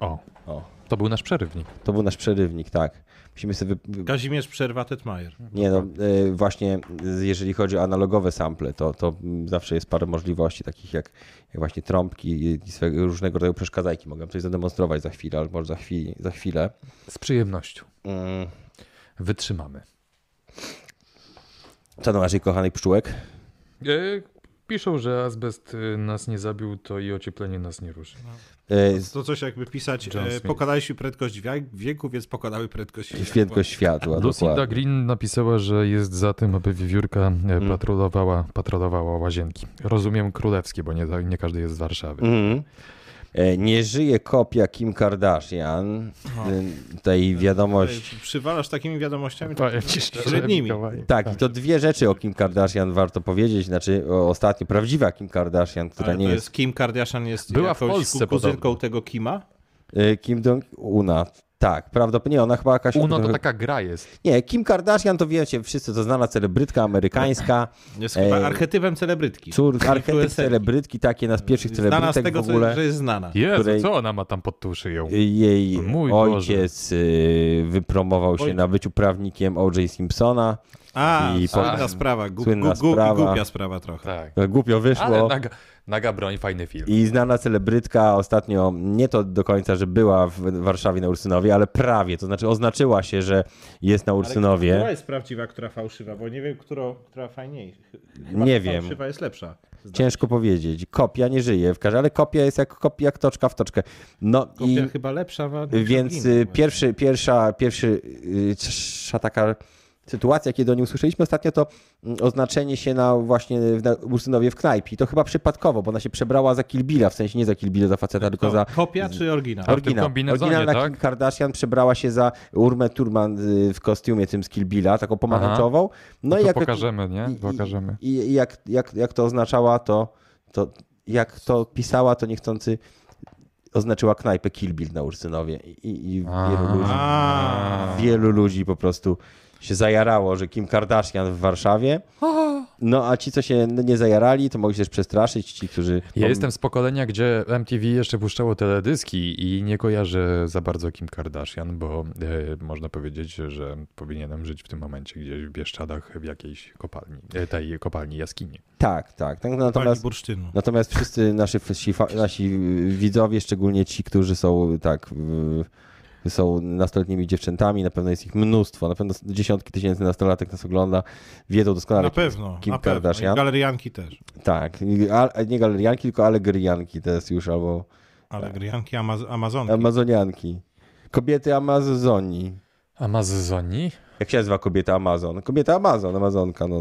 [SPEAKER 3] O,
[SPEAKER 2] o,
[SPEAKER 3] to był nasz przerywnik.
[SPEAKER 2] to był nasz przerywnik, tak. Musimy sobie wy- wy-
[SPEAKER 4] Kazimierz Przerwa Tetmajer.
[SPEAKER 2] Nie no, y, właśnie y, jeżeli chodzi o analogowe sample, to, to mm, zawsze jest parę możliwości takich jak, jak właśnie trąbki i- i swego, różnego rodzaju przeszkadzajki. Mogę coś zademonstrować za chwilę albo za, chwili, za chwilę.
[SPEAKER 3] Z przyjemnością.
[SPEAKER 2] Mm,
[SPEAKER 3] Wytrzymamy.
[SPEAKER 2] Co do naszych kochanych pszczółek?
[SPEAKER 3] E, piszą, że azbest y, nas nie zabił, to i ocieplenie nas nie ruszy.
[SPEAKER 2] Y, z-
[SPEAKER 3] No
[SPEAKER 4] To coś jakby pisać,
[SPEAKER 3] John
[SPEAKER 4] e,
[SPEAKER 3] Smith.
[SPEAKER 4] pokonaliśmy prędkość wia- wieku, więc pokonały prędkość
[SPEAKER 2] Świętość światła,
[SPEAKER 3] Lucinda
[SPEAKER 2] dokładnie. Hmm.
[SPEAKER 3] Green napisała, że jest za tym, aby wiewiórka e, patrolowała, patrolowała łazienki. Rozumiem królewskie, bo nie, nie każdy jest z Warszawy.
[SPEAKER 2] Mhm. Y, Nie żyje kopia Kim Kardashian.
[SPEAKER 4] No.
[SPEAKER 2] Y, Tej wiadomości.
[SPEAKER 4] E, Przywalasz takimi wiadomościami?
[SPEAKER 3] Powiem ci szczerze,
[SPEAKER 4] Średnimi.
[SPEAKER 3] Mikołaj.
[SPEAKER 2] Tak, i to dwie rzeczy o Kim Kardashian warto powiedzieć. Znaczy, o ostatnio prawdziwa Kim Kardashian, która
[SPEAKER 4] Ale
[SPEAKER 2] nie
[SPEAKER 4] to
[SPEAKER 2] jest
[SPEAKER 4] jest Kim Kardashian jest
[SPEAKER 3] Była w
[SPEAKER 4] jakąś
[SPEAKER 3] Polsce
[SPEAKER 4] kuzynką
[SPEAKER 3] podobno.
[SPEAKER 4] tego Kima?
[SPEAKER 2] Y, Kim Jong-una. Tak, prawdopodobnie ona chyba jakaś...
[SPEAKER 3] Uno to
[SPEAKER 2] trochę-
[SPEAKER 3] taka gra jest.
[SPEAKER 2] Nie, Kim Kardashian to wiecie wszyscy, to znana celebrytka amerykańska,
[SPEAKER 4] Jest
[SPEAKER 2] Ej.
[SPEAKER 4] chyba archetypem celebrytki.
[SPEAKER 2] cór, archetyp
[SPEAKER 4] Influencerki.
[SPEAKER 2] celebrytki, takie nas pierwszych
[SPEAKER 4] Znana z
[SPEAKER 2] celebrytek
[SPEAKER 4] tego,
[SPEAKER 2] w
[SPEAKER 4] co,
[SPEAKER 2] ogóle.
[SPEAKER 4] że jest znana.
[SPEAKER 3] Jezu,
[SPEAKER 2] Której-
[SPEAKER 3] co ona ma tam pod tą szyją?
[SPEAKER 2] Jej
[SPEAKER 3] Mój
[SPEAKER 2] ojciec y, wypromował się
[SPEAKER 4] Oj.
[SPEAKER 2] na byciu prawnikiem O.J. Simpsona.
[SPEAKER 4] A,
[SPEAKER 2] I
[SPEAKER 4] słynna
[SPEAKER 2] potem-
[SPEAKER 4] sprawa. Gu,
[SPEAKER 2] Słynna
[SPEAKER 4] gu, gu,
[SPEAKER 2] sprawa.
[SPEAKER 4] Głupia sprawa trochę.
[SPEAKER 3] Tak.
[SPEAKER 2] Głupio
[SPEAKER 3] Ale
[SPEAKER 2] wyszło.
[SPEAKER 3] naga, naga broń, fajny film.
[SPEAKER 2] I znana celebrytka ostatnio, nie to do końca, że była w Warszawie na Ursynowie, ale prawie, to znaczy oznaczyła się, że jest na
[SPEAKER 4] Która
[SPEAKER 2] Ursynowie.
[SPEAKER 4] jest prawdziwa, która fałszywa? Bo nie wiem, którą, która fajniejsza. Chyba
[SPEAKER 2] Nie
[SPEAKER 4] ta
[SPEAKER 2] wiem.
[SPEAKER 4] Fałszywa jest lepsza. Zda-
[SPEAKER 2] Ciężko powiedzieć. Kopia nie żyje w każdym, ale kopia jest jak kopia, jak toczka w toczkę. No i
[SPEAKER 4] Kopia chyba lepsza. ma-
[SPEAKER 2] Więc
[SPEAKER 4] inna
[SPEAKER 2] y,
[SPEAKER 4] właśnie.
[SPEAKER 2] pierwszy, pierwsza, pierwszy, y, pierwsza taka sytuacja, kiedy o nim usłyszeliśmy ostatnio, to mm, oznaczenie się na właśnie w- na Ursynowie w knajpie. I to chyba przypadkowo, bo ona się przebrała za Kilbila, w sensie nie za Kilbila, za
[SPEAKER 4] Tak,
[SPEAKER 2] faceta, tylko za
[SPEAKER 4] Kopia czy oryginał?
[SPEAKER 3] Ale- w tym kombinezonie,
[SPEAKER 2] Oryginalna
[SPEAKER 3] tak?
[SPEAKER 2] Kim Kardashian przebrała się za Urmę Turman y, w kostiumie tym z Kilbila, taką pomarańczową. No
[SPEAKER 3] No
[SPEAKER 2] i
[SPEAKER 3] to
[SPEAKER 2] jak,
[SPEAKER 3] pokażemy, nie?
[SPEAKER 2] i- i-
[SPEAKER 3] Pokażemy.
[SPEAKER 2] I, i jak, jak, jak to oznaczała, to, to jak to pisała, to niechcący oznaczyła knajpę Kilbil na Ursynowie. I, i, i wielu,
[SPEAKER 3] A.
[SPEAKER 2] ludzi,
[SPEAKER 4] A.
[SPEAKER 2] wielu ludzi po prostu się zajarało, że Kim Kardashian w Warszawie. No a ci, co się nie zajarali, to mogli się też przestraszyć. Ci, którzy...
[SPEAKER 3] Ja jestem z pokolenia, gdzie MTV jeszcze puszczało teledyski i nie kojarzę za bardzo Kim Kardashian, bo e, można powiedzieć, że powinienem żyć w tym momencie gdzieś w Bieszczadach w jakiejś kopalni, e, tej kopalni, jaskini.
[SPEAKER 2] Tak, tak. tak
[SPEAKER 4] Pani
[SPEAKER 2] natomiast...
[SPEAKER 4] bursztynu.
[SPEAKER 2] Natomiast wszyscy nasi, nasi, fa- nasi y, widzowie, szczególnie ci, którzy są tak, y, są nastoletnimi dziewczętami, na pewno jest ich mnóstwo, na pewno dziesiątki tysięcy nastolatek nas ogląda, wiedzą doskonale.
[SPEAKER 4] Na
[SPEAKER 2] kim-
[SPEAKER 4] pewno,
[SPEAKER 2] Kim
[SPEAKER 4] na pewno.
[SPEAKER 2] Kardashian.
[SPEAKER 4] I galerianki też.
[SPEAKER 2] Tak, I- a, nie galerianki, tylko alegrianki to jest już, albo
[SPEAKER 4] Ale
[SPEAKER 2] Tak.
[SPEAKER 4] galerianki Amaz Amazonki.
[SPEAKER 2] amazonianki. Kobiety Amazonii.
[SPEAKER 3] Amazonii?
[SPEAKER 2] Jak się nazywa kobieta Amazon? Kobieta Amazon, Amazonka. No.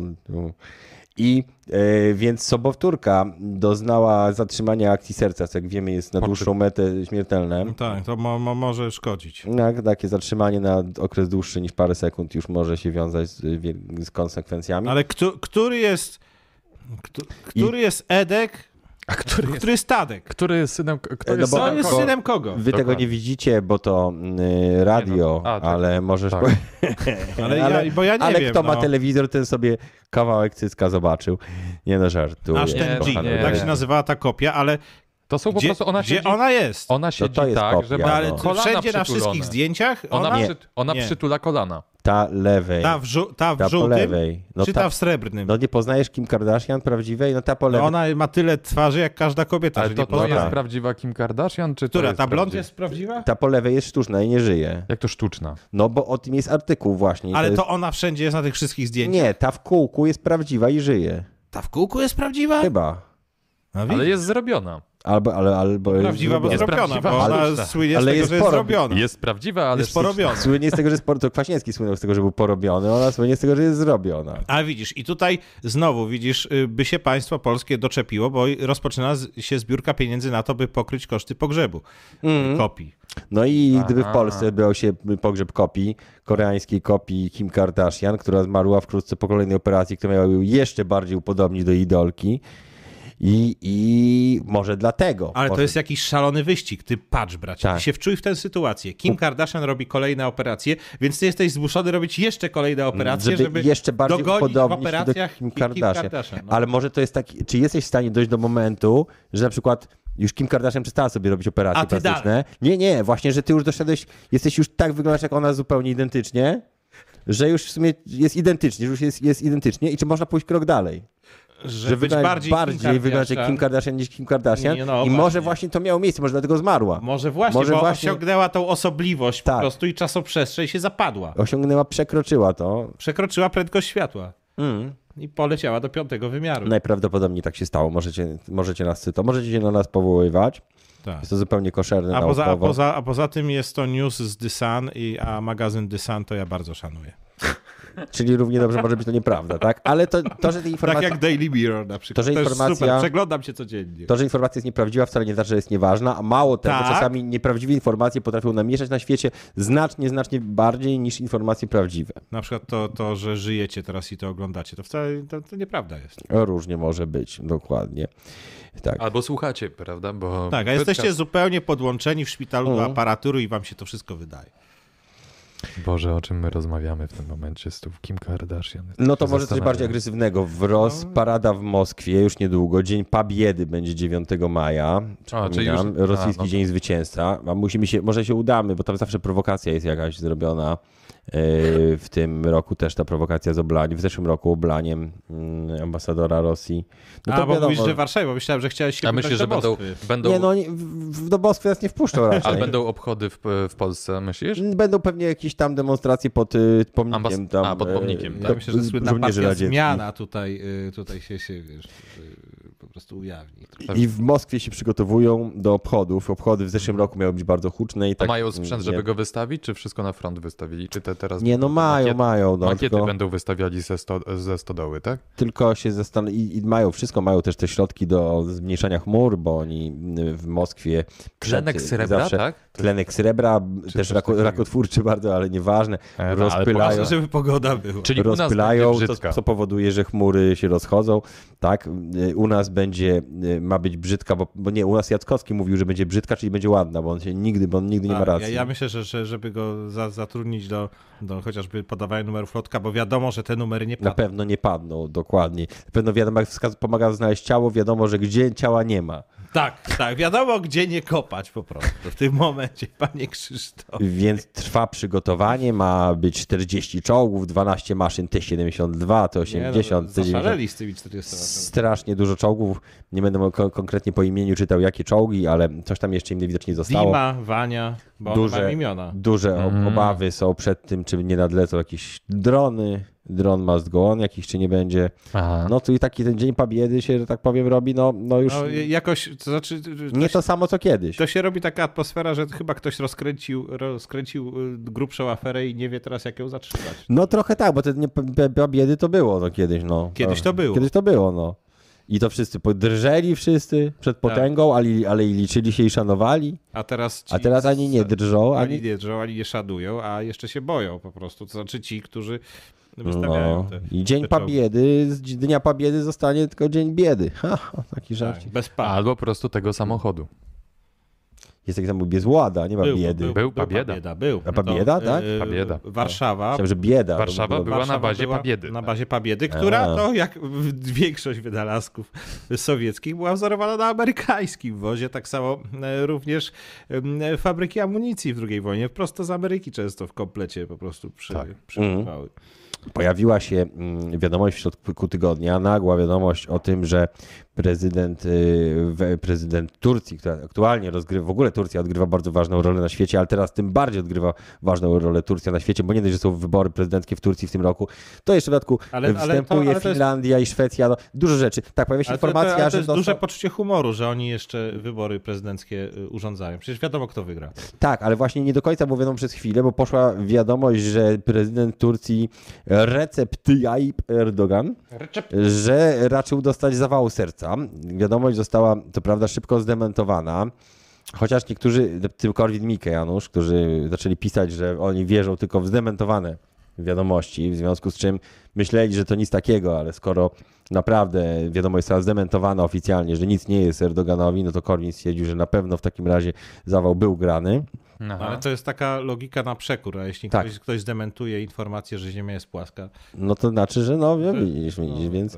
[SPEAKER 2] I e, więc sobowtórka doznała zatrzymania akcji serca, co jak wiemy jest na
[SPEAKER 3] Poczy-
[SPEAKER 2] dłuższą metę śmiertelne.
[SPEAKER 4] tak, to mo mo może szkodzić.
[SPEAKER 2] Tak, takie zatrzymanie na okres dłuższy niż parę sekund już może się wiązać z, y, wie- z konsekwencjami.
[SPEAKER 4] Ale któ- który jest... Któ który jest Edek,
[SPEAKER 3] A który jest,
[SPEAKER 4] który jest Tadek?
[SPEAKER 3] który jest synem, kto
[SPEAKER 2] E, no
[SPEAKER 3] jest
[SPEAKER 2] bo-
[SPEAKER 4] Co
[SPEAKER 3] synem
[SPEAKER 4] jest
[SPEAKER 3] kogo?
[SPEAKER 4] synem kogo?
[SPEAKER 2] Wy tego
[SPEAKER 3] Dokładnie.
[SPEAKER 2] nie widzicie, bo to y, radio,
[SPEAKER 4] no.
[SPEAKER 3] a, tak,
[SPEAKER 2] ale możesz.
[SPEAKER 3] tak.
[SPEAKER 2] po-
[SPEAKER 4] Ale, ja, bo ja nie
[SPEAKER 2] ale
[SPEAKER 4] wiem.
[SPEAKER 2] kto ma
[SPEAKER 4] no.
[SPEAKER 2] telewizor, ten sobie kawałek cycka zobaczył. Nie no, żartuję.
[SPEAKER 4] Aż
[SPEAKER 3] Nie,
[SPEAKER 4] ten G,
[SPEAKER 3] kochany,
[SPEAKER 4] tak
[SPEAKER 3] nie.
[SPEAKER 4] się nazywała ta kopia, ale
[SPEAKER 3] To są No, po
[SPEAKER 4] gdzie,
[SPEAKER 3] prostu, ona
[SPEAKER 4] gdzie
[SPEAKER 3] siedzi,
[SPEAKER 4] ona jest?
[SPEAKER 3] ona siedzi
[SPEAKER 2] to jest
[SPEAKER 3] tak,
[SPEAKER 2] kopia,
[SPEAKER 3] że
[SPEAKER 2] no.
[SPEAKER 3] ma
[SPEAKER 4] ale
[SPEAKER 3] kolana
[SPEAKER 4] wszędzie
[SPEAKER 3] przytulone.
[SPEAKER 4] na wszystkich zdjęciach
[SPEAKER 3] Ona,
[SPEAKER 4] ona,
[SPEAKER 2] Nie.
[SPEAKER 3] przyt- ona
[SPEAKER 4] Nie. znaczy
[SPEAKER 3] przytula kolana.
[SPEAKER 2] Ta lewej.
[SPEAKER 4] ta w, żu- ta w
[SPEAKER 2] Ta po
[SPEAKER 4] żółtym,
[SPEAKER 2] lewej. No,
[SPEAKER 4] czy
[SPEAKER 2] ta,
[SPEAKER 4] ta w srebrnym?
[SPEAKER 2] no nie poznajesz Kim Kardashian prawdziwej? No ta po lewej.
[SPEAKER 4] Ona ma tyle twarzy jak każda kobieta,
[SPEAKER 3] Ale
[SPEAKER 4] że
[SPEAKER 3] to,
[SPEAKER 4] nie
[SPEAKER 3] to
[SPEAKER 4] poznaje.
[SPEAKER 3] jest prawdziwa Kim Kardashian, czy to
[SPEAKER 4] Która,
[SPEAKER 3] jest
[SPEAKER 4] ta blond
[SPEAKER 3] prawdziwa-
[SPEAKER 4] jest prawdziwa?
[SPEAKER 2] Ta po lewej jest sztuczna i nie żyje.
[SPEAKER 3] Jak to sztuczna.
[SPEAKER 2] No bo o tym jest artykuł właśnie. i
[SPEAKER 4] Ale
[SPEAKER 2] jest...
[SPEAKER 4] to ona wszędzie jest na tych wszystkich zdjęciach.
[SPEAKER 2] Nie, ta w kółku jest prawdziwa i żyje.
[SPEAKER 4] Ta w kółku jest prawdziwa?
[SPEAKER 2] Chyba.
[SPEAKER 4] No,
[SPEAKER 3] Ale
[SPEAKER 4] widzisz?
[SPEAKER 3] jest zrobiona.
[SPEAKER 2] Albo, ale, albo
[SPEAKER 4] Prawdziwa, bo
[SPEAKER 3] Jest
[SPEAKER 4] zrobiona,
[SPEAKER 3] prawdziwa,
[SPEAKER 4] bo
[SPEAKER 3] ale-
[SPEAKER 4] ona słynie z
[SPEAKER 2] ale
[SPEAKER 4] tego,
[SPEAKER 2] jest
[SPEAKER 4] że jest
[SPEAKER 2] porob-
[SPEAKER 4] zrobiona.
[SPEAKER 3] Jest prawdziwa, ale
[SPEAKER 4] Jest porobiona.
[SPEAKER 2] Słynie z tego, że sport, to Kwaśniewski słynął z tego, że był porobiony, ona słynie z tego, że jest zrobiona.
[SPEAKER 4] A widzisz, i tutaj znowu widzisz, y, by się państwo polskie doczepiło, bo rozpoczyna z- się zbiórka pieniędzy na to, by pokryć koszty pogrzebu y, kopii.
[SPEAKER 2] No i gdyby w Polsce brał się pogrzeb kopii, koreańskiej kopii Kim Kardashian, która zmarła wkrótce po kolejnej operacji, która miała ją jeszcze bardziej upodobnić do idolki. I, i może dlatego.
[SPEAKER 4] Ale
[SPEAKER 2] może
[SPEAKER 4] to jest jakiś szalony wyścig, ty patrz bracie,
[SPEAKER 2] Tak.
[SPEAKER 4] ty się wczuj w tę sytuację. Kim Kardashian robi kolejne operacje, więc ty jesteś zmuszony robić jeszcze kolejne operacje,
[SPEAKER 2] Mm, żeby,
[SPEAKER 4] żeby,
[SPEAKER 2] jeszcze bardziej
[SPEAKER 4] dogonić w
[SPEAKER 2] upodobnić się do
[SPEAKER 4] operacjach
[SPEAKER 2] Kim Kardashian.
[SPEAKER 4] no.
[SPEAKER 2] Ale może to jest taki, czy jesteś w stanie dojść do momentu, że na przykład już Kim Kardashian przestała sobie robić operacje
[SPEAKER 4] A ty
[SPEAKER 2] plastyczne. Nie, nie, właśnie, że ty już doszedłeś, jesteś już tak wyglądasz jak ona zupełnie identycznie, że już w sumie jest identycznie, że już jest, jest identycznie i czy można pójść krok dalej?
[SPEAKER 4] Że,
[SPEAKER 2] Że
[SPEAKER 4] być
[SPEAKER 2] wyglądasz
[SPEAKER 4] bardziej,
[SPEAKER 2] bardziej
[SPEAKER 4] Kim
[SPEAKER 2] wyglądasz jak Kim
[SPEAKER 4] Kardashian.
[SPEAKER 2] Kardashian niż Kim Kardashian
[SPEAKER 4] Nie, no,
[SPEAKER 2] i
[SPEAKER 4] właśnie.
[SPEAKER 2] może właśnie to miało miejsce, może dlatego zmarła.
[SPEAKER 4] Może właśnie,
[SPEAKER 2] Może
[SPEAKER 4] bo
[SPEAKER 2] właśnie-
[SPEAKER 4] osiągnęła tą osobliwość
[SPEAKER 2] Tak.
[SPEAKER 4] po prostu i czasoprzestrzeń się zapadła.
[SPEAKER 2] Osiągnęła, przekroczyła to.
[SPEAKER 4] Przekroczyła prędkość światła
[SPEAKER 2] Mm.
[SPEAKER 4] i poleciała do piątego wymiaru.
[SPEAKER 2] Najprawdopodobniej tak się stało. Możecie, możecie nas cytować, możecie się na nas powoływać.
[SPEAKER 4] Tak.
[SPEAKER 2] Jest to zupełnie koszerne
[SPEAKER 4] A poza, a,
[SPEAKER 2] naukowo.
[SPEAKER 4] poza, a poza tym jest to news z The Sun, i, a magazyn The Sun to ja bardzo szanuję. Tak
[SPEAKER 2] Czyli równie dobrze może być to nieprawda, tak? Ale to, to że te
[SPEAKER 4] Tak
[SPEAKER 2] informacje...
[SPEAKER 4] jak Daily Mirror na przykład.
[SPEAKER 2] To, że
[SPEAKER 4] To,
[SPEAKER 2] informacja-
[SPEAKER 4] jest super, przeglądam się codziennie.
[SPEAKER 2] To, że informacja jest nieprawdziwa, wcale nie znaczy, że jest nieważna, a mało tego,
[SPEAKER 4] Tak.
[SPEAKER 2] czasami nieprawdziwe informacje potrafią namieszać na świecie znacznie, znacznie bardziej niż informacje prawdziwe.
[SPEAKER 4] Na przykład to, to, że żyjecie teraz i to oglądacie, to wcale to, to nieprawda jest.
[SPEAKER 2] O, Różnie może być, dokładnie. Tak.
[SPEAKER 3] Albo słuchacie, prawda? Bo
[SPEAKER 4] Tak, a
[SPEAKER 3] podcast-
[SPEAKER 4] jesteście zupełnie podłączeni w szpitalu do
[SPEAKER 2] Mhm.
[SPEAKER 4] aparatury i wam się to wszystko wydaje.
[SPEAKER 3] Boże, o czym my rozmawiamy w tym momencie z tą Kim Kardashian?
[SPEAKER 2] No to
[SPEAKER 3] Się
[SPEAKER 2] może coś
[SPEAKER 3] zastanawiam.
[SPEAKER 2] bardziej agresywnego.
[SPEAKER 4] No.
[SPEAKER 2] Wros, parada w Moskwie już niedługo. Dzień Pabiedy będzie 9 maja.
[SPEAKER 3] czyli już-
[SPEAKER 2] Przypominam,
[SPEAKER 3] a,
[SPEAKER 2] rosyjski
[SPEAKER 3] no to-
[SPEAKER 2] Dzień Zwycięstwa. A musimy się, może się udamy, bo tam zawsze prowokacja jest jakaś zrobiona. Yy, W tym roku też ta prowokacja z oblaniem. W zeszłym roku oblaniem mm, ambasadora Rosji. No
[SPEAKER 4] a,
[SPEAKER 2] to
[SPEAKER 4] bo
[SPEAKER 2] wiadomo.
[SPEAKER 4] mówisz, że Warszawa, bo myślałem, że chciałeś się
[SPEAKER 3] Ja
[SPEAKER 4] wybrać
[SPEAKER 3] myślę, że
[SPEAKER 4] do
[SPEAKER 3] będą,
[SPEAKER 4] Moskwy.
[SPEAKER 3] będą,
[SPEAKER 2] Nie, no oni w- w- do Moskwy nas nie wpuszczą raczej.
[SPEAKER 3] ale będą obchody w, w Polsce, myślisz?
[SPEAKER 2] Będą pewnie jakieś tam demonstracje pod y, pomnikiem.
[SPEAKER 3] Ambas-
[SPEAKER 2] tam,
[SPEAKER 3] a, pod
[SPEAKER 2] y,
[SPEAKER 3] pomnikiem, tak.
[SPEAKER 4] Ja myślę, że słynna
[SPEAKER 2] żołnierzy
[SPEAKER 4] partia
[SPEAKER 2] radzieckich.
[SPEAKER 4] zmiana tutaj, y, tutaj się, się wiesz, y, po prostu ujawni.
[SPEAKER 2] I w Moskwie się przygotowują do obchodów. Obchody w zeszłym roku miały być bardzo huczne i
[SPEAKER 3] A
[SPEAKER 2] tak.
[SPEAKER 3] mają sprzęt,
[SPEAKER 2] nie-
[SPEAKER 3] żeby go wystawić, czy wszystko na front wystawili? Czy te teraz
[SPEAKER 2] Nie, no mają,
[SPEAKER 3] makiety,
[SPEAKER 2] mają. No,
[SPEAKER 3] makiety
[SPEAKER 2] tylko,
[SPEAKER 3] będą wystawiali ze, sto, ze stodoły, tak?
[SPEAKER 2] tylko się zastanawiają. I, I mają wszystko, mają też te środki do zmniejszania chmur, bo oni y, w Moskwie. przed-
[SPEAKER 3] Tlenek srebra,
[SPEAKER 2] zawsze,
[SPEAKER 3] tak?
[SPEAKER 2] Tlenek srebra, też
[SPEAKER 3] coś
[SPEAKER 2] rako,
[SPEAKER 3] takiego?
[SPEAKER 2] rakotwórczy bardzo, ale nieważne.
[SPEAKER 3] E, no, ale
[SPEAKER 2] rozpylają.
[SPEAKER 3] poważne,
[SPEAKER 4] Żeby pogoda była.
[SPEAKER 3] Czyli u nas
[SPEAKER 2] rozpylają,
[SPEAKER 3] będzie
[SPEAKER 2] to,
[SPEAKER 3] brzydka.
[SPEAKER 2] co powoduje, że chmury się rozchodzą. Tak, y, u nas będzie, y, ma być brzydka, bo, bo nie, u nas Jackowski mówił, że będzie brzydka, czyli będzie ładna, bo on się nigdy, bo on nigdy nie ma
[SPEAKER 4] Tak,
[SPEAKER 2] racji.
[SPEAKER 4] Ja, ja myślę, że, że żeby go za, zatrudnić do, do chociażby podawania numerów lotka, bo wiadomo, że te numery nie
[SPEAKER 2] Na
[SPEAKER 4] padną.
[SPEAKER 2] pewno nie padną, dokładnie. Na pewno wiadomo, jak wskaz pomaga znaleźć ciało, wiadomo, że gdzie ciała nie ma.
[SPEAKER 4] Tak, tak, wiadomo gdzie nie kopać po prostu w tym momencie, panie Krzysztof.
[SPEAKER 2] Więc trwa przygotowanie, ma być 40 czołgów, 12 maszyn T-72, T-80, T-90.
[SPEAKER 4] no, Zaszaleli z tymi 40 latami.
[SPEAKER 2] Strasznie dużo czołgów. Nie będę mo- ko- konkretnie po imieniu czytał, jakie czołgi, ale coś tam jeszcze im widocznie zostało.
[SPEAKER 4] Dima, Wania, bo Duże.
[SPEAKER 2] duże,
[SPEAKER 4] mam imiona.
[SPEAKER 2] duże o- obawy są przed tym, czy nie nadlecą jakieś drony. Dron must go on, jakiś czy nie będzie.
[SPEAKER 7] Tak.
[SPEAKER 3] Aha.
[SPEAKER 2] No tu i taki ten dzień pabiedy się, że tak powiem, robi, no, no już
[SPEAKER 4] No, jakoś, to znaczy, to,
[SPEAKER 2] nie
[SPEAKER 4] się,
[SPEAKER 2] to samo co kiedyś.
[SPEAKER 4] to się robi taka atmosfera, że chyba ktoś rozkręcił, rozkręcił y, grubszą aferę i nie wie teraz jak ją zatrzymać.
[SPEAKER 2] No trochę tak, bo te dnie pa- pa- pabiedy to było no, kiedyś, no.
[SPEAKER 4] Kiedyś to było.
[SPEAKER 2] Kiedyś to było, no. I to wszyscy podrżeli wszyscy
[SPEAKER 4] Tak.
[SPEAKER 2] przed potęgą, ale, ale i liczyli się i szanowali,
[SPEAKER 4] A teraz, ci
[SPEAKER 2] a teraz ani nie drżą,
[SPEAKER 4] Ani
[SPEAKER 2] ani...
[SPEAKER 4] nie drżą, ani nie szanują, a jeszcze się boją po prostu. To znaczy ci, którzy wystawiają
[SPEAKER 2] No.
[SPEAKER 4] te,
[SPEAKER 2] I dzień
[SPEAKER 4] te czołgi.
[SPEAKER 2] pabiedy, z dnia pabiedy zostanie tylko dzień biedy. Ha, taki żart.
[SPEAKER 4] Tak, bez pa.
[SPEAKER 3] Albo po prostu tego samochodu.
[SPEAKER 2] Jest taki sam bezłada, nie ma biedy.
[SPEAKER 3] Był Pabieda.
[SPEAKER 4] był.
[SPEAKER 2] A Pabieda,
[SPEAKER 4] To,
[SPEAKER 2] tak?
[SPEAKER 4] e,
[SPEAKER 3] Pabieda.
[SPEAKER 4] Warszawa.
[SPEAKER 2] Myślałem, że bieda.
[SPEAKER 3] Warszawa
[SPEAKER 2] To
[SPEAKER 3] była na bazie Pabiedy,
[SPEAKER 4] Na
[SPEAKER 3] tak.
[SPEAKER 4] bazie Pabiedy, która
[SPEAKER 2] A.
[SPEAKER 4] to jak w- większość wynalazków sowieckich była wzorowana na amerykańskim wozie, tak samo e, również em, fabryki amunicji w II wojnie, prosto z Ameryki często w komplecie po prostu przy,
[SPEAKER 2] Tak. Mhm.
[SPEAKER 4] przybywały.
[SPEAKER 2] Pojawiła się mm, wiadomość w środku tygodnia, nagła wiadomość o tym, że prezydent, y, we- prezydent Turcji, która aktualnie rozgrywa, w ogóle Turcja odgrywa bardzo ważną rolę na świecie, ale teraz tym bardziej odgrywa ważną rolę Turcja na świecie, bo nie dość, że są wybory prezydenckie w Turcji w tym roku, to jeszcze w dodatku
[SPEAKER 4] Ale- ale to-
[SPEAKER 2] występuje
[SPEAKER 4] ale to jest-
[SPEAKER 2] Finlandia i Szwecja, no, dużo rzeczy. Tak, pojawia się
[SPEAKER 4] Ale to, to,
[SPEAKER 2] informacja,
[SPEAKER 4] ale to
[SPEAKER 2] że
[SPEAKER 4] jest
[SPEAKER 2] został-
[SPEAKER 4] duże poczucie humoru, że oni jeszcze wybory prezydenckie y, urządzają. Przecież wiadomo, kto wygra.
[SPEAKER 2] Tak, ale właśnie nie do końca było wiadomo przez chwilę, bo poszła wiadomość, że prezydent Turcji Recep Tayyip Erdogan, że raczył dostać zawału serca. Wiadomość została, to prawda, szybko zdementowana. Chociaż niektórzy, tylko Korwin Mikke, Janusz, którzy zaczęli pisać, że oni wierzą tylko w zdementowane wiadomości, w związku z czym myśleli, że to nic takiego, ale skoro naprawdę wiadomość została zdementowana oficjalnie, że nic nie jest Erdoganowi, no to Korwin stwierdził, że na pewno w takim razie zawał był grany.
[SPEAKER 3] Aha.
[SPEAKER 4] Ale to jest taka logika na przekór, a jeśli
[SPEAKER 2] Tak.
[SPEAKER 4] ktoś, ktoś zdementuje informację, że Ziemia jest płaska,
[SPEAKER 2] No to znaczy, że no, no widzisz, widzisz, więc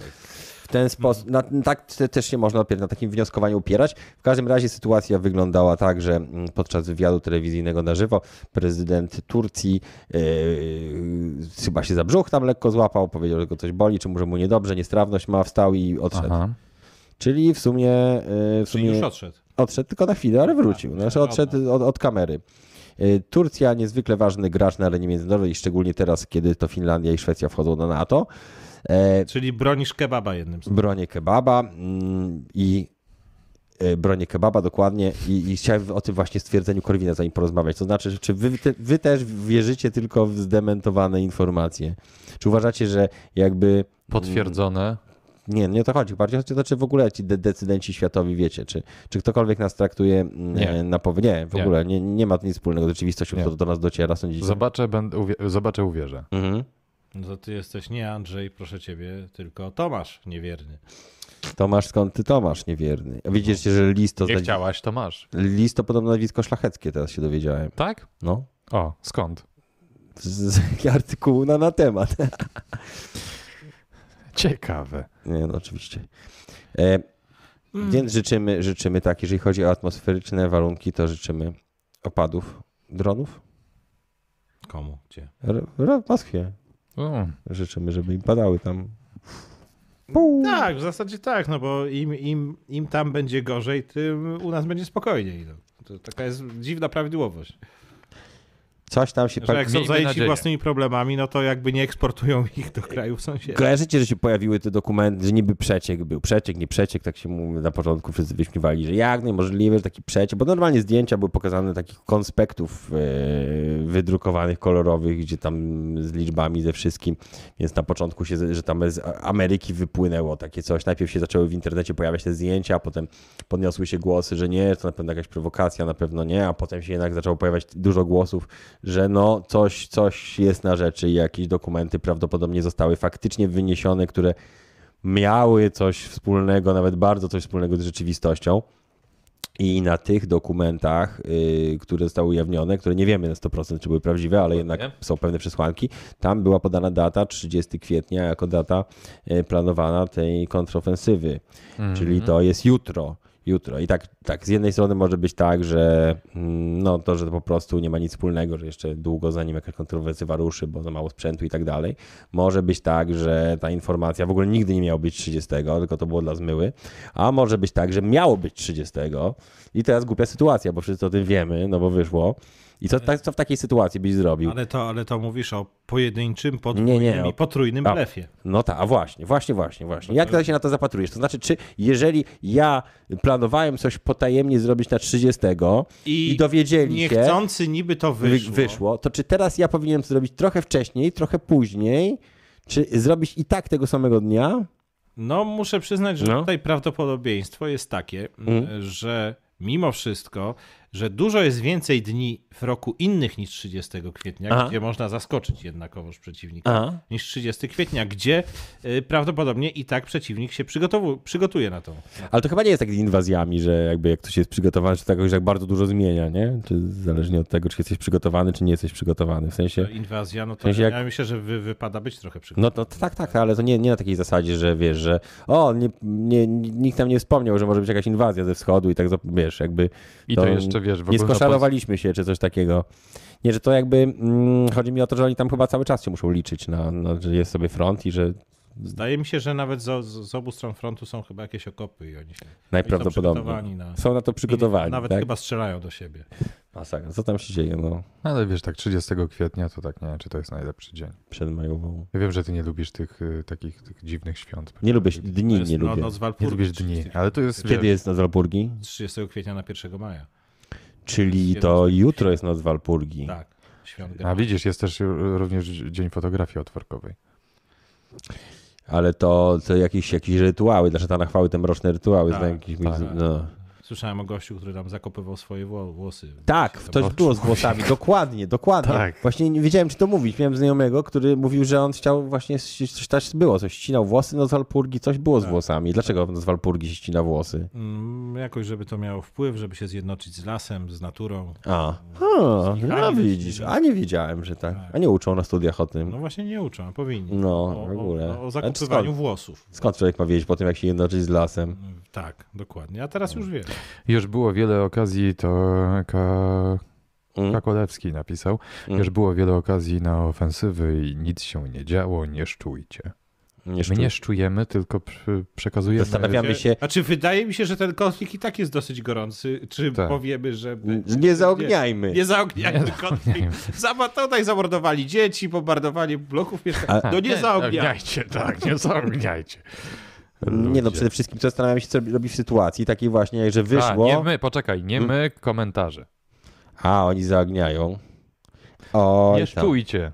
[SPEAKER 2] w ten sposób, na, tak te- też się można opier- na takim wnioskowaniu upierać. W każdym razie sytuacja wyglądała tak, że mm, podczas wywiadu telewizyjnego na żywo prezydent Turcji yy, chyba się za brzuch tam lekko złapał, powiedział, że go coś boli, czy może mu niedobrze, niestrawność ma, wstał i odszedł.
[SPEAKER 3] Aha.
[SPEAKER 2] Czyli w sumie, yy, w
[SPEAKER 4] czyli już
[SPEAKER 2] sumie
[SPEAKER 4] odszedł.
[SPEAKER 2] odszedł tylko na chwilę, ale wrócił. Znaczy odszedł od, od kamery. Y, Turcja niezwykle ważny gracz na arenie międzynarodowej, szczególnie teraz, kiedy to Finlandia i Szwecja wchodzą do NATO. E,
[SPEAKER 4] Czyli bronisz kebaba jednym słowem.
[SPEAKER 2] Bronię kebaba mm, i e, bronię kebaba dokładnie i, i chciałem o tym właśnie stwierdzeniu Korwina zanim porozmawiać. To znaczy, że czy wy, te, wy też wierzycie tylko w zdementowane informacje? Czy uważacie, że jakby... Mm.
[SPEAKER 3] Potwierdzone.
[SPEAKER 2] Nie, nie o to chodzi. Bardziej chodzi o to, czy w ogóle ci de- decydenci światowi wiecie, czy, czy ktokolwiek nas traktuje mm,
[SPEAKER 3] Nie.
[SPEAKER 2] e, na powie. Nie, w
[SPEAKER 3] Nie.
[SPEAKER 2] ogóle nie, nie ma nic wspólnego z rzeczywistością,
[SPEAKER 3] Nie.
[SPEAKER 2] to do nas dociera. Sądzicie?
[SPEAKER 3] Zobaczę, będę, uwie- zobaczę, uwierzę.
[SPEAKER 2] Mhm.
[SPEAKER 4] No to ty jesteś nie Andrzej, proszę ciebie, tylko Tomasz niewierny.
[SPEAKER 2] Tomasz, skąd ty Tomasz niewierny? A Widzicie, że list to,
[SPEAKER 3] Nie
[SPEAKER 2] zna-
[SPEAKER 3] chciałaś, to masz.
[SPEAKER 2] list to podobno nazwisko szlacheckie, teraz się dowiedziałem.
[SPEAKER 3] Tak?
[SPEAKER 2] No.
[SPEAKER 3] O, skąd?
[SPEAKER 2] Z, z artykułu na, na temat.
[SPEAKER 3] Ciekawe.
[SPEAKER 2] Nie, no oczywiście. E, Więc życzymy, życzymy tak, jeżeli chodzi o atmosferyczne warunki, to życzymy opadów dronów
[SPEAKER 4] Komu? Cię.
[SPEAKER 2] R- r- w Moskwie.
[SPEAKER 3] U,
[SPEAKER 2] Życzymy, żeby im padały tam.
[SPEAKER 4] Tak, w zasadzie tak, no bo im, im, im tam będzie gorzej, tym u nas będzie spokojniej. No. To taka jest dziwna prawidłowość.
[SPEAKER 2] Coś tam się.
[SPEAKER 4] Że jak są
[SPEAKER 3] Tak, miejmy
[SPEAKER 4] zajęci
[SPEAKER 3] nadzieję.
[SPEAKER 4] własnymi problemami, no to jakby nie eksportują ich do krajów sąsiednich.
[SPEAKER 2] Kojarzycie, że się pojawiły te dokumenty, że niby przeciek był. Przeciek, nie przeciek, tak się mówi na początku, wszyscy wyśmiewali, że jak najmożliwe, że taki przeciek, bo normalnie zdjęcia były pokazane takich konspektów e, wydrukowanych, kolorowych, gdzie tam z liczbami, ze wszystkim, więc na początku się, że tam z Ameryki wypłynęło takie coś. Najpierw się zaczęły w internecie pojawiać te zdjęcia, a potem podniosły się głosy, że nie, to na pewno jakaś prowokacja, na pewno nie, a potem się jednak zaczęło pojawiać dużo głosów, że no coś, coś jest na rzeczy i jakieś dokumenty prawdopodobnie zostały faktycznie wyniesione, które miały coś wspólnego, nawet bardzo coś wspólnego z rzeczywistością. I na tych dokumentach, y, które zostały ujawnione, które nie wiemy na 100% czy były prawdziwe, ale jednak są pewne przesłanki, tam była podana data 30 kwietnia jako data y, planowana tej kontrofensywy. Czyli to jest jutro. Jutro. I tak, tak, z jednej strony może być tak, że mm, no to, że to po prostu nie ma nic wspólnego, że jeszcze długo zanim jakaś kontrowersywa ruszy, bo za mało sprzętu i tak dalej. Może być tak, że ta informacja w ogóle nigdy nie miała być 30, tylko to było dla zmyły. A może być tak, że miało być 30 i teraz głupia sytuacja, bo wszyscy o tym wiemy, no bo wyszło. I co, tak, co w takiej sytuacji byś zrobił?
[SPEAKER 4] Ale to, ale to mówisz o pojedynczym,
[SPEAKER 2] Nie,
[SPEAKER 4] podwójnym
[SPEAKER 2] nie, o-
[SPEAKER 4] i potrójnym
[SPEAKER 2] a.
[SPEAKER 4] blefie.
[SPEAKER 2] No tak, a właśnie, właśnie, właśnie, właśnie. Jak ty się na No to zapatrujesz? To znaczy, czy jeżeli ja planowałem coś potajemnie zrobić na 30 i, dowiedzieli się,
[SPEAKER 4] Niechcący niby to
[SPEAKER 2] wy-
[SPEAKER 4] wyszło.
[SPEAKER 2] wyszło, to czy teraz ja powinienem to zrobić trochę wcześniej, trochę później, czy zrobić i tak tego samego dnia?
[SPEAKER 4] No muszę przyznać, że
[SPEAKER 2] No. Mm.
[SPEAKER 4] tutaj prawdopodobieństwo jest takie, mm, że mimo wszystko, że dużo jest więcej dni w roku innych niż 30 kwietnia,
[SPEAKER 2] Aha.
[SPEAKER 4] gdzie można zaskoczyć jednakowoż przeciwnika,
[SPEAKER 2] Aha.
[SPEAKER 4] niż 30 kwietnia, gdzie y, prawdopodobnie i tak przeciwnik się przygotowu- przygotuje na tą.
[SPEAKER 2] Ale to chyba nie jest tak z inwazjami, że jakby jak ktoś jest przygotowany, czy tak, że jak bardzo dużo zmienia, nie? Czy zależnie od tego, czy jesteś przygotowany, czy nie jesteś przygotowany. W sensie...
[SPEAKER 4] Inwazja, no to
[SPEAKER 2] sensie jak-
[SPEAKER 4] ja myślę, że wy, wypada być trochę przygotowanym.
[SPEAKER 2] No to tak, tak, ale to nie, nie na takiej zasadzie, że wiesz, że o, nie, nie, nikt nam nie wspomniał, że może być jakaś inwazja ze wschodu i tak, zap- wiesz, jakby...
[SPEAKER 3] I to jeszcze, wiesz, w ogóle
[SPEAKER 2] Nie
[SPEAKER 3] na pos-
[SPEAKER 2] skoszarowaliśmy się, czy coś takiego. Nie, że to jakby, mm, chodzi mi o to, że oni tam chyba cały czas się muszą liczyć na, na że jest sobie front i że
[SPEAKER 4] Zdaje mi się, że nawet z, z z obu stron frontu są chyba jakieś okopy i oni się
[SPEAKER 2] Najprawdopodobniej.
[SPEAKER 4] Oni są przygotowani na-
[SPEAKER 2] Są na to przygotowani.
[SPEAKER 4] nawet
[SPEAKER 2] tak?
[SPEAKER 4] chyba strzelają do siebie.
[SPEAKER 2] Masakra. Co tam się dzieje no,
[SPEAKER 7] Ale wiesz, tak 30 kwietnia to tak nie wiem, czy to jest najlepszy dzień.
[SPEAKER 2] przed majową?
[SPEAKER 7] Ja wiem, że ty nie lubisz tych y, takich tych dziwnych świąt.
[SPEAKER 2] Nie lubię się-
[SPEAKER 4] To
[SPEAKER 2] dni,
[SPEAKER 4] jest
[SPEAKER 2] nie
[SPEAKER 4] no-
[SPEAKER 2] lubię.
[SPEAKER 4] noc
[SPEAKER 7] Nie
[SPEAKER 4] Walpurgis,
[SPEAKER 7] lubisz dni,
[SPEAKER 4] 30,
[SPEAKER 7] ale to jest...
[SPEAKER 2] Kiedy
[SPEAKER 7] wiesz,
[SPEAKER 2] jest noc Walpurgi?
[SPEAKER 4] 30 kwietnia na 1 maja.
[SPEAKER 2] Czyli to jutro jest noc Walpurgi.
[SPEAKER 4] Tak. Świąt
[SPEAKER 7] A
[SPEAKER 4] Germanów.
[SPEAKER 7] widzisz, jest też y, również dzień fotografii otworkowej.
[SPEAKER 2] Ale to, to jakieś, jakieś rytuały, dla szatana chwały, te mroczne rytuały.
[SPEAKER 4] Tak,
[SPEAKER 2] Tak, jakieś,
[SPEAKER 7] tak.
[SPEAKER 2] No.
[SPEAKER 4] Słyszałem o gościu, który tam zakopywał swoje wło- włosy.
[SPEAKER 2] tak
[SPEAKER 4] Się
[SPEAKER 2] coś
[SPEAKER 4] zobaczy.
[SPEAKER 2] było z włosami. Dokładnie, dokładnie.
[SPEAKER 7] Tak.
[SPEAKER 2] Właśnie nie wiedziałem, czy to mówić. Miałem znajomego, który mówił, że on chciał właśnie, coś coś też było, coś ścinał włosy, noc Walpurgi, coś było
[SPEAKER 4] Tak.
[SPEAKER 2] z włosami. Dlaczego noc Walpurgi się ścina włosy?
[SPEAKER 4] Mm, Jakoś, żeby to miało wpływ, żeby się zjednoczyć z lasem, z naturą.
[SPEAKER 2] A, a no
[SPEAKER 4] Znikami
[SPEAKER 2] widzisz,
[SPEAKER 4] się-
[SPEAKER 2] a nie wiedziałem, że tak. A nie uczą na studiach o tym.
[SPEAKER 4] No właśnie nie uczą, a powinni.
[SPEAKER 2] No,
[SPEAKER 4] o,
[SPEAKER 2] w ogóle.
[SPEAKER 4] O, o
[SPEAKER 2] Ale
[SPEAKER 4] zakopywaniu
[SPEAKER 2] skąd?
[SPEAKER 4] włosów.
[SPEAKER 2] Skąd człowiek ma wiedzieć po tym, jak się jednoczyć z lasem?
[SPEAKER 4] Tak, dokładnie. A teraz już wiesz.
[SPEAKER 7] Już było wiele okazji, to Ka...
[SPEAKER 2] Mm.
[SPEAKER 7] Kakolewski napisał,
[SPEAKER 2] Mm.
[SPEAKER 7] już było wiele okazji na ofensywy i nic się nie działo, nie szczujcie.
[SPEAKER 2] Nie
[SPEAKER 7] No. My
[SPEAKER 2] szczuj.
[SPEAKER 7] nie szczujemy, tylko przy- przekazujemy...
[SPEAKER 2] Zastanawiam- Zastanawiamy się-
[SPEAKER 4] Znaczy, wydaje mi się, że ten konflikt i tak jest dosyć gorący. Czy
[SPEAKER 7] Tak.
[SPEAKER 4] powiemy, że.
[SPEAKER 2] N- nie zaogniajmy.
[SPEAKER 4] Nie, nie zaogniajmy konflikt. Zabatodaj zamordowali dzieci, bombardowali bloków mieszkalnych.
[SPEAKER 2] A-
[SPEAKER 4] No nie zaogniajmy.
[SPEAKER 7] tak, nie zaogniajcie.
[SPEAKER 2] Nie no,
[SPEAKER 7] Ludzie.
[SPEAKER 2] przede wszystkim zastanawiam się, co robi- robi w sytuacji takiej właśnie, że
[SPEAKER 7] A,
[SPEAKER 2] wyszło, Mm.
[SPEAKER 7] nie my, poczekaj, nie my, komentarze.
[SPEAKER 2] a oni zaogniają. O,
[SPEAKER 7] Nie szczujcie.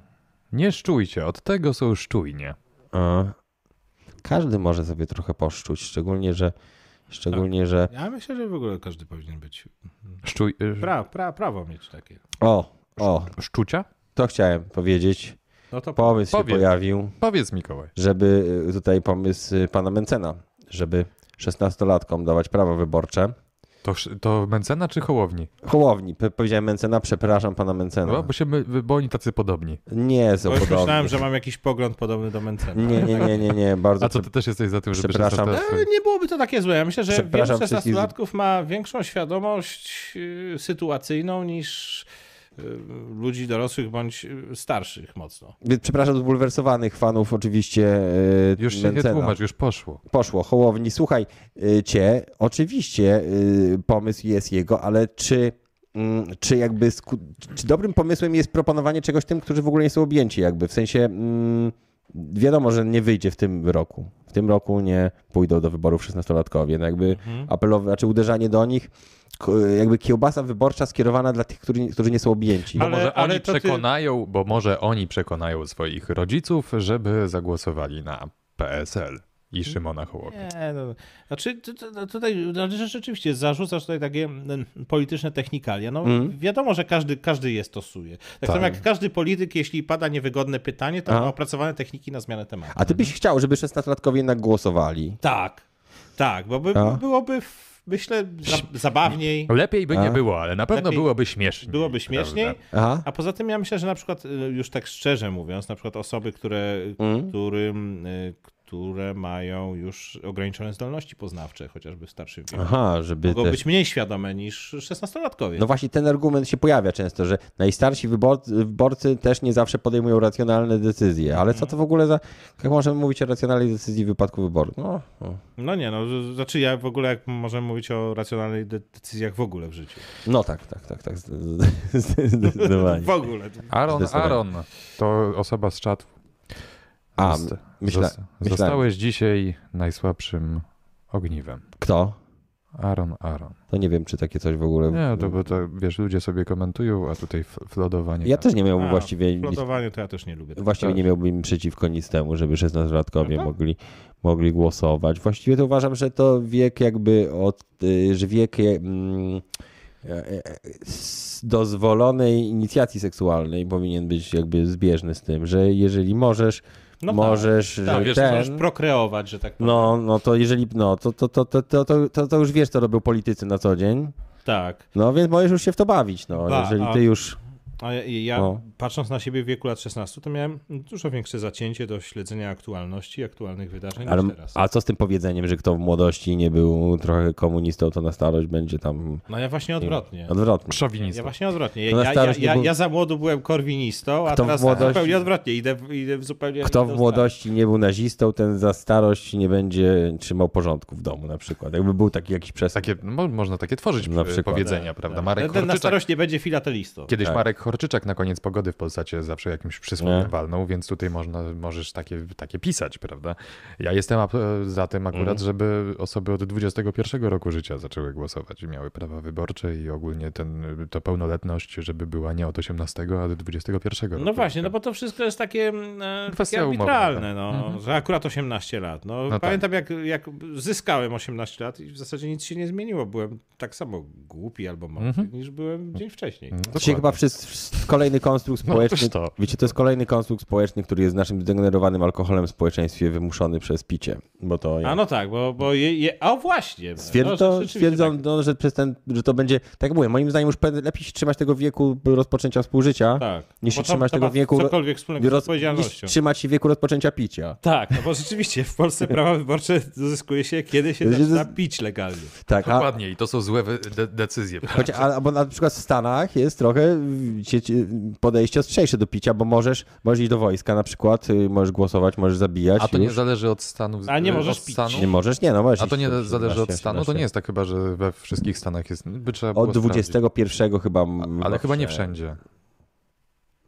[SPEAKER 7] Nie szczujcie, od tego są szczujnie.
[SPEAKER 2] Każdy może sobie trochę poszczuć, szczególnie, że
[SPEAKER 7] Tak.
[SPEAKER 2] szczególnie, że
[SPEAKER 4] Ja myślę, że w ogóle każdy powinien być.
[SPEAKER 7] Szczuj... y,
[SPEAKER 4] Pra, pra, prawo mieć takie.
[SPEAKER 2] o, o,
[SPEAKER 7] Szczucia?
[SPEAKER 2] to chciałem powiedzieć.
[SPEAKER 4] No to
[SPEAKER 2] Pomysł się
[SPEAKER 7] Powiedz.
[SPEAKER 2] pojawił,
[SPEAKER 7] Powiedz Mikołaj.
[SPEAKER 2] żeby y, tutaj pomysł y, pana Mencena, żeby 16-latkom dawać prawo wyborcze.
[SPEAKER 7] To, sz- to Mencena czy Hołowni?
[SPEAKER 2] Hołowni, pe- powiedziałem Mencena, przepraszam pana
[SPEAKER 7] No,
[SPEAKER 2] Mencena.
[SPEAKER 7] bo, się my, bo oni tacy podobni.
[SPEAKER 2] Nie, są
[SPEAKER 4] Bo już
[SPEAKER 2] podobni.
[SPEAKER 4] myślałem, że mam jakiś pogląd podobny do Mencena.
[SPEAKER 2] Nie, nie, nie, nie, nie, bardzo
[SPEAKER 7] A co, ty też jesteś za tym, żeby...
[SPEAKER 2] Przepraszam.
[SPEAKER 4] Ale nie byłoby to takie złe. Ja myślę, że wielu
[SPEAKER 2] Przepraszam wszystkich.
[SPEAKER 4] 16-latków ma większą świadomość y, sytuacyjną niż y, ludzi dorosłych bądź y, starszych mocno.
[SPEAKER 2] No Przepraszam zbulwersowanych fanów oczywiście e,
[SPEAKER 7] Już się nie
[SPEAKER 2] Mencena.
[SPEAKER 7] tłumacz, już poszło.
[SPEAKER 2] Poszło, Hołowni, słuchaj, e, cię, oczywiście e, pomysł jest jego, ale czy, mm, czy jakby, sku... czy dobrym pomysłem jest proponowanie czegoś tym, którzy w ogóle nie są objęci jakby, w sensie mm, wiadomo, że nie wyjdzie w tym roku. W tym roku nie pójdą do wyborów 16-latkowie, no jakby apelowe, znaczy uderzanie do nich, k- jakby kiełbasa wyborcza skierowana dla tych, którzy, którzy nie są objęci.
[SPEAKER 7] Bo
[SPEAKER 4] Ale-
[SPEAKER 7] może
[SPEAKER 4] ale
[SPEAKER 7] oni
[SPEAKER 4] to ty-
[SPEAKER 7] przekonają, bo może oni przekonają swoich rodziców, żeby zagłosowali na PSL i Szymona Hołownię.
[SPEAKER 4] Nie, no. Znaczy, ty- ty- no tutaj no, że rzeczywiście zarzucasz tutaj takie mm, polityczne technikalia. No,
[SPEAKER 2] Mhm.
[SPEAKER 4] Wiadomo, że każdy, każdy je stosuje. Tak samo jak każdy polityk, jeśli pada niewygodne pytanie, to
[SPEAKER 2] A.
[SPEAKER 4] ma opracowane techniki na zmianę tematu.
[SPEAKER 2] A ty byś chciał, żeby 16-latkowie jednak głosowali.
[SPEAKER 4] Tak, tak, bo by,
[SPEAKER 2] A.
[SPEAKER 4] byłoby, w, myślę, za, zabawniej,
[SPEAKER 7] Lepiej by
[SPEAKER 2] A?
[SPEAKER 7] nie było, ale na pewno
[SPEAKER 4] Lepiej-
[SPEAKER 7] byłoby śmieszniej.
[SPEAKER 4] byłoby śmieszniej.
[SPEAKER 7] prawda?
[SPEAKER 2] Aha.
[SPEAKER 4] A poza tym ja myślę, że na przykład, y, już tak szczerze mówiąc, na przykład osoby, które,
[SPEAKER 2] Mhm. Mm?
[SPEAKER 4] którym, y, które mają już ograniczone zdolności poznawcze, chociażby w starszym wieku.
[SPEAKER 2] Aha, żeby
[SPEAKER 4] mogą
[SPEAKER 2] też...
[SPEAKER 4] być mniej świadome niż 16-latkowie.
[SPEAKER 2] No właśnie ten argument się pojawia często, że najstarsi wybor- wyborcy też nie zawsze podejmują racjonalne decyzje. Ale co to w ogóle za... Jak możemy mówić o racjonalnej decyzji w wypadku wyboru? No, no.
[SPEAKER 4] No nie, no z- znaczy ja w ogóle jak możemy mówić o racjonalnych de- decyzjach w ogóle w życiu.
[SPEAKER 2] no tak, tak, tak, tak. zde- zde- Zdecydowanie.
[SPEAKER 4] W ogóle.
[SPEAKER 7] Aaron,
[SPEAKER 2] Zdecydowanie.
[SPEAKER 7] Aaron, to osoba z czatu.
[SPEAKER 2] A,
[SPEAKER 7] Zosta-
[SPEAKER 2] myśla-
[SPEAKER 7] zosta-
[SPEAKER 2] myślałem.
[SPEAKER 7] Zostałeś dzisiaj najsłabszym ogniwem.
[SPEAKER 2] Kto?
[SPEAKER 7] Aaron, Aaron.
[SPEAKER 2] To nie wiem, czy takie coś w ogóle...
[SPEAKER 7] Nie, to bo to, wiesz, ludzie sobie komentują, a tutaj f- flodowanie.
[SPEAKER 2] Ja też nie miałbym
[SPEAKER 4] A,
[SPEAKER 2] właściwie nic...
[SPEAKER 4] Plotowanie to ja też nie lubię.
[SPEAKER 2] Właściwie nie miałbym przeciwko nic temu, żeby 16-latkowie
[SPEAKER 4] No tak.
[SPEAKER 2] mogli, mogli głosować. Właściwie to uważam, że to wiek jakby od, y, że wiek e, mm, e, e, s- dozwolonej inicjacji seksualnej powinien być jakby zbieżny z tym, że jeżeli możesz,
[SPEAKER 4] No tak,
[SPEAKER 2] możesz
[SPEAKER 4] Tak,
[SPEAKER 2] że
[SPEAKER 4] wiesz,
[SPEAKER 2] ten,
[SPEAKER 4] możesz prokreować, że tak powiem.
[SPEAKER 2] no, no to jeżeli, no to, to, to, to, to, to, to, to już wiesz, co robią politycy na co dzień,
[SPEAKER 4] Tak.
[SPEAKER 2] no więc możesz już się w to bawić, no,
[SPEAKER 4] Ba,
[SPEAKER 2] jeżeli
[SPEAKER 4] Tak, a-
[SPEAKER 2] ty już
[SPEAKER 4] A ja, ja
[SPEAKER 2] No.
[SPEAKER 4] patrząc na siebie w wieku lat 16, to miałem dużo większe zacięcie do śledzenia aktualności, aktualnych wydarzeń
[SPEAKER 2] Ale,
[SPEAKER 4] niż teraz.
[SPEAKER 2] a co z tym powiedzeniem, że kto w młodości nie był trochę komunistą, to na starość będzie tam
[SPEAKER 4] No ja właśnie odwrotnie.
[SPEAKER 2] odwrotnie.
[SPEAKER 4] Ja
[SPEAKER 3] Szowinizm.
[SPEAKER 4] właśnie odwrotnie.
[SPEAKER 2] To na
[SPEAKER 4] Ja, ja, ja,
[SPEAKER 2] starość nie
[SPEAKER 4] ja,
[SPEAKER 2] był-
[SPEAKER 4] ja za młodu byłem korwinistą, a
[SPEAKER 2] Kto w
[SPEAKER 4] teraz
[SPEAKER 2] młodości-
[SPEAKER 4] zupełnie odwrotnie. Idę, w- idę w zupełnie
[SPEAKER 2] Kto w
[SPEAKER 4] inną
[SPEAKER 2] młodości nie był nazistą, ten za starość nie będzie trzymał porządku w domu na przykład. Jakby był taki jakiś
[SPEAKER 4] Tak,
[SPEAKER 2] przesad.
[SPEAKER 3] Takie, mo, można takie tworzyć
[SPEAKER 2] Na
[SPEAKER 3] e,
[SPEAKER 2] przykład.
[SPEAKER 4] stronę.
[SPEAKER 3] powiedzenia,
[SPEAKER 4] Tak,
[SPEAKER 3] prawda?
[SPEAKER 4] tak.
[SPEAKER 3] Marek
[SPEAKER 2] no,
[SPEAKER 4] Ten- Ten na
[SPEAKER 3] Horczyczak
[SPEAKER 4] starość nie będzie filatelistą.
[SPEAKER 3] Kiedyś
[SPEAKER 2] Tak.
[SPEAKER 3] Marek Horczyczak na koniec pogody w Polsacie zawsze jakimś
[SPEAKER 2] Nie.
[SPEAKER 3] przysłowem walnął, więc tutaj można, możesz takie, takie pisać, prawda? Ja jestem ap- za tym akurat, żeby osoby od 21 roku życia zaczęły głosować i miały prawa wyborcze i ogólnie ten, to pełnoletność, żeby była nie od 18, a od 21 roku.
[SPEAKER 4] No właśnie, no bo to wszystko jest takie, mm, e,
[SPEAKER 3] Kwestia
[SPEAKER 4] takie
[SPEAKER 3] umowy,
[SPEAKER 2] tak.
[SPEAKER 4] arbitralne, no,
[SPEAKER 2] Mhm.
[SPEAKER 4] że akurat 18 lat. No,
[SPEAKER 3] No
[SPEAKER 4] pamiętam, jak, jak zyskałem 18 lat i w zasadzie nic się nie zmieniło. Byłem tak samo głupi albo mądry,
[SPEAKER 2] Mhm.
[SPEAKER 4] niż byłem dzień wcześniej.
[SPEAKER 2] Dzisiaj chyba wszyscy, wszyscy- kolejny konstrukt
[SPEAKER 4] No,
[SPEAKER 2] społeczny.
[SPEAKER 3] toż to.
[SPEAKER 2] Wiecie, to jest kolejny konstrukt społeczny, który jest w naszym zdegenerowanym alkoholem w społeczeństwie wymuszony przez picie. Bo to
[SPEAKER 4] A no tak, bo, bo je, je, a właśnie. no,
[SPEAKER 2] Stwierdzo,
[SPEAKER 4] rzeczywiście
[SPEAKER 2] stwierdzą,
[SPEAKER 4] tak.
[SPEAKER 2] no, że, przez ten, że to będzie, tak jak mówię, moim zdaniem już pe- lepiej się trzymać tego wieku rozpoczęcia współżycia,
[SPEAKER 4] Tak.
[SPEAKER 2] niż się
[SPEAKER 4] Bo to-
[SPEAKER 2] trzymać
[SPEAKER 4] to
[SPEAKER 2] tego
[SPEAKER 4] ma
[SPEAKER 2] wieku,
[SPEAKER 4] cokolwiek wspólnego z
[SPEAKER 2] roz- niż
[SPEAKER 4] odpowiedzialnością.
[SPEAKER 2] trzymać się wieku rozpoczęcia picia.
[SPEAKER 4] Tak, no bo rzeczywiście w Polsce prawa wyborcze zyskuje się, kiedy się
[SPEAKER 2] Że-
[SPEAKER 4] zaczyna pić legalnie.
[SPEAKER 2] Tak, a,
[SPEAKER 3] Dokładnie i to są złe wy- de- decyzje. prawda?
[SPEAKER 2] choć, a, bo na przykład w Stanach jest trochę y, cie- cie- podejście ostrzejsze do picia, bo możesz, możesz iść do wojska na przykład, y, możesz głosować, możesz zabijać
[SPEAKER 3] A to
[SPEAKER 2] już.
[SPEAKER 3] nie zależy od stanu. y,
[SPEAKER 4] A nie
[SPEAKER 3] od
[SPEAKER 4] możesz pić.
[SPEAKER 3] stanu?
[SPEAKER 2] Nie możesz? Nie, no możesz.
[SPEAKER 3] A to
[SPEAKER 2] iść
[SPEAKER 3] nie
[SPEAKER 2] do
[SPEAKER 3] zależy od
[SPEAKER 2] 18,
[SPEAKER 3] stanu? To
[SPEAKER 2] 18.
[SPEAKER 3] nie jest tak chyba, że we wszystkich stanach jest. By trzeba było
[SPEAKER 2] Od
[SPEAKER 3] sprawdzić.
[SPEAKER 2] 21 chyba. m-
[SPEAKER 3] Ale chyba nie
[SPEAKER 2] wszędzie.
[SPEAKER 3] wszędzie.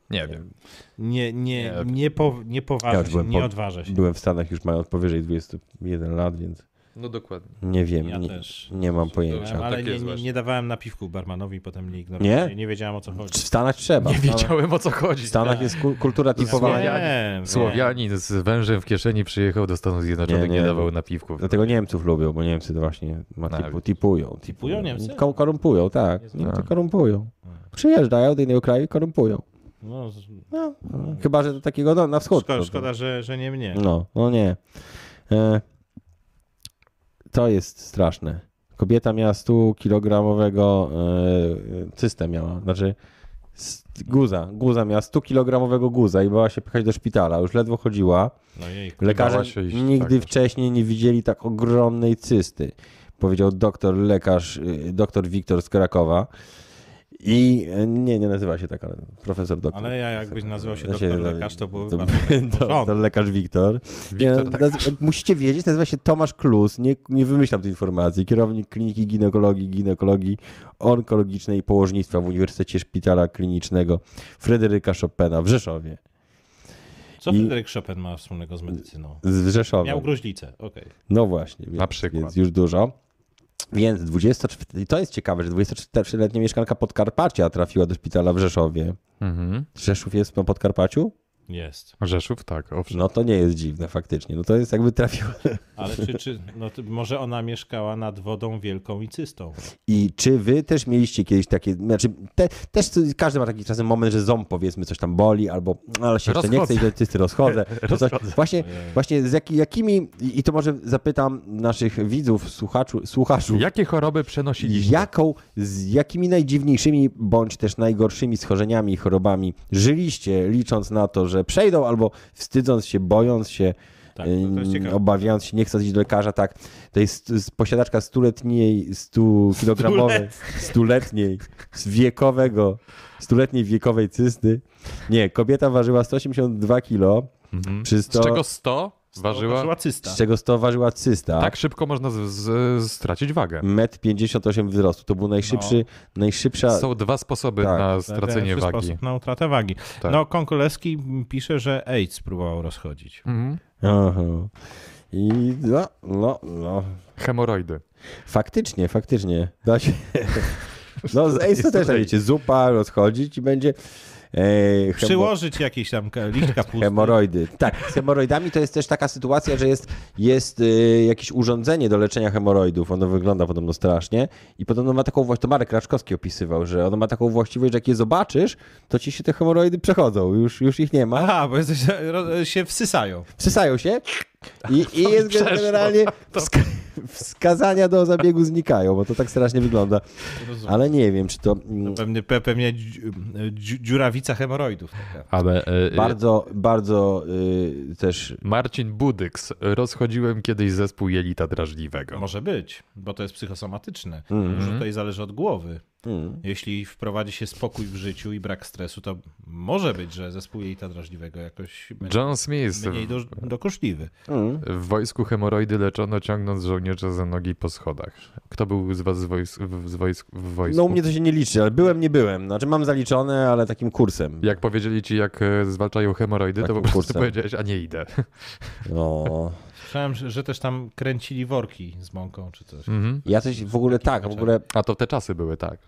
[SPEAKER 3] Nie wiem.
[SPEAKER 4] Nie, nie,
[SPEAKER 3] Nie.
[SPEAKER 4] nie, po, nie
[SPEAKER 2] Ja
[SPEAKER 4] poważę
[SPEAKER 2] już
[SPEAKER 4] się,
[SPEAKER 2] byłem
[SPEAKER 4] nie
[SPEAKER 2] po-
[SPEAKER 4] odważę się.
[SPEAKER 2] Byłem w Stanach już mając powyżej 21 lat, więc
[SPEAKER 3] No dokładnie.
[SPEAKER 2] nie wiem,
[SPEAKER 4] Ja
[SPEAKER 2] nie,
[SPEAKER 4] też.
[SPEAKER 2] nie mam
[SPEAKER 4] Byłem,
[SPEAKER 2] pojęcia.
[SPEAKER 4] ale
[SPEAKER 3] tak
[SPEAKER 4] nie,
[SPEAKER 3] jest
[SPEAKER 4] nie,
[SPEAKER 3] właśnie.
[SPEAKER 4] nie dawałem napiwku barmanowi, potem nie ignorowałem. Nie? Nie wiedziałem o co chodzi.
[SPEAKER 2] Czy w Stanach trzeba? W Stanach-
[SPEAKER 3] Wiedziałem o co chodzi.
[SPEAKER 2] W Stanach jest ku- kultura
[SPEAKER 3] Nie,
[SPEAKER 2] tipowania.
[SPEAKER 4] Wiem, wiem.
[SPEAKER 3] Słowianin z wężem w kieszeni przyjechał do Stanów Zjednoczonych,
[SPEAKER 2] Nie,
[SPEAKER 3] nie,
[SPEAKER 2] nie.
[SPEAKER 3] dawał napiwków. No,
[SPEAKER 2] Dlatego Niemców lubią, bo Niemcy to właśnie ma
[SPEAKER 3] Tak.
[SPEAKER 2] tipu, tipują.
[SPEAKER 4] Tipują Niemcy?
[SPEAKER 2] Ko- korumpują, tak. Niemcy korumpują.
[SPEAKER 4] Hmm.
[SPEAKER 2] Przyjeżdżają do innego kraju i korumpują.
[SPEAKER 4] No, z-
[SPEAKER 2] No, no. Chyba, że do takiego no, na wschód.
[SPEAKER 4] szkoda,
[SPEAKER 2] to-
[SPEAKER 4] szkoda że, że nie mnie.
[SPEAKER 2] No, no nie. E, to jest straszne. Kobieta miała 100 kilogramowego e, cystę miała, znaczy s- guza, guza miała 100 kilogramowego guza i bała się pychać do szpitala, już ledwo chodziła.
[SPEAKER 4] No jej.
[SPEAKER 2] Lekarze
[SPEAKER 3] bała się iść,
[SPEAKER 2] nigdy
[SPEAKER 3] tak.
[SPEAKER 2] wcześniej nie widzieli tak ogromnej cysty, powiedział doktor lekarz, y, doktor Wiktor z Krakowa. I e, nie, nie nazywa się tak, ale profesor doktor.
[SPEAKER 4] Ale ja jakbyś nazywał się
[SPEAKER 2] Znaczy,
[SPEAKER 4] doktor lekarz, to byłby
[SPEAKER 2] to,
[SPEAKER 4] bardzo
[SPEAKER 2] to, to
[SPEAKER 4] porządek.
[SPEAKER 2] lekarz Wiktor.
[SPEAKER 3] Wiktor,
[SPEAKER 2] Nie, no,
[SPEAKER 3] tak.
[SPEAKER 2] naz- Musicie wiedzieć, nazywa się Tomasz Klus, nie, nie wymyślam tej informacji, kierownik kliniki ginekologii, ginekologii onkologicznej i położnictwa w Uniwersytecie Szpitala Klinicznego Fryderyka Chopina w Rzeszowie.
[SPEAKER 4] Co
[SPEAKER 2] i-
[SPEAKER 4] Fryderyk Chopin ma wspólnego z medycyną?
[SPEAKER 2] Z Rzeszowa.
[SPEAKER 4] Miał gruźlicę, okej.
[SPEAKER 2] No właśnie. Więc,
[SPEAKER 3] przykład.
[SPEAKER 2] Więc już dużo. Więc 24, i to jest ciekawe, że 24-letnia mieszkanka Podkarpacia trafiła do szpitala w Rzeszowie.
[SPEAKER 3] Mhm.
[SPEAKER 2] Rzeszów jest na Podkarpaciu?
[SPEAKER 4] Jest.
[SPEAKER 3] Rzeszów, tak, owszem.
[SPEAKER 2] No to nie jest dziwne faktycznie. No to jest jakby trafiła
[SPEAKER 4] Ale czy, czy no, to może ona mieszkała nad wodą wielką i cystą?
[SPEAKER 2] I czy wy też mieliście kiedyś takie, znaczy te, też co- każdy ma taki czasem moment, że ząb powiedzmy coś tam boli, albo no, ale się jeszcze nie chce
[SPEAKER 3] Rozchodzę.
[SPEAKER 2] i do dentysty rozchodzę. czy Coś. Właśnie, właśnie z jak, jakimi, i i to może zapytam naszych widzów, słuchaczu, słuchaczów,
[SPEAKER 3] Jakie choroby przenosiliście?
[SPEAKER 2] jaką, z jakimi najdziwniejszymi bądź też najgorszymi schorzeniami i chorobami żyliście, licząc na to, że przejdą albo wstydząc się, bojąc się,
[SPEAKER 4] Tak, to- to jest
[SPEAKER 2] em,
[SPEAKER 4] ciekawe.
[SPEAKER 2] obawiając się, nie chcąc iść do lekarza, tak. To jest s- posiadaczka stuletniej, stu kilogramowej, stuletniej, z wiekowego, stuletniej wiekowej cysty. Nie, kobieta ważyła 182 kilo,
[SPEAKER 4] Mhm.
[SPEAKER 2] przy
[SPEAKER 3] Z
[SPEAKER 2] 100,
[SPEAKER 3] czego 100 ważyła?
[SPEAKER 4] Żyła cysta.
[SPEAKER 2] z czego 100 ważyła cysta.
[SPEAKER 3] Tak szybko można z, z, stracić wagę.
[SPEAKER 2] Metr 58 wzrostu. To był najszybszy, najszybsza.
[SPEAKER 3] No. Są dwa sposoby
[SPEAKER 2] Tak.
[SPEAKER 3] na
[SPEAKER 4] Ten
[SPEAKER 3] stracenie
[SPEAKER 4] najlepszy
[SPEAKER 3] wagi.
[SPEAKER 4] sposób na utratę wagi.
[SPEAKER 3] Tak.
[SPEAKER 4] No, Konkoleski pisze, że AIDS próbował rozchodzić.
[SPEAKER 3] Mhm.
[SPEAKER 2] Aha. I no, no, no.
[SPEAKER 3] Hemoroidy.
[SPEAKER 2] Faktycznie, faktycznie. Da się. No z Ace to też, tak, wiecie, zupa rozchodzić i będzie e, hemo-
[SPEAKER 4] Przyłożyć no. jakieś tam ka- liczka pusty.
[SPEAKER 2] hemoroidy. Tak, z hemoroidami to jest też taka sytuacja, że jest, jest y, jakieś urządzenie do leczenia hemoroidów. Ono wygląda podobno strasznie i podobno ma taką właściwość, to Marek Raczkowski opisywał, że ono ma taką właściwość, że jak je zobaczysz, to ci się te hemoroidy przechodzą. Już, już ich nie ma.
[SPEAKER 4] Aha, bo jesteś, ro- się wsysają.
[SPEAKER 2] wsysają się i, i jest generalnie wsk- wskazania do zabiegu znikają, bo to tak strasznie wygląda. Ale nie wiem, czy to mm,
[SPEAKER 4] Pewnie, pe- pewnie dziu- dziu- dziurawica hemoroidów. taka.
[SPEAKER 3] Ale e, e,
[SPEAKER 2] bardzo, bardzo y, też
[SPEAKER 3] Marcin Budyks, rozchodziłem kiedyś zespół Jelita Drażliwego.
[SPEAKER 4] Może być, bo to jest psychosomatyczne.
[SPEAKER 2] Mhm.
[SPEAKER 4] Może tutaj zależy od głowy.
[SPEAKER 2] mm,
[SPEAKER 4] Jeśli wprowadzi się spokój w życiu i brak stresu, to może być, że zespół jelita drażliwego jakoś będzie
[SPEAKER 3] John Smith,
[SPEAKER 4] mniej do, dokuczliwy.
[SPEAKER 2] mm.
[SPEAKER 3] w wojsku hemoroidy leczono ciągnąc żołnierza za nogi po schodach. Kto był z was z wojsk, w, z wojsk, w wojsku?
[SPEAKER 2] No u mnie to się nie liczy, ale byłem, nie byłem. Znaczy mam zaliczone, ale takim kursem.
[SPEAKER 3] Jak powiedzieli ci, jak e, zwalczają hemoroidy, to
[SPEAKER 2] Takim
[SPEAKER 3] po prostu
[SPEAKER 2] kursem.
[SPEAKER 3] powiedziałeś, a nie idę.
[SPEAKER 2] No.
[SPEAKER 4] Słyszałem, że, że też tam kręcili worki z mąką czy coś.
[SPEAKER 2] Ja coś w ogóle tak, w ogóle,
[SPEAKER 3] A to te czasy były, tak.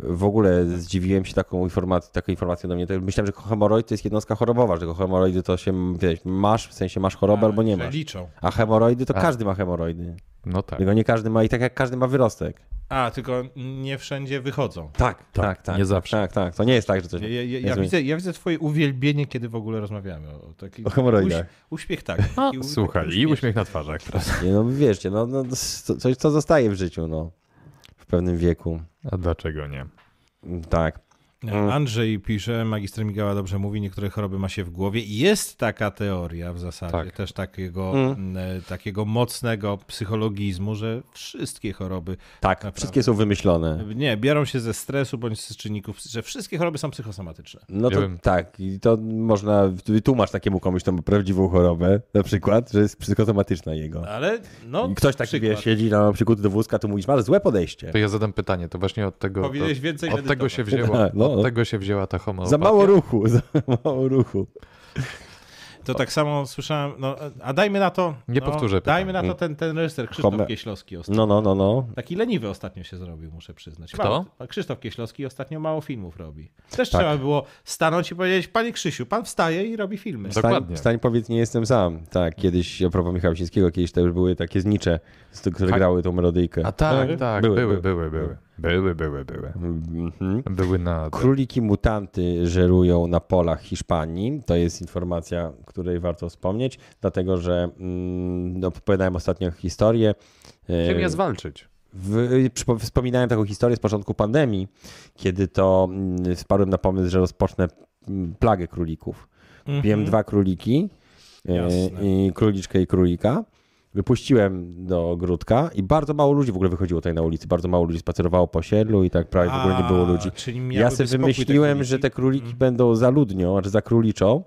[SPEAKER 2] w ogóle zdziwiłem się taką informacją, taką informacją do mnie. To Myślałem, że hemoroid to jest jednostka chorobowa, że hemoroidy to się wiesz, masz, w sensie masz chorobę albo nie
[SPEAKER 4] Że
[SPEAKER 2] masz.
[SPEAKER 4] Liczą.
[SPEAKER 2] Tak, A hemoroidy to każdy ma hemoroidy.
[SPEAKER 3] No tak.
[SPEAKER 2] Tylko nie każdy ma i tak jak każdy ma wyrostek.
[SPEAKER 4] A, tylko nie wszędzie wychodzą.
[SPEAKER 2] Tak, tak, tak.
[SPEAKER 3] nie zawsze.
[SPEAKER 2] Tak, tak. To nie jest tak, że coś.
[SPEAKER 4] Ja, ja, ja,
[SPEAKER 2] jest
[SPEAKER 4] ja,
[SPEAKER 2] zły.
[SPEAKER 4] widzę, ja widzę twoje uwielbienie, kiedy w ogóle rozmawiamy o, o takim...
[SPEAKER 2] O hemoroidach.
[SPEAKER 4] uśmiech tak. Taki uśmiech-
[SPEAKER 3] Słuchaj, i uśmiech na twarzach. Teraz.
[SPEAKER 2] Nie, no wieszcie, no, no to- coś co zostaje w życiu, no. W pewnym wieku.
[SPEAKER 3] A dlaczego nie?
[SPEAKER 2] Tak.
[SPEAKER 4] Mm. Andrzej pisze, magister Migała dobrze mówi, niektóre choroby ma się w głowie. I Jest taka teoria w zasadzie,
[SPEAKER 3] Tak.
[SPEAKER 4] też takiego, m, takiego mocnego psychologizmu, że wszystkie choroby,
[SPEAKER 2] Tak, wszystkie są wymyślone.
[SPEAKER 4] nie, biorą się ze stresu bądź z czynników, że wszystkie choroby są psychosomatyczne.
[SPEAKER 2] No to
[SPEAKER 3] Ja bym-
[SPEAKER 2] tak, i to można wytłumacz takiemu komuś, to ma prawdziwą chorobę, na przykład, że jest psychosomatyczna jego.
[SPEAKER 4] Ale no,
[SPEAKER 2] I ktoś taki,
[SPEAKER 4] przykład.
[SPEAKER 2] wie, siedzi na przykład do wózka, to mówisz, masz złe podejście.
[SPEAKER 3] To ja zadam pytanie, to właśnie od tego.
[SPEAKER 4] Powinieneś
[SPEAKER 3] od,
[SPEAKER 4] więcej
[SPEAKER 3] od tego
[SPEAKER 4] medytować.
[SPEAKER 3] się wzięło.
[SPEAKER 2] No.
[SPEAKER 3] Od tego no, tak. się wzięła ta homopatia.
[SPEAKER 2] Za mało ruchu, za mało ruchu.
[SPEAKER 4] To tak samo słyszałem, no, a dajmy na to...
[SPEAKER 3] Nie
[SPEAKER 4] no,
[SPEAKER 3] powtórzę pytania.
[SPEAKER 4] Dajmy na to ten, ten reżyser Krzysztof
[SPEAKER 2] Homer-
[SPEAKER 4] Kieślowski ostatnio.
[SPEAKER 2] Mm. No, no, no, no.
[SPEAKER 4] Taki leniwy ostatnio się zrobił, muszę przyznać.
[SPEAKER 3] Kto?
[SPEAKER 4] Mało- pan Krzysztof Kieślowski ostatnio mało filmów robi. Też
[SPEAKER 2] Tak.
[SPEAKER 4] trzeba było stanąć i powiedzieć, panie Krzysiu, pan wstaje i robi filmy.
[SPEAKER 3] Dok-
[SPEAKER 2] Stań,
[SPEAKER 3] Dokładnie.
[SPEAKER 2] stań powiedz, nie jestem sam. Tak, kiedyś, a propos Michała Sieńskiego, kiedyś to już były takie znicze, z- które
[SPEAKER 3] Tak.
[SPEAKER 2] grały tą melodyjkę.
[SPEAKER 3] A tak, tak,
[SPEAKER 2] Były,
[SPEAKER 3] były, były, były. Były, były, były. Były,
[SPEAKER 2] Mhm.
[SPEAKER 3] na.
[SPEAKER 2] Króliki mutanty żerują na polach Hiszpanii. To jest informacja, której warto wspomnieć, dlatego że mm, opowiadałem ostatnio historię. e,
[SPEAKER 3] Czym je zwalczyć?
[SPEAKER 2] w, przypo- wspominałem taką historię z początku pandemii, kiedy to mm, wpadłem na pomysł, że rozpocznę mm, plagę królików. Kupiłem dwa króliki, e,
[SPEAKER 4] Jasne.
[SPEAKER 2] i króliczkę i królika. Wypuściłem do ogródka i bardzo mało ludzi w ogóle wychodziło tutaj na ulicy. Bardzo mało ludzi spacerowało po siedlu i tak prawie w ogóle nie było ludzi.
[SPEAKER 4] Czyli
[SPEAKER 2] Ja
[SPEAKER 4] miałyby
[SPEAKER 2] sobie
[SPEAKER 4] spokój Mhm.
[SPEAKER 2] wymyśliłem,
[SPEAKER 4] te
[SPEAKER 2] że te króliki będą za ludnią, znaczy za króliczą.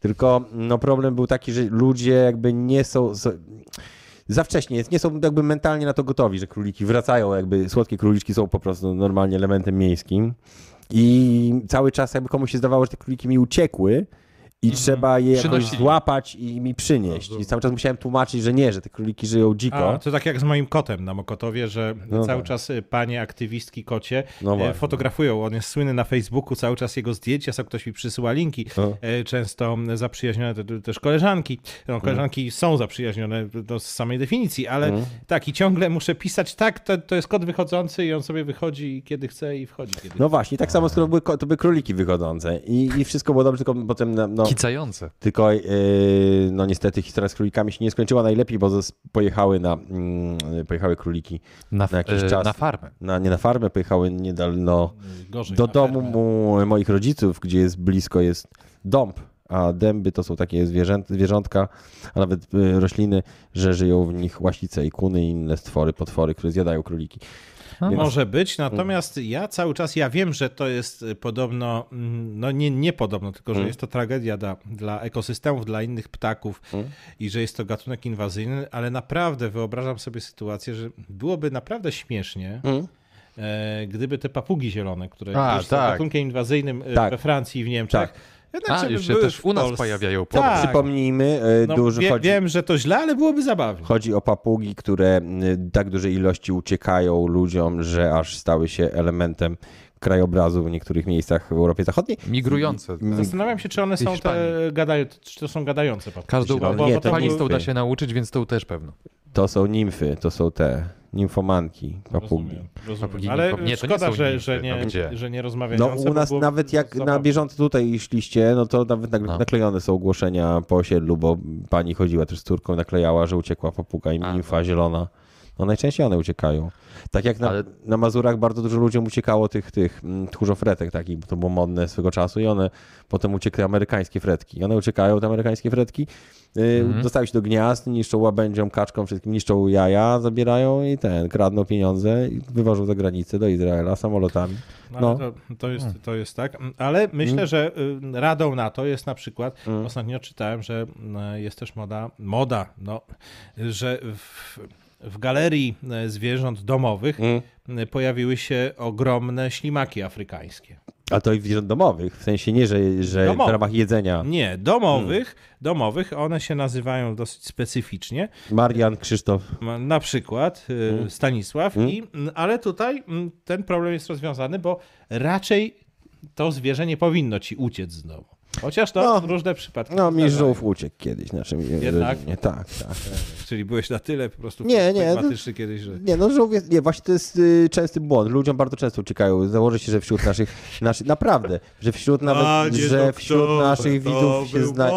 [SPEAKER 2] Tylko no, problem był taki, że ludzie jakby nie są. są- Za wcześnie jest, nie są jakby mentalnie na to gotowi, że króliki wracają, jakby słodkie króliczki są po prostu normalnie elementem miejskim. I cały czas jakby komuś się zdawało, że te króliki mi uciekły i
[SPEAKER 4] Mhm.
[SPEAKER 2] trzeba je jakoś
[SPEAKER 3] Przynosili.
[SPEAKER 2] złapać i mi przynieść. I cały czas musiałem tłumaczyć, że nie, że te króliki żyją dziko.
[SPEAKER 4] A, to tak jak z moim kotem na Mokotowie, że
[SPEAKER 2] No
[SPEAKER 4] cały
[SPEAKER 2] tak.
[SPEAKER 4] czas y, panie aktywistki kocie
[SPEAKER 2] No
[SPEAKER 4] e,
[SPEAKER 2] właśnie.
[SPEAKER 4] fotografują. On jest słynny na Facebooku, cały czas jego zdjęcia, są ktoś mi przysyła linki.
[SPEAKER 2] No.
[SPEAKER 4] E, Często m, zaprzyjaźnione te- te- też koleżanki. No, koleżanki są zaprzyjaźnione no, z samej definicji, ale
[SPEAKER 2] No.
[SPEAKER 4] tak i ciągle muszę pisać tak, to, to jest kot wychodzący i on sobie wychodzi kiedy chce i wchodzi kiedy
[SPEAKER 2] No właśnie, tak samo skoro były, ko- to były króliki wychodzące i, i wszystko było dobrze, tylko potem no, no,
[SPEAKER 3] Kicające.
[SPEAKER 2] Tylko yy, no niestety historia z królikami się nie skończyła najlepiej, bo zas- pojechały na mm, pojechały króliki
[SPEAKER 3] Na,
[SPEAKER 2] na jakiś
[SPEAKER 3] e,
[SPEAKER 2] czas.
[SPEAKER 3] na farmę.
[SPEAKER 2] na, nie na farmę, pojechały niedalno
[SPEAKER 4] Gorzej
[SPEAKER 2] do
[SPEAKER 4] na
[SPEAKER 2] domu
[SPEAKER 4] fermę.
[SPEAKER 2] mu- e, moich rodziców, gdzie jest blisko jest dąb, a dęby to są takie zwierzę, zwierzątka, a nawet y, rośliny, że żyją w nich łasice i kuny i inne stwory, potwory, które zjadają króliki.
[SPEAKER 4] Tak. No Może być,
[SPEAKER 2] mm.
[SPEAKER 4] natomiast ja cały czas, ja wiem, że to jest y, podobno, mm, no nie, nie podobno, tylko
[SPEAKER 2] Mm.
[SPEAKER 4] że jest to tragedia dla, dla ekosystemów, dla innych ptaków
[SPEAKER 2] Mm.
[SPEAKER 4] i że jest to gatunek inwazyjny, ale naprawdę wyobrażam sobie sytuację, że byłoby naprawdę śmiesznie,
[SPEAKER 2] Mm.
[SPEAKER 4] e, gdyby te papugi zielone, które
[SPEAKER 3] A,
[SPEAKER 4] już są
[SPEAKER 3] tak.
[SPEAKER 4] gatunkiem inwazyjnym y,
[SPEAKER 2] Tak.
[SPEAKER 4] we Francji i w Niemczech,
[SPEAKER 2] Tak.
[SPEAKER 4] jednak
[SPEAKER 3] A,
[SPEAKER 4] żeby
[SPEAKER 3] już się
[SPEAKER 4] były
[SPEAKER 3] też
[SPEAKER 4] w
[SPEAKER 3] u nas
[SPEAKER 4] Polsce.
[SPEAKER 3] pojawiają.
[SPEAKER 4] Tak.
[SPEAKER 2] Przypomnijmy, y,
[SPEAKER 4] No,
[SPEAKER 2] dużo
[SPEAKER 4] wie,
[SPEAKER 2] chodzi...
[SPEAKER 4] Wiem, że to źle, ale byłoby zabawnie.
[SPEAKER 2] Chodzi o papugi, które mm, tak dużej ilości uciekają ludziom, że aż stały się elementem krajobrazu w niektórych miejscach w Europie Zachodniej.
[SPEAKER 3] Migrujące.
[SPEAKER 4] Zastanawiam się, czy one są te
[SPEAKER 3] Hiszpanii.
[SPEAKER 4] gadają, czy to są gadające papugi.
[SPEAKER 3] Każdą
[SPEAKER 4] zielone,
[SPEAKER 2] nie, to
[SPEAKER 4] bo to
[SPEAKER 2] nie
[SPEAKER 4] był-
[SPEAKER 2] jest-
[SPEAKER 3] palistą da się nauczyć, więc to też pewno.
[SPEAKER 2] To są nimfy, to są te nimfomanki, papugi.
[SPEAKER 3] Papugi
[SPEAKER 4] Ale
[SPEAKER 3] nie- nie, to nie
[SPEAKER 4] szkoda,
[SPEAKER 3] są
[SPEAKER 4] że,
[SPEAKER 3] nimfy,
[SPEAKER 4] że, nie,
[SPEAKER 3] no gdzie?
[SPEAKER 4] że nie rozmawiają.
[SPEAKER 2] No u nas nawet jak na bieżąco tutaj szliście, no to nawet nag-
[SPEAKER 3] No.
[SPEAKER 2] naklejone są ogłoszenia po osiedlu, bo pani chodziła też z córką, naklejała, że uciekła papuga i
[SPEAKER 3] A,
[SPEAKER 2] nimfa zielona. No najczęściej one uciekają. Tak jak na,
[SPEAKER 3] Ale-
[SPEAKER 2] na Mazurach bardzo dużo ludziom uciekało tych, tych mm, tchórzofretek takich, bo to było modne swego czasu i one potem uciekły amerykańskie fretki. I One uciekają, te amerykańskie fretki, yy,
[SPEAKER 3] Mhm.
[SPEAKER 2] dostały się do gniazd, niszczą łabędziom, kaczkom, wszystkim, niszczą jaja, zabierają i ten, kradną pieniądze i wywożą za granicę do Izraela samolotami.
[SPEAKER 4] No,
[SPEAKER 2] No.
[SPEAKER 4] ale To, to, jest, to jest tak, ale myślę, że y, radą na to jest na przykład,
[SPEAKER 2] Mm.
[SPEAKER 4] ostatnio czytałem, że y, jest też moda, moda, no, że w, w galerii y, zwierząt domowych
[SPEAKER 2] Mm.
[SPEAKER 4] y, pojawiły się ogromne ślimaki afrykańskie.
[SPEAKER 2] A to i zwierząt domowych, w sensie nie, że, że
[SPEAKER 4] Domowych.
[SPEAKER 2] w ramach jedzenia.
[SPEAKER 4] Nie, domowych,
[SPEAKER 2] Mm.
[SPEAKER 4] domowych, one się nazywają dosyć specyficznie,
[SPEAKER 2] Marian, Krzysztof.
[SPEAKER 4] Ma- na przykład y,
[SPEAKER 2] Mm.
[SPEAKER 4] Stanisław, i, m, ale tutaj m, ten problem jest rozwiązany, bo raczej to zwierzę nie powinno ci uciec z domu. Chociaż to
[SPEAKER 2] No.
[SPEAKER 4] różne przypadki.
[SPEAKER 2] No, mi
[SPEAKER 4] zdarzają.
[SPEAKER 2] żółw uciekł kiedyś na czym
[SPEAKER 4] Jednak?
[SPEAKER 2] rodzinie. Tak, tak.
[SPEAKER 4] Czyli byłeś na tyle po prostu
[SPEAKER 2] Nie, nie,
[SPEAKER 4] pragmatyczny kiedyś, że...
[SPEAKER 2] Nie, no żółw jest, nie, właśnie to jest y, częsty błąd. Ludziom bardzo często uciekają. Założę się, że wśród naszych, naszy, naprawdę, że wśród nawet, że wśród naszych widzów się zna,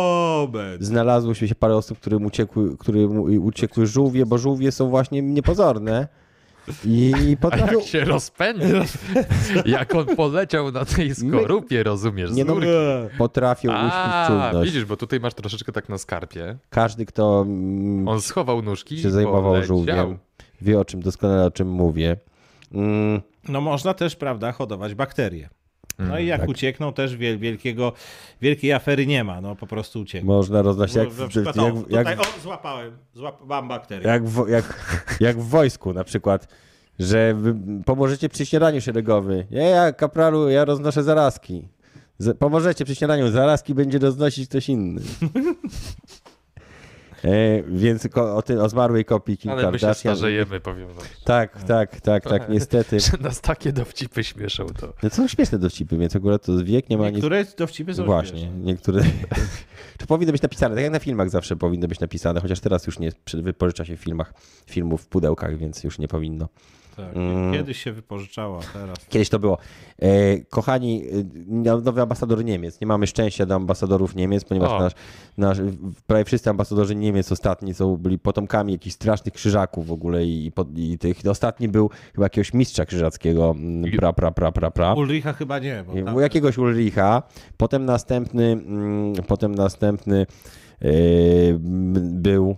[SPEAKER 2] znalazło się parę osób, którym uciekły, którym uciekły żółwie, bo żółwie są właśnie niepozorne. I
[SPEAKER 3] A jak
[SPEAKER 2] potrafią...
[SPEAKER 3] się rozpędził, jak on poleciał na tej skorupie, rozumiesz,
[SPEAKER 2] Nie
[SPEAKER 3] z
[SPEAKER 2] no,
[SPEAKER 3] nurki.
[SPEAKER 2] potrafią uśpić
[SPEAKER 3] A,
[SPEAKER 2] czujność.
[SPEAKER 3] widzisz, bo tutaj masz troszeczkę tak na skarpie.
[SPEAKER 2] Każdy, kto mm,
[SPEAKER 3] On schował nóżki
[SPEAKER 2] się
[SPEAKER 3] i
[SPEAKER 2] zajmował
[SPEAKER 3] poleciał.
[SPEAKER 2] żółwiem. Wie o czym, doskonale o czym mówię. Mm,
[SPEAKER 4] No można też, prawda, hodować bakterie. No i jak
[SPEAKER 2] tak.
[SPEAKER 4] uciekną, też wiel, wielkiego, wielkiej afery nie ma, no po prostu uciekną.
[SPEAKER 2] można roznać jak,
[SPEAKER 4] No, Na
[SPEAKER 2] w-
[SPEAKER 4] przykład, o,
[SPEAKER 2] jak,
[SPEAKER 4] tutaj,
[SPEAKER 2] jak,
[SPEAKER 4] o, złapałem, złapałem bakterię.
[SPEAKER 2] jak, w, jak, jak w wojsku na przykład, że wy pomożecie przy śniadaniu szeregowym. Ja, ja kapralu, ja roznoszę zarazki. Z, pomożecie przy śniadaniu, zarazki będzie roznosić ktoś inny. E, więc ko, o, tym, o zmarłej kopii Kim
[SPEAKER 3] Ale my się
[SPEAKER 2] Kardashian.
[SPEAKER 3] starzejemy, powiem wam.
[SPEAKER 2] Tak, tak, tak, tak, niestety.
[SPEAKER 3] Że nas takie dowcipy śmieszą to.
[SPEAKER 2] No to są śmieszne dowcipy, więc akurat to wiek nie ma nic
[SPEAKER 4] Niektóre dowcipy są
[SPEAKER 2] Właśnie,
[SPEAKER 4] śmieszne.
[SPEAKER 2] niektóre. to powinno być napisane, tak jak na filmach zawsze powinno być napisane, chociaż teraz już nie przy- wypożycza się w filmach filmów w pudełkach, więc już nie powinno.
[SPEAKER 4] Tak.
[SPEAKER 2] Mm.
[SPEAKER 4] Kiedyś się wypożyczała, teraz
[SPEAKER 2] Kiedyś to było. E, kochani, e, nowy ambasador Niemiec. Nie mamy szczęścia do ambasadorów Niemiec, ponieważ
[SPEAKER 3] O.
[SPEAKER 2] nasz, nasz, w- prawie wszyscy ambasadorzy Niemiec ostatni są, byli potomkami jakichś strasznych krzyżaków w ogóle i, i, pod- i tych. Ostatni był chyba jakiegoś mistrza krzyżackiego. mm, Pra, pra, pra, pra, pra.
[SPEAKER 4] Ulricha chyba nie, bo tam,
[SPEAKER 2] U jakiegoś Ulricha, potem następny, mm, potem następny yy, m, był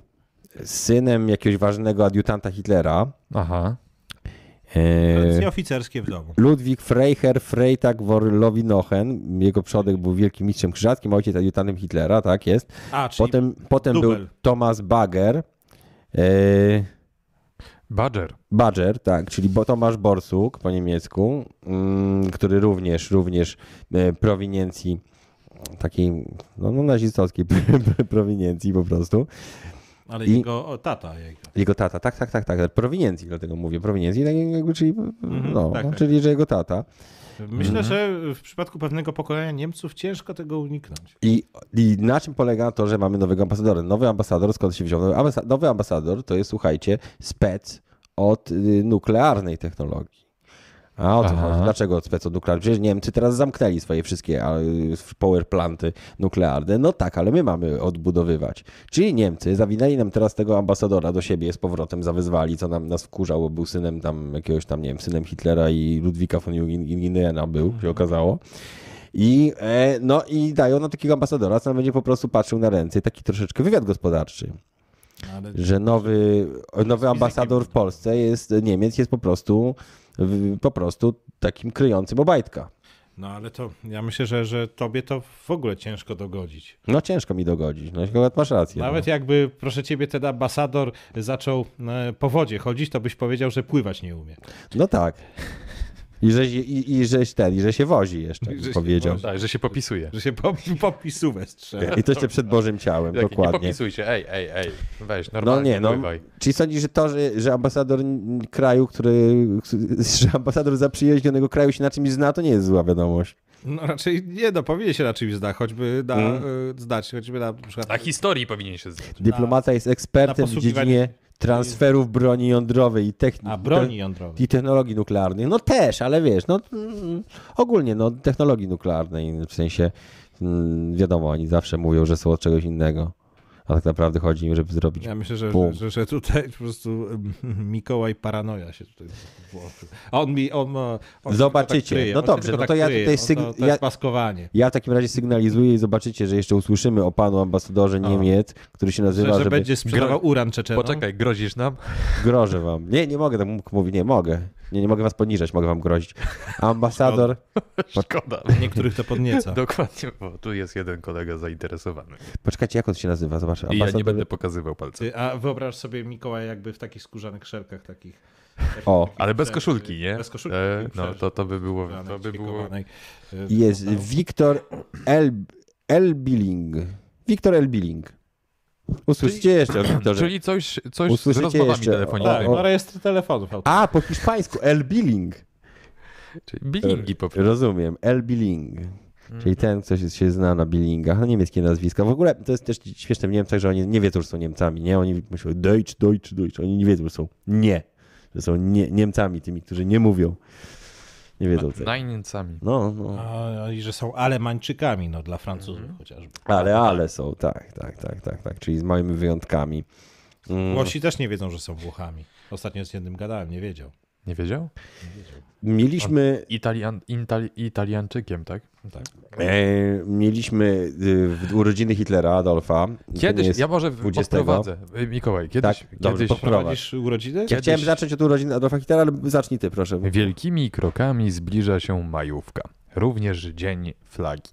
[SPEAKER 2] synem jakiegoś ważnego adiutanta Hitlera.
[SPEAKER 3] Aha.
[SPEAKER 2] Yy,
[SPEAKER 4] tradycje oficerskie w domu.
[SPEAKER 2] Ludwik Freiherr Freitag Worlowinochen, jego przodek był wielkim mistrzem krzyżackim, ojciec adiutantem Hitlera, tak jest.
[SPEAKER 4] A, czyli
[SPEAKER 2] Potem, potem był
[SPEAKER 4] dubel.
[SPEAKER 2] Thomas Bagger, yy,
[SPEAKER 3] Badger.
[SPEAKER 2] Badger, tak, czyli bo- Tomasz Borsuk po niemiecku, mm, który również, również e, prowiniencji takiej, no, no nazistowskiej prowiniencji po prostu.
[SPEAKER 4] ale
[SPEAKER 2] i-
[SPEAKER 4] jego o, tata jego.
[SPEAKER 2] Jego tata, tak, tak, tak, tak, prowiniencji, dlatego mówię, prowiniencji, tak jakby, czyli, no,
[SPEAKER 4] tak,
[SPEAKER 2] no,
[SPEAKER 4] tak.
[SPEAKER 2] czyli, że jego tata. Mhm.
[SPEAKER 4] Myślę, że w przypadku pewnego pokolenia Niemców ciężko tego uniknąć.
[SPEAKER 2] I, I na czym polega to, że mamy nowego ambasadora? Nowy ambasador, skąd się wziął? Nowy ambasa- Nowy ambasador to jest, słuchajcie, spec od y, nuklearnej technologii. A o co
[SPEAKER 3] Aha.
[SPEAKER 2] chodzi? Dlaczego od spec od nuklearnej? Przecież Niemcy teraz zamknęli swoje wszystkie a, y, power planty nuklearne. No tak, ale my mamy odbudowywać. Czyli Niemcy zawinęli nam teraz tego ambasadora do siebie z powrotem, zawezwali, co nam nas wkurzał, bo był synem tam jakiegoś tam, nie wiem, synem Hitlera i Ludwika von Jungeniena był, się okazało. I, e, no, I dają na takiego ambasadora, co on będzie po prostu patrzył na ręce. Taki troszeczkę wywiad gospodarczy,
[SPEAKER 4] No Ale
[SPEAKER 2] że nowy, nowy ambasador w Polsce jest, Niemiec jest po prostu, w- po prostu takim kryjącym obajtka.
[SPEAKER 4] No ale to ja myślę, że, że tobie to w ogóle ciężko dogodzić.
[SPEAKER 2] No ciężko mi dogodzić, no akurat masz rację.
[SPEAKER 4] Nawet jakby, proszę ciebie, ten ambasador zaczął e, po wodzie chodzić, to byś powiedział, że pływać nie umie.
[SPEAKER 2] No, no tak. I że, i, I żeś ten, i że się wozi jeszcze,
[SPEAKER 4] że się
[SPEAKER 2] bym powiedział.
[SPEAKER 4] wozi.
[SPEAKER 3] Tak, że się popisuje.
[SPEAKER 4] Że się po, popisówę strzela.
[SPEAKER 2] I to jeszcze przed Bożym Ciałem,
[SPEAKER 3] Jak, nie
[SPEAKER 2] dokładnie.
[SPEAKER 3] popisuj się, ej, ej, ej. Weź,
[SPEAKER 2] No
[SPEAKER 3] normalnie
[SPEAKER 2] nie, no.
[SPEAKER 3] pływaj.
[SPEAKER 2] Czyli sądzisz, że to, że, że ambasador n- kraju, który, że ambasador zaprzyjaźnionego kraju się na czymś zna, to nie jest zła wiadomość.
[SPEAKER 4] No raczej nie, no powinien się na czymś zdać, choćby na,
[SPEAKER 2] Mm.
[SPEAKER 4] e, zdać, choćby na, na przykład
[SPEAKER 2] No. Tak.
[SPEAKER 3] Na historii powinien się znać.
[SPEAKER 2] Dyplomata jest ekspertem
[SPEAKER 4] na
[SPEAKER 2] w
[SPEAKER 4] posługiwanie-
[SPEAKER 2] dziedzinie transferów broni jądrowej i techniki.
[SPEAKER 4] A broni jądrowej.
[SPEAKER 2] I technologii nuklearnych. No też, ale wiesz, no mm, ogólnie no, technologii nuklearnej, w sensie mm, wiadomo, oni zawsze mówią, że są od czegoś innego. A tak naprawdę chodzi im, żeby zrobić.
[SPEAKER 4] Ja myślę, że,
[SPEAKER 2] Bum.
[SPEAKER 4] że, że tutaj po prostu em, Mikołaj Paranoja się tutaj włączył. A on mi. On, e, on się
[SPEAKER 2] Zobaczycie.
[SPEAKER 4] tylko tak kryje,
[SPEAKER 2] No
[SPEAKER 4] on się
[SPEAKER 2] dobrze,
[SPEAKER 4] tylko tak
[SPEAKER 2] no to ja
[SPEAKER 4] kryje,
[SPEAKER 2] tutaj
[SPEAKER 4] on
[SPEAKER 2] syg-
[SPEAKER 4] To, to
[SPEAKER 2] ja-
[SPEAKER 4] jest maskowanie.
[SPEAKER 2] Ja w takim razie sygnalizuję i zobaczycie, że jeszcze usłyszymy o panu ambasadorze Niemiec, który się
[SPEAKER 4] Że,
[SPEAKER 2] nazywa,
[SPEAKER 4] że
[SPEAKER 2] żeby...
[SPEAKER 4] będzie sprzedawał uran czeczenom.
[SPEAKER 7] Poczekaj, grozisz nam?
[SPEAKER 2] Grożę wam. Nie, nie mogę tak m- mówić, nie mogę. Nie, nie mogę was poniżać, mogę wam grozić. Ambasador,
[SPEAKER 7] Szkoda.
[SPEAKER 4] Niektórych to podnieca.
[SPEAKER 7] Dokładnie, bo tu jest jeden kolega zainteresowany.
[SPEAKER 2] poczekajcie, jak on się nazywa, zobacz.
[SPEAKER 7] I ja
[SPEAKER 2] Ambasador...
[SPEAKER 7] nie będę pokazywał palca.
[SPEAKER 4] Ty, A wyobraź sobie Mikołaja jakby w takich skórzanych szerkach takich.
[SPEAKER 2] O,
[SPEAKER 7] Ale bez
[SPEAKER 4] Szerzy,
[SPEAKER 7] koszulki, nie?
[SPEAKER 4] Bez koszulki.
[SPEAKER 7] E, no
[SPEAKER 4] Szerzy,
[SPEAKER 7] to, to by było,
[SPEAKER 4] szerzy,
[SPEAKER 7] to by było
[SPEAKER 4] ćwikowanej. e,
[SPEAKER 2] jest Wiktor El... Elbilling. Wiktor Elbilling. Usłyszcie jeszcze o Wiktorze.
[SPEAKER 7] Czyli coś, coś z
[SPEAKER 2] Usłyszycie
[SPEAKER 7] rozmowami
[SPEAKER 2] jeszcze o-
[SPEAKER 4] Tak,
[SPEAKER 7] telefonicznymi.
[SPEAKER 2] o-
[SPEAKER 4] no rejestr telefonów. auto-
[SPEAKER 2] A, po hiszpańsku, Elbilling.
[SPEAKER 7] Czyli bilingi po prostu.
[SPEAKER 2] Rozumiem, El Billing. Czyli
[SPEAKER 7] Mhm.
[SPEAKER 2] ten, kto się, się zna na billingach, no niemieckie nazwiska. W ogóle to jest też śmieszne w Niemcach, że oni nie wiedzą, że są Niemcami, nie? Oni myślą Deutsch, Deutsch, Deutsch. Oni nie wiedzą, że są nie. Że są nie, Niemcami, tymi, którzy nie mówią. Nie wiedzą tego.
[SPEAKER 7] Najniecami.
[SPEAKER 2] No, no.
[SPEAKER 4] A, I że są Alemańczykami, no dla Francuzów
[SPEAKER 2] Mhm.
[SPEAKER 4] chociażby.
[SPEAKER 2] Ale, ale są, tak, tak, tak, tak, tak. Czyli z małymi wyjątkami.
[SPEAKER 4] Włosi też nie wiedzą, że są Włochami. Ostatnio z jednym gadałem, nie wiedział.
[SPEAKER 7] Nie wiedział?
[SPEAKER 2] Mieliśmy
[SPEAKER 7] Italian, intali, Italianczykiem, tak? Tak.
[SPEAKER 2] E, mieliśmy y, w- urodziny Hitlera, Adolfa. To
[SPEAKER 7] Kiedyś,
[SPEAKER 2] nie jest
[SPEAKER 7] ja może
[SPEAKER 2] 20.
[SPEAKER 7] podprowadzę. E, Mikołaj, kiedyś,
[SPEAKER 2] Tak, dobrze,
[SPEAKER 7] kiedyś
[SPEAKER 2] podprowadzę. Prowadź.
[SPEAKER 4] Prowadzisz urodziny?
[SPEAKER 2] Ja chciałem
[SPEAKER 7] kiedyś-
[SPEAKER 2] zacząć od urodzin Adolfa Hitlera, ale zacznij ty, proszę.
[SPEAKER 7] wielkimi krokami zbliża się majówka, również Dzień Flagi.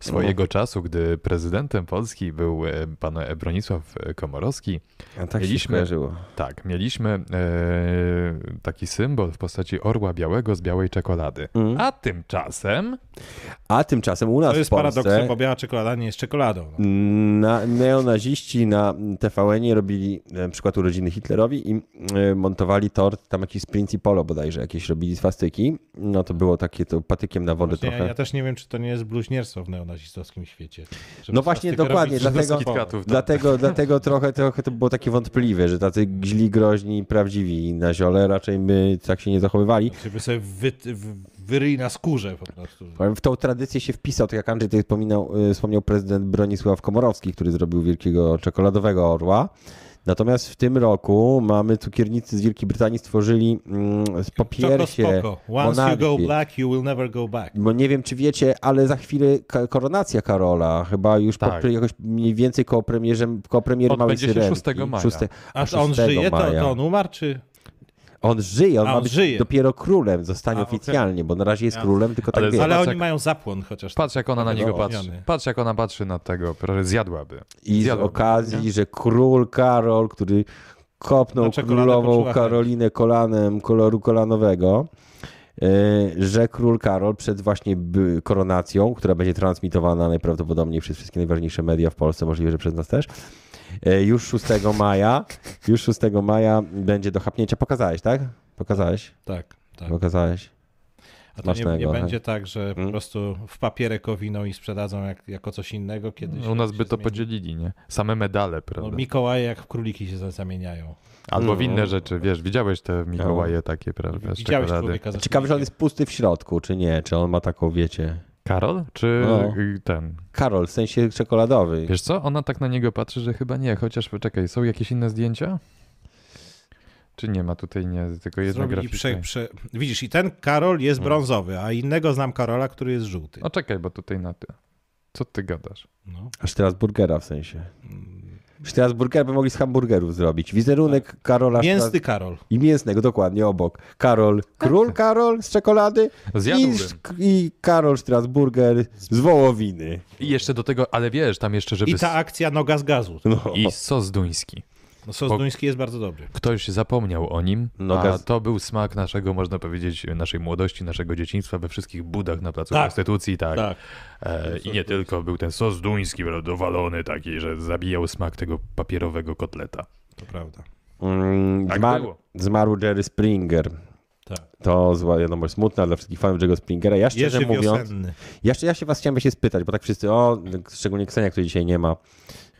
[SPEAKER 7] Swojego
[SPEAKER 2] No.
[SPEAKER 7] czasu, gdy prezydentem Polski był e, pan e, Bronisław e, Komorowski,
[SPEAKER 2] A tak się
[SPEAKER 7] Mieliśmy-
[SPEAKER 2] skojarzyło.
[SPEAKER 7] tak, mieliśmy e, taki symbol w postaci orła białego z białej czekolady.
[SPEAKER 2] Mm.
[SPEAKER 7] A tymczasem
[SPEAKER 2] A tymczasem u nas
[SPEAKER 4] To
[SPEAKER 2] w
[SPEAKER 4] jest
[SPEAKER 2] Polsce
[SPEAKER 4] paradoksem, bo biała czekolada nie jest czekoladą. No.
[SPEAKER 2] na, neonaziści na TVN robili e, na przykład urodziny Hitlerowi i e, montowali tort, tam jakiś z Principolo bodajże, jakieś robili swastyki. No to było takie to patykiem na wodę
[SPEAKER 4] Właśnie, ja,
[SPEAKER 2] trochę.
[SPEAKER 4] ja też nie wiem, czy to nie jest bluźnierstwo w neonazistowskim świecie. Żeby
[SPEAKER 2] No właśnie,
[SPEAKER 4] swastykę
[SPEAKER 2] dokładnie,
[SPEAKER 4] robić
[SPEAKER 2] dlatego-
[SPEAKER 4] z
[SPEAKER 7] KitKatów, tak.
[SPEAKER 2] Dlatego, dlatego trochę, trochę to było takie wątpliwe, że tacy źli, groźni i prawdziwi na ziole raczej by tak się nie zachowywali.
[SPEAKER 4] Żeby sobie wy, wy, wyryli na skórze po prostu.
[SPEAKER 2] W tą tradycję się wpisał, tak jak Andrzej tutaj wspominał, y, wspomniał prezydent Bronisław Komorowski, który zrobił wielkiego czekoladowego orła. Natomiast w tym roku mamy cukiernicy z Wielkiej Brytanii stworzyli mm, z
[SPEAKER 4] Czoko
[SPEAKER 2] popiersie
[SPEAKER 4] spoko. Once you go
[SPEAKER 2] monarchię.
[SPEAKER 4] black, you will never go back.
[SPEAKER 2] Bo nie wiem, czy wiecie, ale za chwilę ka- koronacja Karola, chyba już
[SPEAKER 7] Tak.
[SPEAKER 2] po, jakoś mniej więcej koło, premierze, koło premiery Małej
[SPEAKER 7] Odbędzie się
[SPEAKER 2] Syrenki.
[SPEAKER 7] 6 maja.
[SPEAKER 2] Szóste-
[SPEAKER 4] A on
[SPEAKER 2] 6
[SPEAKER 4] żyje, to,
[SPEAKER 2] maja.
[SPEAKER 4] to on umarł, czy...
[SPEAKER 2] On żyje, on
[SPEAKER 4] A,
[SPEAKER 2] ma
[SPEAKER 4] on
[SPEAKER 2] być
[SPEAKER 4] żyje.
[SPEAKER 2] dopiero królem, zostanie
[SPEAKER 4] A, okej.
[SPEAKER 2] oficjalnie, bo na razie jest
[SPEAKER 4] Ja-
[SPEAKER 2] królem, tylko tak
[SPEAKER 7] Ale-
[SPEAKER 2] wiesz.
[SPEAKER 4] Ale
[SPEAKER 7] Patrz,
[SPEAKER 4] oni
[SPEAKER 7] jak-
[SPEAKER 4] mają zapłon chociaż.
[SPEAKER 7] Patrz, jak ona na niego
[SPEAKER 2] No.
[SPEAKER 7] patrzy. Patrz, jak ona patrzy na tego, prawie zjadłaby.
[SPEAKER 2] I z
[SPEAKER 7] Zjadłaby.
[SPEAKER 2] okazji, że król Karol, który kopnął
[SPEAKER 4] No, czekoladę
[SPEAKER 2] królową
[SPEAKER 4] poczuła chęć.
[SPEAKER 2] Karolinę kolanem koloru kolanowego, e, że król Karol przed właśnie by- koronacją, która będzie transmitowana najprawdopodobniej przez wszystkie najważniejsze media w Polsce, możliwe, że przez nas też, e, już 6 maja, już 6 maja będzie do chapnięcia. Pokazałeś, tak? Pokazałeś?
[SPEAKER 4] Tak, tak.
[SPEAKER 2] Pokazałeś.
[SPEAKER 4] A to nie, nie
[SPEAKER 2] Smacznego, tak.
[SPEAKER 4] będzie tak, że po prostu w papierek owiną i sprzedadzą jak, jako coś innego kiedyś.
[SPEAKER 7] U nas
[SPEAKER 4] się
[SPEAKER 7] by to
[SPEAKER 4] zmieni.
[SPEAKER 7] podzielili, nie? Same medale,
[SPEAKER 4] No,
[SPEAKER 7] prawda?
[SPEAKER 4] Mikołaje jak w króliki się za- zamieniają.
[SPEAKER 7] Albo w inne rzeczy, wiesz, widziałeś te Mikołaje takie, prawda, z
[SPEAKER 4] Mhm. Widziałeś
[SPEAKER 7] czekolady.
[SPEAKER 4] człowieka za
[SPEAKER 2] Ciekawe, że on jest pusty w środku, czy nie? Czy on ma taką, wiecie,
[SPEAKER 7] Karol? Czy
[SPEAKER 2] No.
[SPEAKER 7] y, ten?
[SPEAKER 2] Karol w sensie czekoladowy.
[SPEAKER 7] Wiesz co, ona tak na niego patrzy, że chyba nie, chociaż poczekaj, są jakieś inne zdjęcia? Czy nie ma tutaj, nie, tylko jedna
[SPEAKER 4] Zrobili
[SPEAKER 7] grafika.
[SPEAKER 4] prze, prze... Widzisz, i ten Karol jest brązowy, a innego znam Karola, który jest żółty.
[SPEAKER 7] Hmm. O No czekaj, bo tutaj na ty. Co ty gadasz?
[SPEAKER 4] No.
[SPEAKER 2] A Strasburgera w sensie. Strasburgera by mogli z hamburgerów zrobić. Wizerunek
[SPEAKER 7] Tak.
[SPEAKER 2] Karola
[SPEAKER 4] Mięsny
[SPEAKER 2] Stras-
[SPEAKER 4] Karol.
[SPEAKER 2] i mięsnego, dokładnie obok. Karol, król Karol z czekolady i,
[SPEAKER 7] Tak. Zjadłbym.
[SPEAKER 2] sz- i Karol Strasburger z wołowiny.
[SPEAKER 7] I jeszcze do tego, ale wiesz, tam jeszcze, żeby...
[SPEAKER 4] I tak. ta akcja noga z gazu.
[SPEAKER 2] No.
[SPEAKER 7] s- I sos duński.
[SPEAKER 4] No, sos
[SPEAKER 7] Bo-
[SPEAKER 4] duński jest bardzo dobry.
[SPEAKER 7] Ktoś zapomniał o nim,
[SPEAKER 2] No,
[SPEAKER 7] a
[SPEAKER 2] gaz-
[SPEAKER 7] to był smak naszego, można powiedzieć, naszej młodości, naszego dzieciństwa we wszystkich budach na Placu
[SPEAKER 4] Tak.
[SPEAKER 7] Konstytucji, tak.
[SPEAKER 4] Tak.
[SPEAKER 7] E, I nie tylko, był ten sos duński, bro, dowalony taki, że zabijał smak tego papierowego kotleta.
[SPEAKER 4] To prawda.
[SPEAKER 2] Mm,
[SPEAKER 7] Tak
[SPEAKER 2] zmar-
[SPEAKER 7] było.
[SPEAKER 2] zmarł Jerry Springer.
[SPEAKER 4] Tak.
[SPEAKER 2] To zła wiadomość smutna dla wszystkich fanów Jerry'ego Springera. Ja szczerze
[SPEAKER 4] Jerzy
[SPEAKER 2] mówiąc,
[SPEAKER 4] Wiosenny.
[SPEAKER 2] Ja, jeszcze- ja się was chciałem się spytać, bo tak wszyscy, o, szczególnie Ksenia, której dzisiaj nie ma,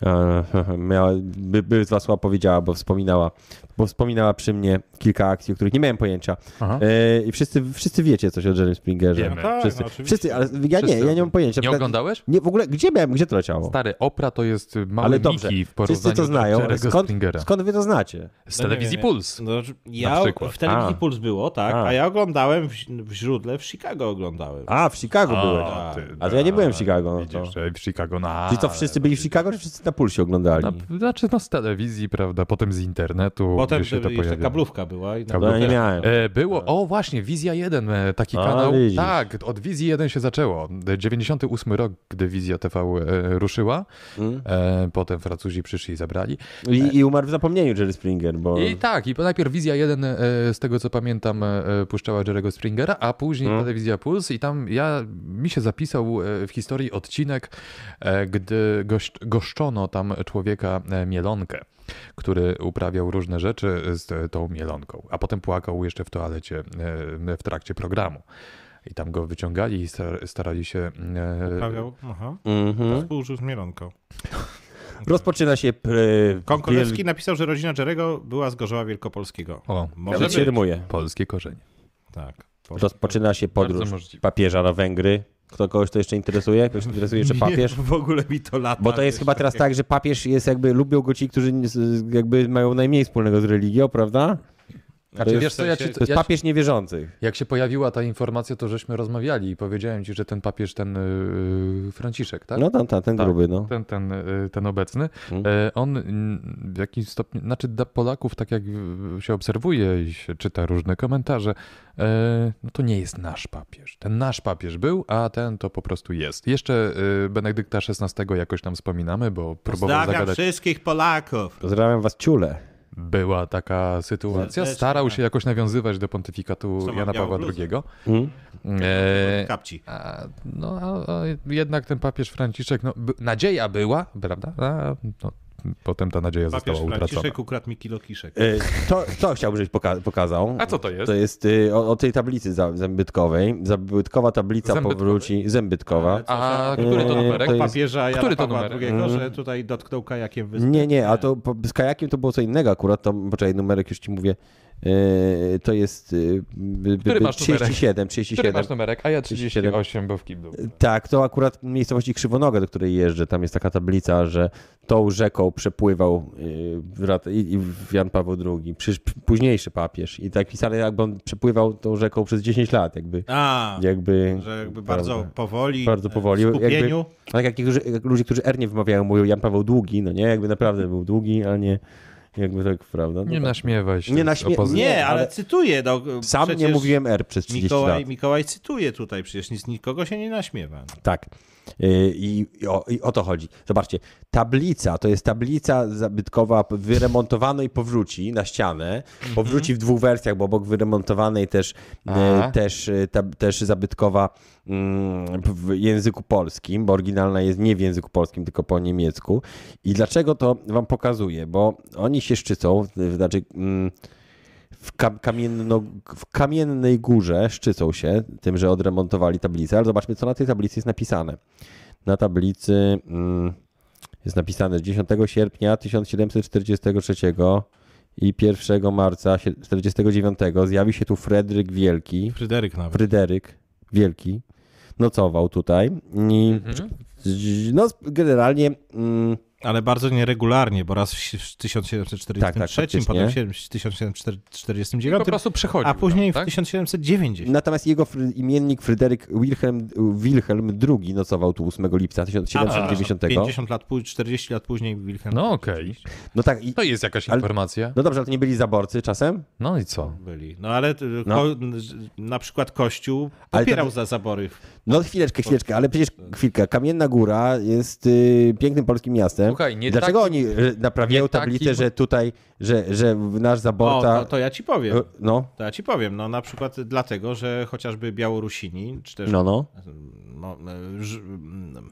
[SPEAKER 2] E, Miała, by, by z was powiedziała, bo wspominała, bo wspominała przy mnie kilka akcji, o których nie miałem pojęcia.
[SPEAKER 7] Aha.
[SPEAKER 2] E, I wszyscy, wszyscy wiecie coś o Jerrym Springerze.
[SPEAKER 7] Wiemy.
[SPEAKER 4] tak,
[SPEAKER 2] wszyscy,
[SPEAKER 4] no oczywiście.
[SPEAKER 2] wszyscy, ale ja nie,
[SPEAKER 7] Wszyscy
[SPEAKER 2] ja
[SPEAKER 7] o
[SPEAKER 2] nie mam
[SPEAKER 7] tym.
[SPEAKER 2] pojęcia.
[SPEAKER 7] Nie
[SPEAKER 2] Na przykład-
[SPEAKER 7] oglądałeś?
[SPEAKER 2] Nie, w ogóle, gdzie miałem, gdzie to leciało?
[SPEAKER 7] Stary, Opra to jest y, mały
[SPEAKER 2] Ale dobrze,
[SPEAKER 7] Miki w
[SPEAKER 2] wszyscy
[SPEAKER 7] porównaniu
[SPEAKER 2] to
[SPEAKER 7] do
[SPEAKER 2] znają, ale
[SPEAKER 7] Jerry'ego
[SPEAKER 2] skąd,
[SPEAKER 7] Springera.
[SPEAKER 2] skąd wy to znacie?
[SPEAKER 7] Z telewizji Puls.
[SPEAKER 4] No, że ja
[SPEAKER 7] przykład.
[SPEAKER 4] w telewizji
[SPEAKER 2] A.
[SPEAKER 4] Puls było, tak,
[SPEAKER 2] A.
[SPEAKER 4] a, ja oglądałem w, w źródle, w Chicago oglądałem.
[SPEAKER 2] A, w Chicago byłeś.
[SPEAKER 7] A, ty- tak,
[SPEAKER 2] A to ja nie byłem w Chicago, no
[SPEAKER 7] Widzisz,
[SPEAKER 2] to-
[SPEAKER 7] że w Chicago, no
[SPEAKER 2] Czyli to
[SPEAKER 7] ale-
[SPEAKER 2] wszyscy byli w Chicago, czy wszyscy na pulsie oglądali?
[SPEAKER 7] No, znaczy no z telewizji, prawda, potem z internetu,
[SPEAKER 4] Potem
[SPEAKER 7] gdzie się to
[SPEAKER 4] jeszcze
[SPEAKER 7] pojawia.
[SPEAKER 4] kablówka była. I
[SPEAKER 2] No, ja
[SPEAKER 7] Kablówka.
[SPEAKER 2] nie miałem.
[SPEAKER 7] E, Było, o właśnie, Wizja 1, e, taki
[SPEAKER 2] A,
[SPEAKER 7] kanał.
[SPEAKER 2] widzisz.
[SPEAKER 7] Tak, od Wizji 1 się zaczęło. E, 98 rok, gdy Wizja TV e, ruszyła.
[SPEAKER 2] Hmm?
[SPEAKER 7] E, Potem Francuzi przyszli i zabrali.
[SPEAKER 2] I, I umarł w zapomnieniu Jerry Springer, bo...
[SPEAKER 7] Tak. I tak, i najpierw Wizja 1, e, z tego co pamiętam, e, e, puszczała Jerego Springera, a później
[SPEAKER 2] No.
[SPEAKER 7] Telewizja Puls i tam ja, mi się zapisał e, w historii odcinek, e, gdy gość, goszczono tam człowieka e, Mielonkę, który uprawiał różne rzeczy z tą Mielonką, a potem płakał jeszcze w toalecie e, w trakcie programu. I tam go wyciągali i star- starali się... e,
[SPEAKER 4] Paweł, aha.
[SPEAKER 2] Mhm.
[SPEAKER 4] Współżył z Mielonką.
[SPEAKER 2] Rozpoczyna się... e, Pr...
[SPEAKER 4] Konkolewski napisał, że rodzina Jerego była z Gorzoła Wielkopolskiego.
[SPEAKER 7] O,
[SPEAKER 4] Może
[SPEAKER 2] się
[SPEAKER 4] być.
[SPEAKER 2] rymuje.
[SPEAKER 7] polskie korzenie.
[SPEAKER 4] Tak.
[SPEAKER 2] Rozpoczyna się podróż
[SPEAKER 7] Bardzo możliwe.
[SPEAKER 2] papieża na Węgry. Kto kogoś to jeszcze interesuje? Kogoś interesuje jeszcze papież?
[SPEAKER 4] Nie, w ogóle mi to lata.
[SPEAKER 2] Bo to jest
[SPEAKER 4] wiesz,
[SPEAKER 2] chyba teraz tak, że papież jest jakby, lubią go ci, którzy nie- z- jakby mają najmniej wspólnego z religią, prawda?
[SPEAKER 7] Znaczy,
[SPEAKER 2] jest-
[SPEAKER 7] wiesz co, ja ci,
[SPEAKER 2] To jest
[SPEAKER 7] ja ci
[SPEAKER 2] papież niewierzących.
[SPEAKER 7] Jak się pojawiła ta informacja, to żeśmy rozmawiali i powiedziałem ci, że ten papież, ten yy, Franciszek, tak?
[SPEAKER 2] No tam, tam ten
[SPEAKER 7] Tak.
[SPEAKER 2] gruby, no.
[SPEAKER 7] Ten, ten, yy, ten obecny,
[SPEAKER 2] Mhm.
[SPEAKER 7] e, on mm, w jakimś stopniu, znaczy dla Polaków, tak jak yy, się obserwuje i się czyta różne komentarze, e, no to nie jest nasz papież. Ten nasz papież był, a ten to po prostu jest. Jeszcze yy, Benedykta XVI jakoś tam wspominamy, bo próbował
[SPEAKER 4] Pozdrawiam
[SPEAKER 7] zagadać.
[SPEAKER 4] wszystkich Polaków.
[SPEAKER 2] Pozdrawiam was ciule.
[SPEAKER 7] Była taka sytuacja,
[SPEAKER 4] Serdecznie,
[SPEAKER 7] starał
[SPEAKER 4] tak.
[SPEAKER 7] się jakoś nawiązywać do pontyfikatu
[SPEAKER 4] Co, mam
[SPEAKER 7] Jana
[SPEAKER 4] białą
[SPEAKER 7] Pawła
[SPEAKER 4] bluzę?
[SPEAKER 7] II.
[SPEAKER 2] Mhm.
[SPEAKER 7] E,
[SPEAKER 4] Kapci.
[SPEAKER 7] A, no, a, a jednak ten papież Franciszek, no, by, nadzieja była, prawda? A, no, potem ta nadzieja
[SPEAKER 4] Papież
[SPEAKER 7] została utracona.
[SPEAKER 4] Franciszek ukradł mi kilo kiszek.
[SPEAKER 2] Y, To, to chciałbym, żebyś poka- pokazał.
[SPEAKER 7] A co to jest?
[SPEAKER 2] To jest y, o, o tej tablicy za- zębytkowej. Zabytkowa tablica
[SPEAKER 7] Zębytkowej?
[SPEAKER 2] powróci. Zębytkowa.
[SPEAKER 7] A który E, to
[SPEAKER 2] Eee,
[SPEAKER 7] numerek?
[SPEAKER 2] to jest- Mm.
[SPEAKER 4] Papieża Jana
[SPEAKER 7] Który to
[SPEAKER 4] Pawła
[SPEAKER 7] numer?
[SPEAKER 4] II, że tutaj dotknął kajakiem wyspy.
[SPEAKER 2] Nie, nie, a to po, z kajakiem to było co innego akurat. To, poczekaj, numerek już ci mówię. Y, to jest y, by- by-
[SPEAKER 7] Który masz numerek?
[SPEAKER 2] 37,
[SPEAKER 7] Który
[SPEAKER 2] 37.
[SPEAKER 7] masz numerek? A ja
[SPEAKER 2] 37.
[SPEAKER 7] 38, bo w kiblu.
[SPEAKER 2] Tak, to akurat miejscowości Krzywonoga, do której jeżdżę, tam jest taka tablica, że tą rzeką przepływał y, wrat- i- i Jan Paweł II, przysz, późniejszy papież. I tak pisane, jakby on przepływał tą rzeką przez 10 lat, jakby.
[SPEAKER 4] A,
[SPEAKER 2] Jakby,
[SPEAKER 4] że jakby
[SPEAKER 2] prawda.
[SPEAKER 4] bardzo powoli, e,
[SPEAKER 2] Bardzo powoli,
[SPEAKER 4] w
[SPEAKER 2] jakby-
[SPEAKER 4] skupieniu.
[SPEAKER 2] Tak jak niektórzy, jak ludzie, którzy R nie wymawiają, mówią Jan Paweł Długi, no nie, jakby naprawdę był długi, ale nie, jakby tak, prawda? No
[SPEAKER 7] Nie
[SPEAKER 2] tak.
[SPEAKER 7] naśmiewaj się.
[SPEAKER 2] Nie
[SPEAKER 7] z
[SPEAKER 2] naśmie-
[SPEAKER 7] opozycji.
[SPEAKER 2] Nie,
[SPEAKER 4] Nie, ale,
[SPEAKER 2] ale-
[SPEAKER 4] cytuję. No,
[SPEAKER 2] Sam nie
[SPEAKER 4] przecież
[SPEAKER 2] mówiłem R przez 30
[SPEAKER 4] Mikołaj,
[SPEAKER 2] lat.
[SPEAKER 4] Mikołaj cytuje tutaj, przecież nic, nikogo się nie naśmiewa.
[SPEAKER 2] Tak. Y, I, i, o, I o to chodzi. Zobaczcie, tablica to jest tablica zabytkowa, wyremontowano i powróci na ścianę. Powróci w dwóch wersjach, bo obok wyremontowanej też,
[SPEAKER 7] Aha.
[SPEAKER 2] e, też, e, ta, też zabytkowa mm, w języku polskim, bo oryginalna jest nie w języku polskim, tylko po niemiecku. I dlaczego to wam pokazuję? Bo oni się szczycą, y, znaczy. Mm, w, kam- kamienno, w kamiennej górze szczycą się tym, że odremontowali tablicę, ale zobaczmy, co na tej tablicy jest napisane. Na tablicy mm, jest napisane 10 sierpnia 1743 i 1 marca 1949 zjawił się tu Fredryk Wielki.
[SPEAKER 4] Fryderyk nawet.
[SPEAKER 2] Fryderyk Wielki nocował tutaj. I, z- No, generalnie. Mm,
[SPEAKER 4] Ale bardzo nieregularnie, bo raz w si- w 1743,
[SPEAKER 2] Tak, tak, faktycznie.
[SPEAKER 4] potem w siedem- w 1749,
[SPEAKER 7] Po prostu przychodził.
[SPEAKER 4] a później
[SPEAKER 7] tam,
[SPEAKER 4] w
[SPEAKER 7] tak?
[SPEAKER 4] 1790.
[SPEAKER 2] Natomiast jego fr- imiennik Fryderyk Wilhelm, Wilhelm II nocował tu 8 lipca
[SPEAKER 4] A,
[SPEAKER 2] 1790.
[SPEAKER 4] 50 lat, później, 40 lat później Wilhelm.
[SPEAKER 7] No okej.
[SPEAKER 2] No tak, i,
[SPEAKER 7] To jest jakaś
[SPEAKER 2] Ale-
[SPEAKER 7] informacja.
[SPEAKER 2] no dobrze, ale to nie byli zaborcy czasem?
[SPEAKER 7] No i co?
[SPEAKER 4] Byli. No ale y,
[SPEAKER 2] No.
[SPEAKER 4] Ko- na przykład Kościół
[SPEAKER 2] Ale to-
[SPEAKER 4] popierał za zabory.
[SPEAKER 2] No chwileczkę, chwileczkę, ale przecież chwilkę. Kamienna Góra jest y, pięknym polskim miastem.
[SPEAKER 7] Słuchaj, nie
[SPEAKER 2] Dlaczego
[SPEAKER 7] takim-
[SPEAKER 2] oni y, naprawiają
[SPEAKER 7] nie takim-
[SPEAKER 2] tablicę, że tutaj, że, że nasz
[SPEAKER 4] O,
[SPEAKER 2] zaborca...
[SPEAKER 4] to, to ja ci powiem.
[SPEAKER 2] y, No,
[SPEAKER 4] To ja ci powiem. No na przykład dlatego, że chociażby Białorusini, czy też
[SPEAKER 2] no, no.
[SPEAKER 4] no, e, Ż- mm,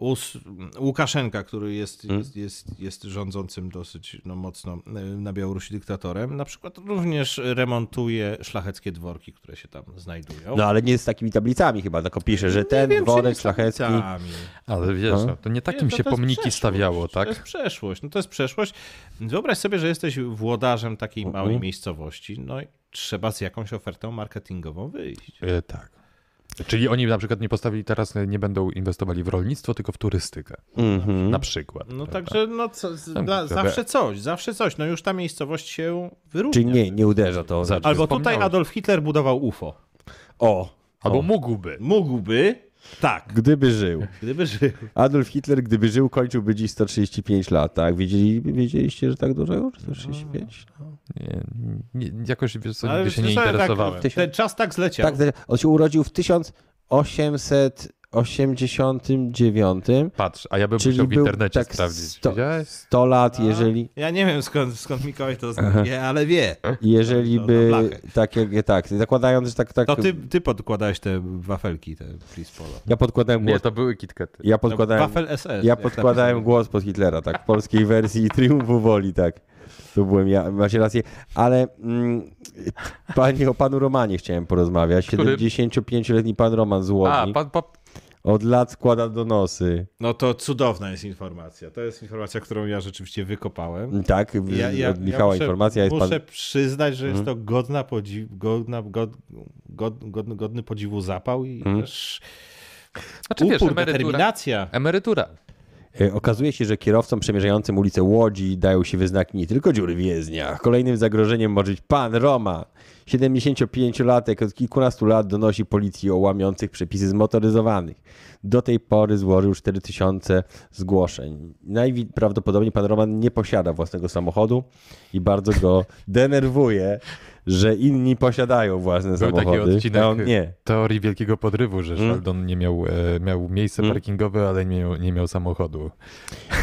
[SPEAKER 4] Us- Łukaszenka, który jest,
[SPEAKER 7] Hmm?
[SPEAKER 4] jest, jest, jest rządzącym dosyć no, mocno e, na Białorusi dyktatorem, na przykład również remontuje szlacheckie dworki, które się tam znajdują.
[SPEAKER 2] No ale nie z takimi tablicami chyba, tylko pisze, że ten
[SPEAKER 4] Nie wiem, czy
[SPEAKER 2] worek
[SPEAKER 4] jest
[SPEAKER 2] szlachecki.
[SPEAKER 4] ulicami.
[SPEAKER 7] Ale wiesz, no, to nie takim
[SPEAKER 4] to-
[SPEAKER 7] się
[SPEAKER 4] to jest
[SPEAKER 7] pomniki
[SPEAKER 4] przeszłość.
[SPEAKER 7] stawiało, tak?
[SPEAKER 4] To jest przeszłość. No to jest przeszłość. Wyobraź sobie, że jesteś włodarzem takiej
[SPEAKER 7] Mhm.
[SPEAKER 4] małej miejscowości, no i trzeba z jakąś ofertą marketingową wyjść.
[SPEAKER 7] E, tak. Czyli oni na przykład nie postawili teraz, e, nie będą inwestowali w rolnictwo, tylko w turystykę. Na przykład.
[SPEAKER 4] No
[SPEAKER 7] prawda?
[SPEAKER 4] także no co, z-
[SPEAKER 7] Tam
[SPEAKER 4] dla,
[SPEAKER 7] trochę-
[SPEAKER 4] zawsze coś, zawsze coś. No już ta miejscowość się
[SPEAKER 2] Czyli
[SPEAKER 4] wyróżnia.
[SPEAKER 2] nie, nie uderza to. znaczy-
[SPEAKER 7] Zobacz.
[SPEAKER 4] Albo tutaj
[SPEAKER 7] Wspomniałeś.
[SPEAKER 4] Adolf Hitler budował UFO.
[SPEAKER 2] O,
[SPEAKER 7] Albo mógłby.
[SPEAKER 4] Mógłby, tak,
[SPEAKER 2] gdyby żył.
[SPEAKER 4] gdyby żył.
[SPEAKER 2] Adolf Hitler, gdyby żył, kończyłby dziś 135 lat, tak? Wiedzieli, wiedzieliście, że tak dużo? 135?
[SPEAKER 7] Nie, nie, jakoś wiesz, co,
[SPEAKER 4] Ale
[SPEAKER 7] nigdy się nie
[SPEAKER 4] słyszałem,
[SPEAKER 7] interesowałem.
[SPEAKER 4] Tak, ten czas tak zleciał.
[SPEAKER 2] Tak, on się urodził w 1889,
[SPEAKER 7] Patrz, a ja bym
[SPEAKER 2] czyli
[SPEAKER 7] chciał w
[SPEAKER 2] był
[SPEAKER 7] internecie
[SPEAKER 2] tak
[SPEAKER 7] sprawdzić.
[SPEAKER 2] 100,
[SPEAKER 7] Widziałeś?
[SPEAKER 2] 100 lat, jeżeli,
[SPEAKER 4] Ja nie wiem skąd, skąd Mikołaj to wie, ale wie.
[SPEAKER 2] jeżeli
[SPEAKER 4] To na
[SPEAKER 2] by,
[SPEAKER 4] blachę.
[SPEAKER 2] tak, jak, tak, zakładając, że tak, tak,
[SPEAKER 4] To ty, ty podkładałeś te wafelki, te Please Follow.
[SPEAKER 2] ja podkładałem
[SPEAKER 7] Nie,
[SPEAKER 2] głos,
[SPEAKER 7] to były kitkety.
[SPEAKER 2] ja podkładałem,
[SPEAKER 4] Wafel SS.
[SPEAKER 2] ja
[SPEAKER 4] jak
[SPEAKER 2] podkładałem
[SPEAKER 4] napisałem.
[SPEAKER 2] głos pod Hitlera, tak, w polskiej wersji Triumfu Woli, tak. To byłem ja, macie rację, ale mm, panie, o panu Romanie chciałem porozmawiać.
[SPEAKER 7] Który-
[SPEAKER 2] 75-letni pan Roman z
[SPEAKER 7] A,
[SPEAKER 2] Łodzi
[SPEAKER 7] pan, pan,
[SPEAKER 2] od lat składa donosy.
[SPEAKER 4] No to cudowna jest informacja. To jest informacja, którą ja rzeczywiście wykopałem.
[SPEAKER 2] Tak, w- od Michała
[SPEAKER 4] muszę,
[SPEAKER 2] informacja jest
[SPEAKER 4] Muszę
[SPEAKER 2] pan. Mhm.
[SPEAKER 4] przyznać, że jest to godna podziw, godna, god, god, godny, godny podziwu zapał i
[SPEAKER 2] Mhm.
[SPEAKER 4] też
[SPEAKER 7] znaczy wiesz,
[SPEAKER 4] upór,
[SPEAKER 7] emerytura.
[SPEAKER 4] determinacja.
[SPEAKER 7] Emerytura.
[SPEAKER 2] E, Okazuje się, że kierowcom przemierzającym ulicę Łodzi dają się we znaki nie tylko dziury w jezdniach. Kolejnym zagrożeniem może być pan Roma. 75-latek od kilkunastu lat donosi policji o łamiących przepisy zmotoryzowanych. Do tej pory złożył 4000 zgłoszeń. Najprawdopodobniej pan Roman nie posiada własnego samochodu i bardzo go denerwuje, że inni posiadają własne
[SPEAKER 7] Był taki
[SPEAKER 2] samochody,
[SPEAKER 7] odcinek
[SPEAKER 2] a on nie.
[SPEAKER 7] teorii wielkiego podrywu, że
[SPEAKER 2] Mm.
[SPEAKER 7] Sheldon nie miał, e, miał miejsce parkingowe, ale nie miał, nie miał samochodu.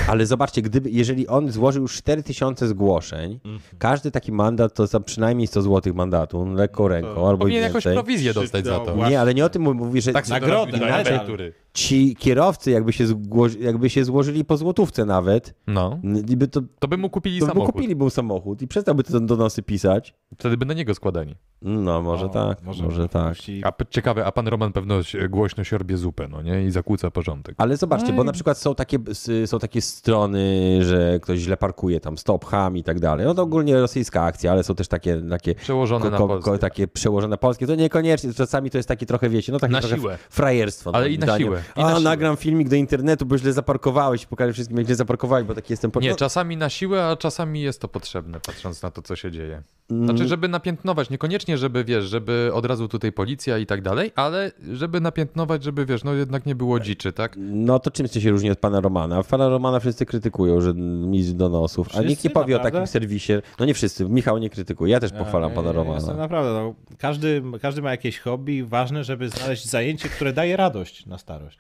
[SPEAKER 2] Ale zobaczcie, gdyby, jeżeli on złożył już 4000 zgłoszeń, każdy taki mandat to za przynajmniej 100 zł mandatu, no, lekką ręką albo i
[SPEAKER 7] Powinien
[SPEAKER 2] więcej.
[SPEAKER 7] jakąś prowizję dostać za to.
[SPEAKER 4] Szybko,
[SPEAKER 2] Nie, ale nie o tym mów- mówię, że
[SPEAKER 7] Tak,
[SPEAKER 4] Nagrodę,
[SPEAKER 7] nagrodę,
[SPEAKER 4] nagrodę.
[SPEAKER 7] emerytury.
[SPEAKER 2] ci kierowcy jakby się, zgło- jakby się złożyli po złotówce nawet,
[SPEAKER 7] No,
[SPEAKER 2] n- i by to,
[SPEAKER 7] to by mu kupili
[SPEAKER 2] to by
[SPEAKER 7] samochód.
[SPEAKER 2] kupili był samochód i przestałby te donosy pisać.
[SPEAKER 7] Wtedy by na niego składali.
[SPEAKER 2] No, może
[SPEAKER 4] O,
[SPEAKER 2] tak, może, tak.
[SPEAKER 4] właściwie-
[SPEAKER 7] A p- ciekawe, a pan Roman pewno si- głośno siorbie zupę, no nie? I zakłóca porządek.
[SPEAKER 2] Ale zobaczcie, bo na przykład są takie, s- są takie strony, że ktoś źle parkuje, tam stop, ham i tak dalej. No to ogólnie rosyjska akcja, ale są też takie, takie
[SPEAKER 7] Przełożone na polskie.
[SPEAKER 2] takie przełożone na polskie. To niekoniecznie, czasami to jest takie trochę, wiecie, no takie
[SPEAKER 7] Na
[SPEAKER 2] trochę
[SPEAKER 7] siłę.
[SPEAKER 2] frajerstwo.
[SPEAKER 7] Ale
[SPEAKER 2] moim
[SPEAKER 7] i na
[SPEAKER 2] zdaniem.
[SPEAKER 7] siłę, i
[SPEAKER 2] A,
[SPEAKER 7] na siłę.
[SPEAKER 2] nagram filmik do internetu, bo źle zaparkowałeś, pokażę wszystkim, jak źle zaparkowałeś, bo taki jestem... po-
[SPEAKER 7] Nie,
[SPEAKER 2] no,
[SPEAKER 7] czasami na siłę, a czasami jest to potrzebne, patrząc na to, co się dzieje. Znaczy, żeby napiętnować, niekoniecznie, żeby wiesz, żeby od razu tutaj policja i tak dalej, ale żeby napiętnować, żeby wiesz, no jednak nie było dziczy, tak?
[SPEAKER 2] no to czymś to się różni od pana Romana. Pana Romana wszyscy krytykują, że nic do nosów, a nikt nie
[SPEAKER 4] Wszyscy?
[SPEAKER 2] powie o
[SPEAKER 4] Naprawdę?
[SPEAKER 2] takim serwisie. No nie wszyscy, Michał nie krytykuje, ja też pochwalam pana
[SPEAKER 4] Ja Jestem
[SPEAKER 2] Romana.
[SPEAKER 4] naprawdę, no, każdy, każdy ma jakieś hobby. Ważne, żeby znaleźć zajęcie, które daje radość na starość.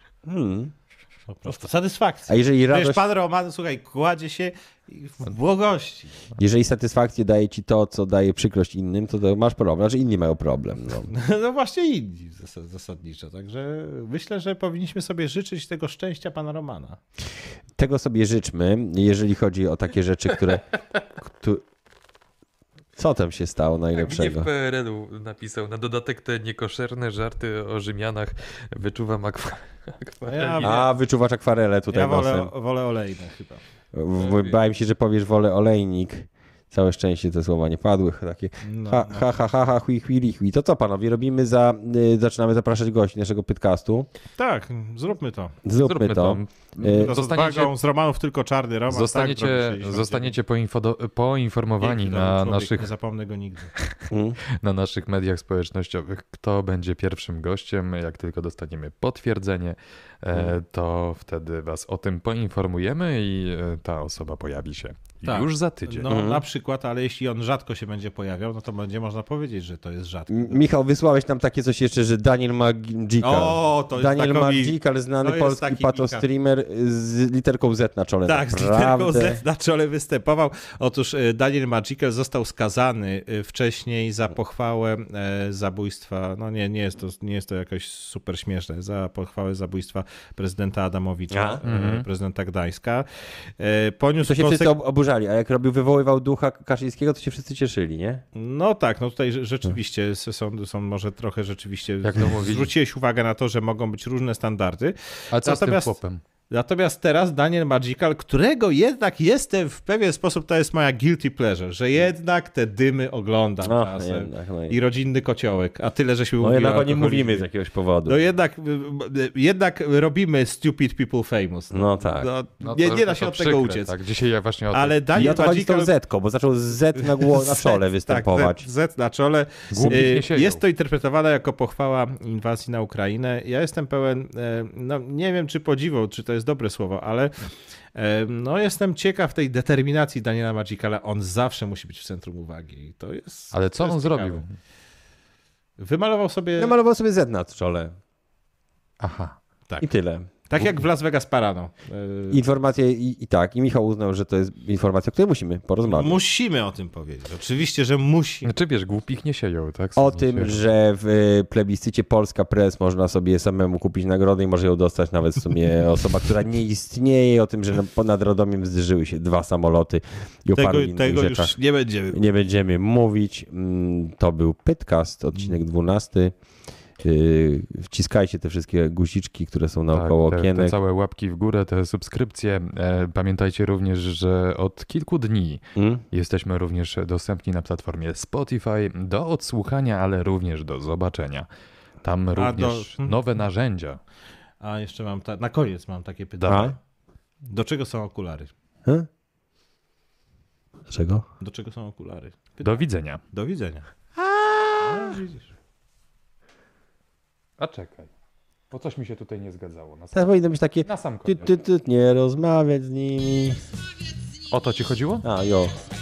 [SPEAKER 4] Po prostu satysfakcję.
[SPEAKER 2] Hmm. A jeżeli
[SPEAKER 4] Wiesz,
[SPEAKER 2] radość...
[SPEAKER 4] pan Roman, słuchaj, kładzie się i w błogości.
[SPEAKER 2] Jeżeli satysfakcję daje ci to, co daje przykrość innym, to, to masz problem. Znaczy inni mają problem. No.
[SPEAKER 4] No właśnie inni zas- zasadniczo. Także myślę, że powinniśmy sobie życzyć tego szczęścia pana Romana.
[SPEAKER 2] Tego sobie życzmy, jeżeli chodzi o takie rzeczy, które... któ- Co tam się stało najlepszego?
[SPEAKER 7] PRL-u napisał, na dodatek te niekoszerne żarty o Rzymianach wyczuwam Tak,
[SPEAKER 4] akwarelizm.
[SPEAKER 2] A, wyczuwasz akwarele tutaj
[SPEAKER 4] No Ja wolę,
[SPEAKER 2] nosem.
[SPEAKER 4] wolę olejne chyba.
[SPEAKER 2] W- Bałem się, że powiesz wolę olejnik. Całe szczęście te słowa nie padły. Takie
[SPEAKER 4] No,
[SPEAKER 2] ha, ha, ha, ha, ha, hui, hui, li, hui. To co panowie, robimy za... Y, zaczynamy zapraszać gości naszego podcastu.
[SPEAKER 4] Tak, zróbmy to.
[SPEAKER 2] Zróbmy, to.
[SPEAKER 7] Zróbmy to.
[SPEAKER 2] Y,
[SPEAKER 4] to
[SPEAKER 7] Zostaniecie-
[SPEAKER 4] zostaniecie, z, wagą, z Romanów tylko czarny Roman. tak,
[SPEAKER 7] Zostaniecie,
[SPEAKER 4] robi 69.
[SPEAKER 7] zostaniecie poinfodo- poinformowani
[SPEAKER 4] Piękny
[SPEAKER 7] na
[SPEAKER 4] człowiek,
[SPEAKER 7] naszych
[SPEAKER 4] Nie zapomnę go nigdy.
[SPEAKER 2] mm.
[SPEAKER 7] na naszych mediach społecznościowych, kto będzie pierwszym gościem. Jak tylko dostaniemy potwierdzenie,
[SPEAKER 3] Mhm.
[SPEAKER 7] e, to wtedy Was o tym poinformujemy i e, ta osoba pojawi się
[SPEAKER 4] Tak.
[SPEAKER 3] Już za tydzień.
[SPEAKER 4] No na przykład, ale jeśli on rzadko się będzie pojawiał, no to będzie można powiedzieć, że to jest rzadko.
[SPEAKER 2] M- Michał, wysłałeś nam takie coś jeszcze, że Daniel Magikal.
[SPEAKER 4] O, to jest
[SPEAKER 2] Daniel
[SPEAKER 4] takowi-
[SPEAKER 2] Magikal, znany
[SPEAKER 4] to jest
[SPEAKER 2] polski
[SPEAKER 4] taki
[SPEAKER 2] patostreamer z literką Z na czole.
[SPEAKER 4] Tak, z literką
[SPEAKER 2] Naprawdę.
[SPEAKER 4] Z na czole występował. Otóż e, Daniel Magical został skazany e, wcześniej za pochwałę e, zabójstwa, no nie, nie, jest to, nie jest to jakoś super śmieszne, za pochwałę zabójstwa prezydenta Adamowicza,
[SPEAKER 2] A,
[SPEAKER 4] e, prezydenta Gdańska. E, Poniósł
[SPEAKER 2] To się wszyscy
[SPEAKER 4] konsek-
[SPEAKER 2] ob- oburzali, a jak robił, wywoływał ducha Kaszyńskiego, to się wszyscy cieszyli, nie?
[SPEAKER 4] No tak, no tutaj rze- rzeczywiście s- są, są może trochę rzeczywiście,
[SPEAKER 3] Jak to mówili.
[SPEAKER 4] zwróciłeś uwagę na to, że mogą być różne standardy.
[SPEAKER 3] A co
[SPEAKER 4] Natomiast-
[SPEAKER 3] z tym chłopem?
[SPEAKER 4] Natomiast teraz Daniel Magical, którego jednak jestem w pewien sposób, to jest moja guilty pleasure, że jednak te dymy oglądam
[SPEAKER 2] No,
[SPEAKER 4] czasem.
[SPEAKER 2] jednak, no i-
[SPEAKER 4] Tak, I rodzinny kociołek, a tyle, żeśmy
[SPEAKER 2] No
[SPEAKER 4] mówili
[SPEAKER 2] jednak o nim
[SPEAKER 4] alkoholizmie.
[SPEAKER 2] mówimy z jakiegoś powodu.
[SPEAKER 4] No jednak, y, y, jednak robimy stupid people famous. No,
[SPEAKER 2] No tak.
[SPEAKER 3] No
[SPEAKER 4] nie,
[SPEAKER 3] to-
[SPEAKER 4] nie da
[SPEAKER 3] to
[SPEAKER 4] się od
[SPEAKER 3] przykre,
[SPEAKER 4] tego uciec.
[SPEAKER 3] Tak, dzisiaj ja właśnie o tym.
[SPEAKER 4] Ale
[SPEAKER 2] I o
[SPEAKER 4] Daniel
[SPEAKER 2] to chodzi z tą
[SPEAKER 4] Magical...
[SPEAKER 2] Zetką, bo zaczął z Z na, gło- na czole występować.
[SPEAKER 4] Tak, Z, Z na czole.
[SPEAKER 3] Głupich
[SPEAKER 4] Y,
[SPEAKER 3] nie siedział.
[SPEAKER 4] Jest to interpretowane jako pochwała inwazji na Ukrainę. Ja jestem pełen, e, no nie wiem czy podziwu, czy to jest dobre słowo, ale e, no jestem ciekaw tej determinacji Daniela Magicala. On zawsze musi być w centrum uwagi. I To jest...
[SPEAKER 3] Ale co
[SPEAKER 4] to jest
[SPEAKER 3] on
[SPEAKER 4] ciekawe.
[SPEAKER 3] zrobił?
[SPEAKER 4] Wymalował sobie...
[SPEAKER 2] Namalował sobie Z na czole.
[SPEAKER 3] Aha.
[SPEAKER 2] I tyle.
[SPEAKER 4] Tak jak w Las Vegas Parano. E,
[SPEAKER 2] Informacje i, i tak. I Michał uznał, że to jest informacja, o której musimy porozmawiać.
[SPEAKER 4] Musimy o tym powiedzieć. Oczywiście, że musi.
[SPEAKER 3] Znaczy wiesz, głupich nie sieją, tak?
[SPEAKER 2] O
[SPEAKER 3] Sądzę
[SPEAKER 2] tym,
[SPEAKER 3] się.
[SPEAKER 2] że w y, plebiscycie Polska Press można sobie samemu kupić nagrodę i może ją dostać nawet w sumie osoba, która nie istnieje. O tym, że na- ponad Radomiem zderzyły się dwa samoloty i o paru
[SPEAKER 4] Tego,
[SPEAKER 2] innych
[SPEAKER 4] tego
[SPEAKER 2] rzeczach.
[SPEAKER 4] już nie będziemy.
[SPEAKER 2] nie będziemy mówić. Mm, To był Pytcast, odcinek 12. Yy, Wciskajcie te wszystkie guziczki, które są
[SPEAKER 3] Tak,
[SPEAKER 2] naokoło
[SPEAKER 3] te, te
[SPEAKER 2] okienek.
[SPEAKER 3] całe łapki w górę, te subskrypcje. E, Pamiętajcie również, że od kilku dni
[SPEAKER 2] Mm?
[SPEAKER 3] jesteśmy również dostępni na platformie Spotify do odsłuchania, ale również do zobaczenia. Tam również
[SPEAKER 4] do-
[SPEAKER 3] nowe narzędzia.
[SPEAKER 4] A jeszcze mam, ta... na koniec mam takie
[SPEAKER 2] Dawaj.
[SPEAKER 4] pytanie. Do czego są okulary?
[SPEAKER 2] Hm? Dlaczego?
[SPEAKER 4] Do czego są okulary?
[SPEAKER 3] Do widzenia.
[SPEAKER 4] Do widzenia.
[SPEAKER 3] A czekaj, bo coś mi się tutaj nie zgadzało. Na sam,
[SPEAKER 2] Teraz powinno być takie
[SPEAKER 3] na sam
[SPEAKER 2] ty,
[SPEAKER 3] koniec.
[SPEAKER 2] ty, ty, nie rozmawiać z nimi.
[SPEAKER 3] O to ci chodziło?
[SPEAKER 2] A, jo.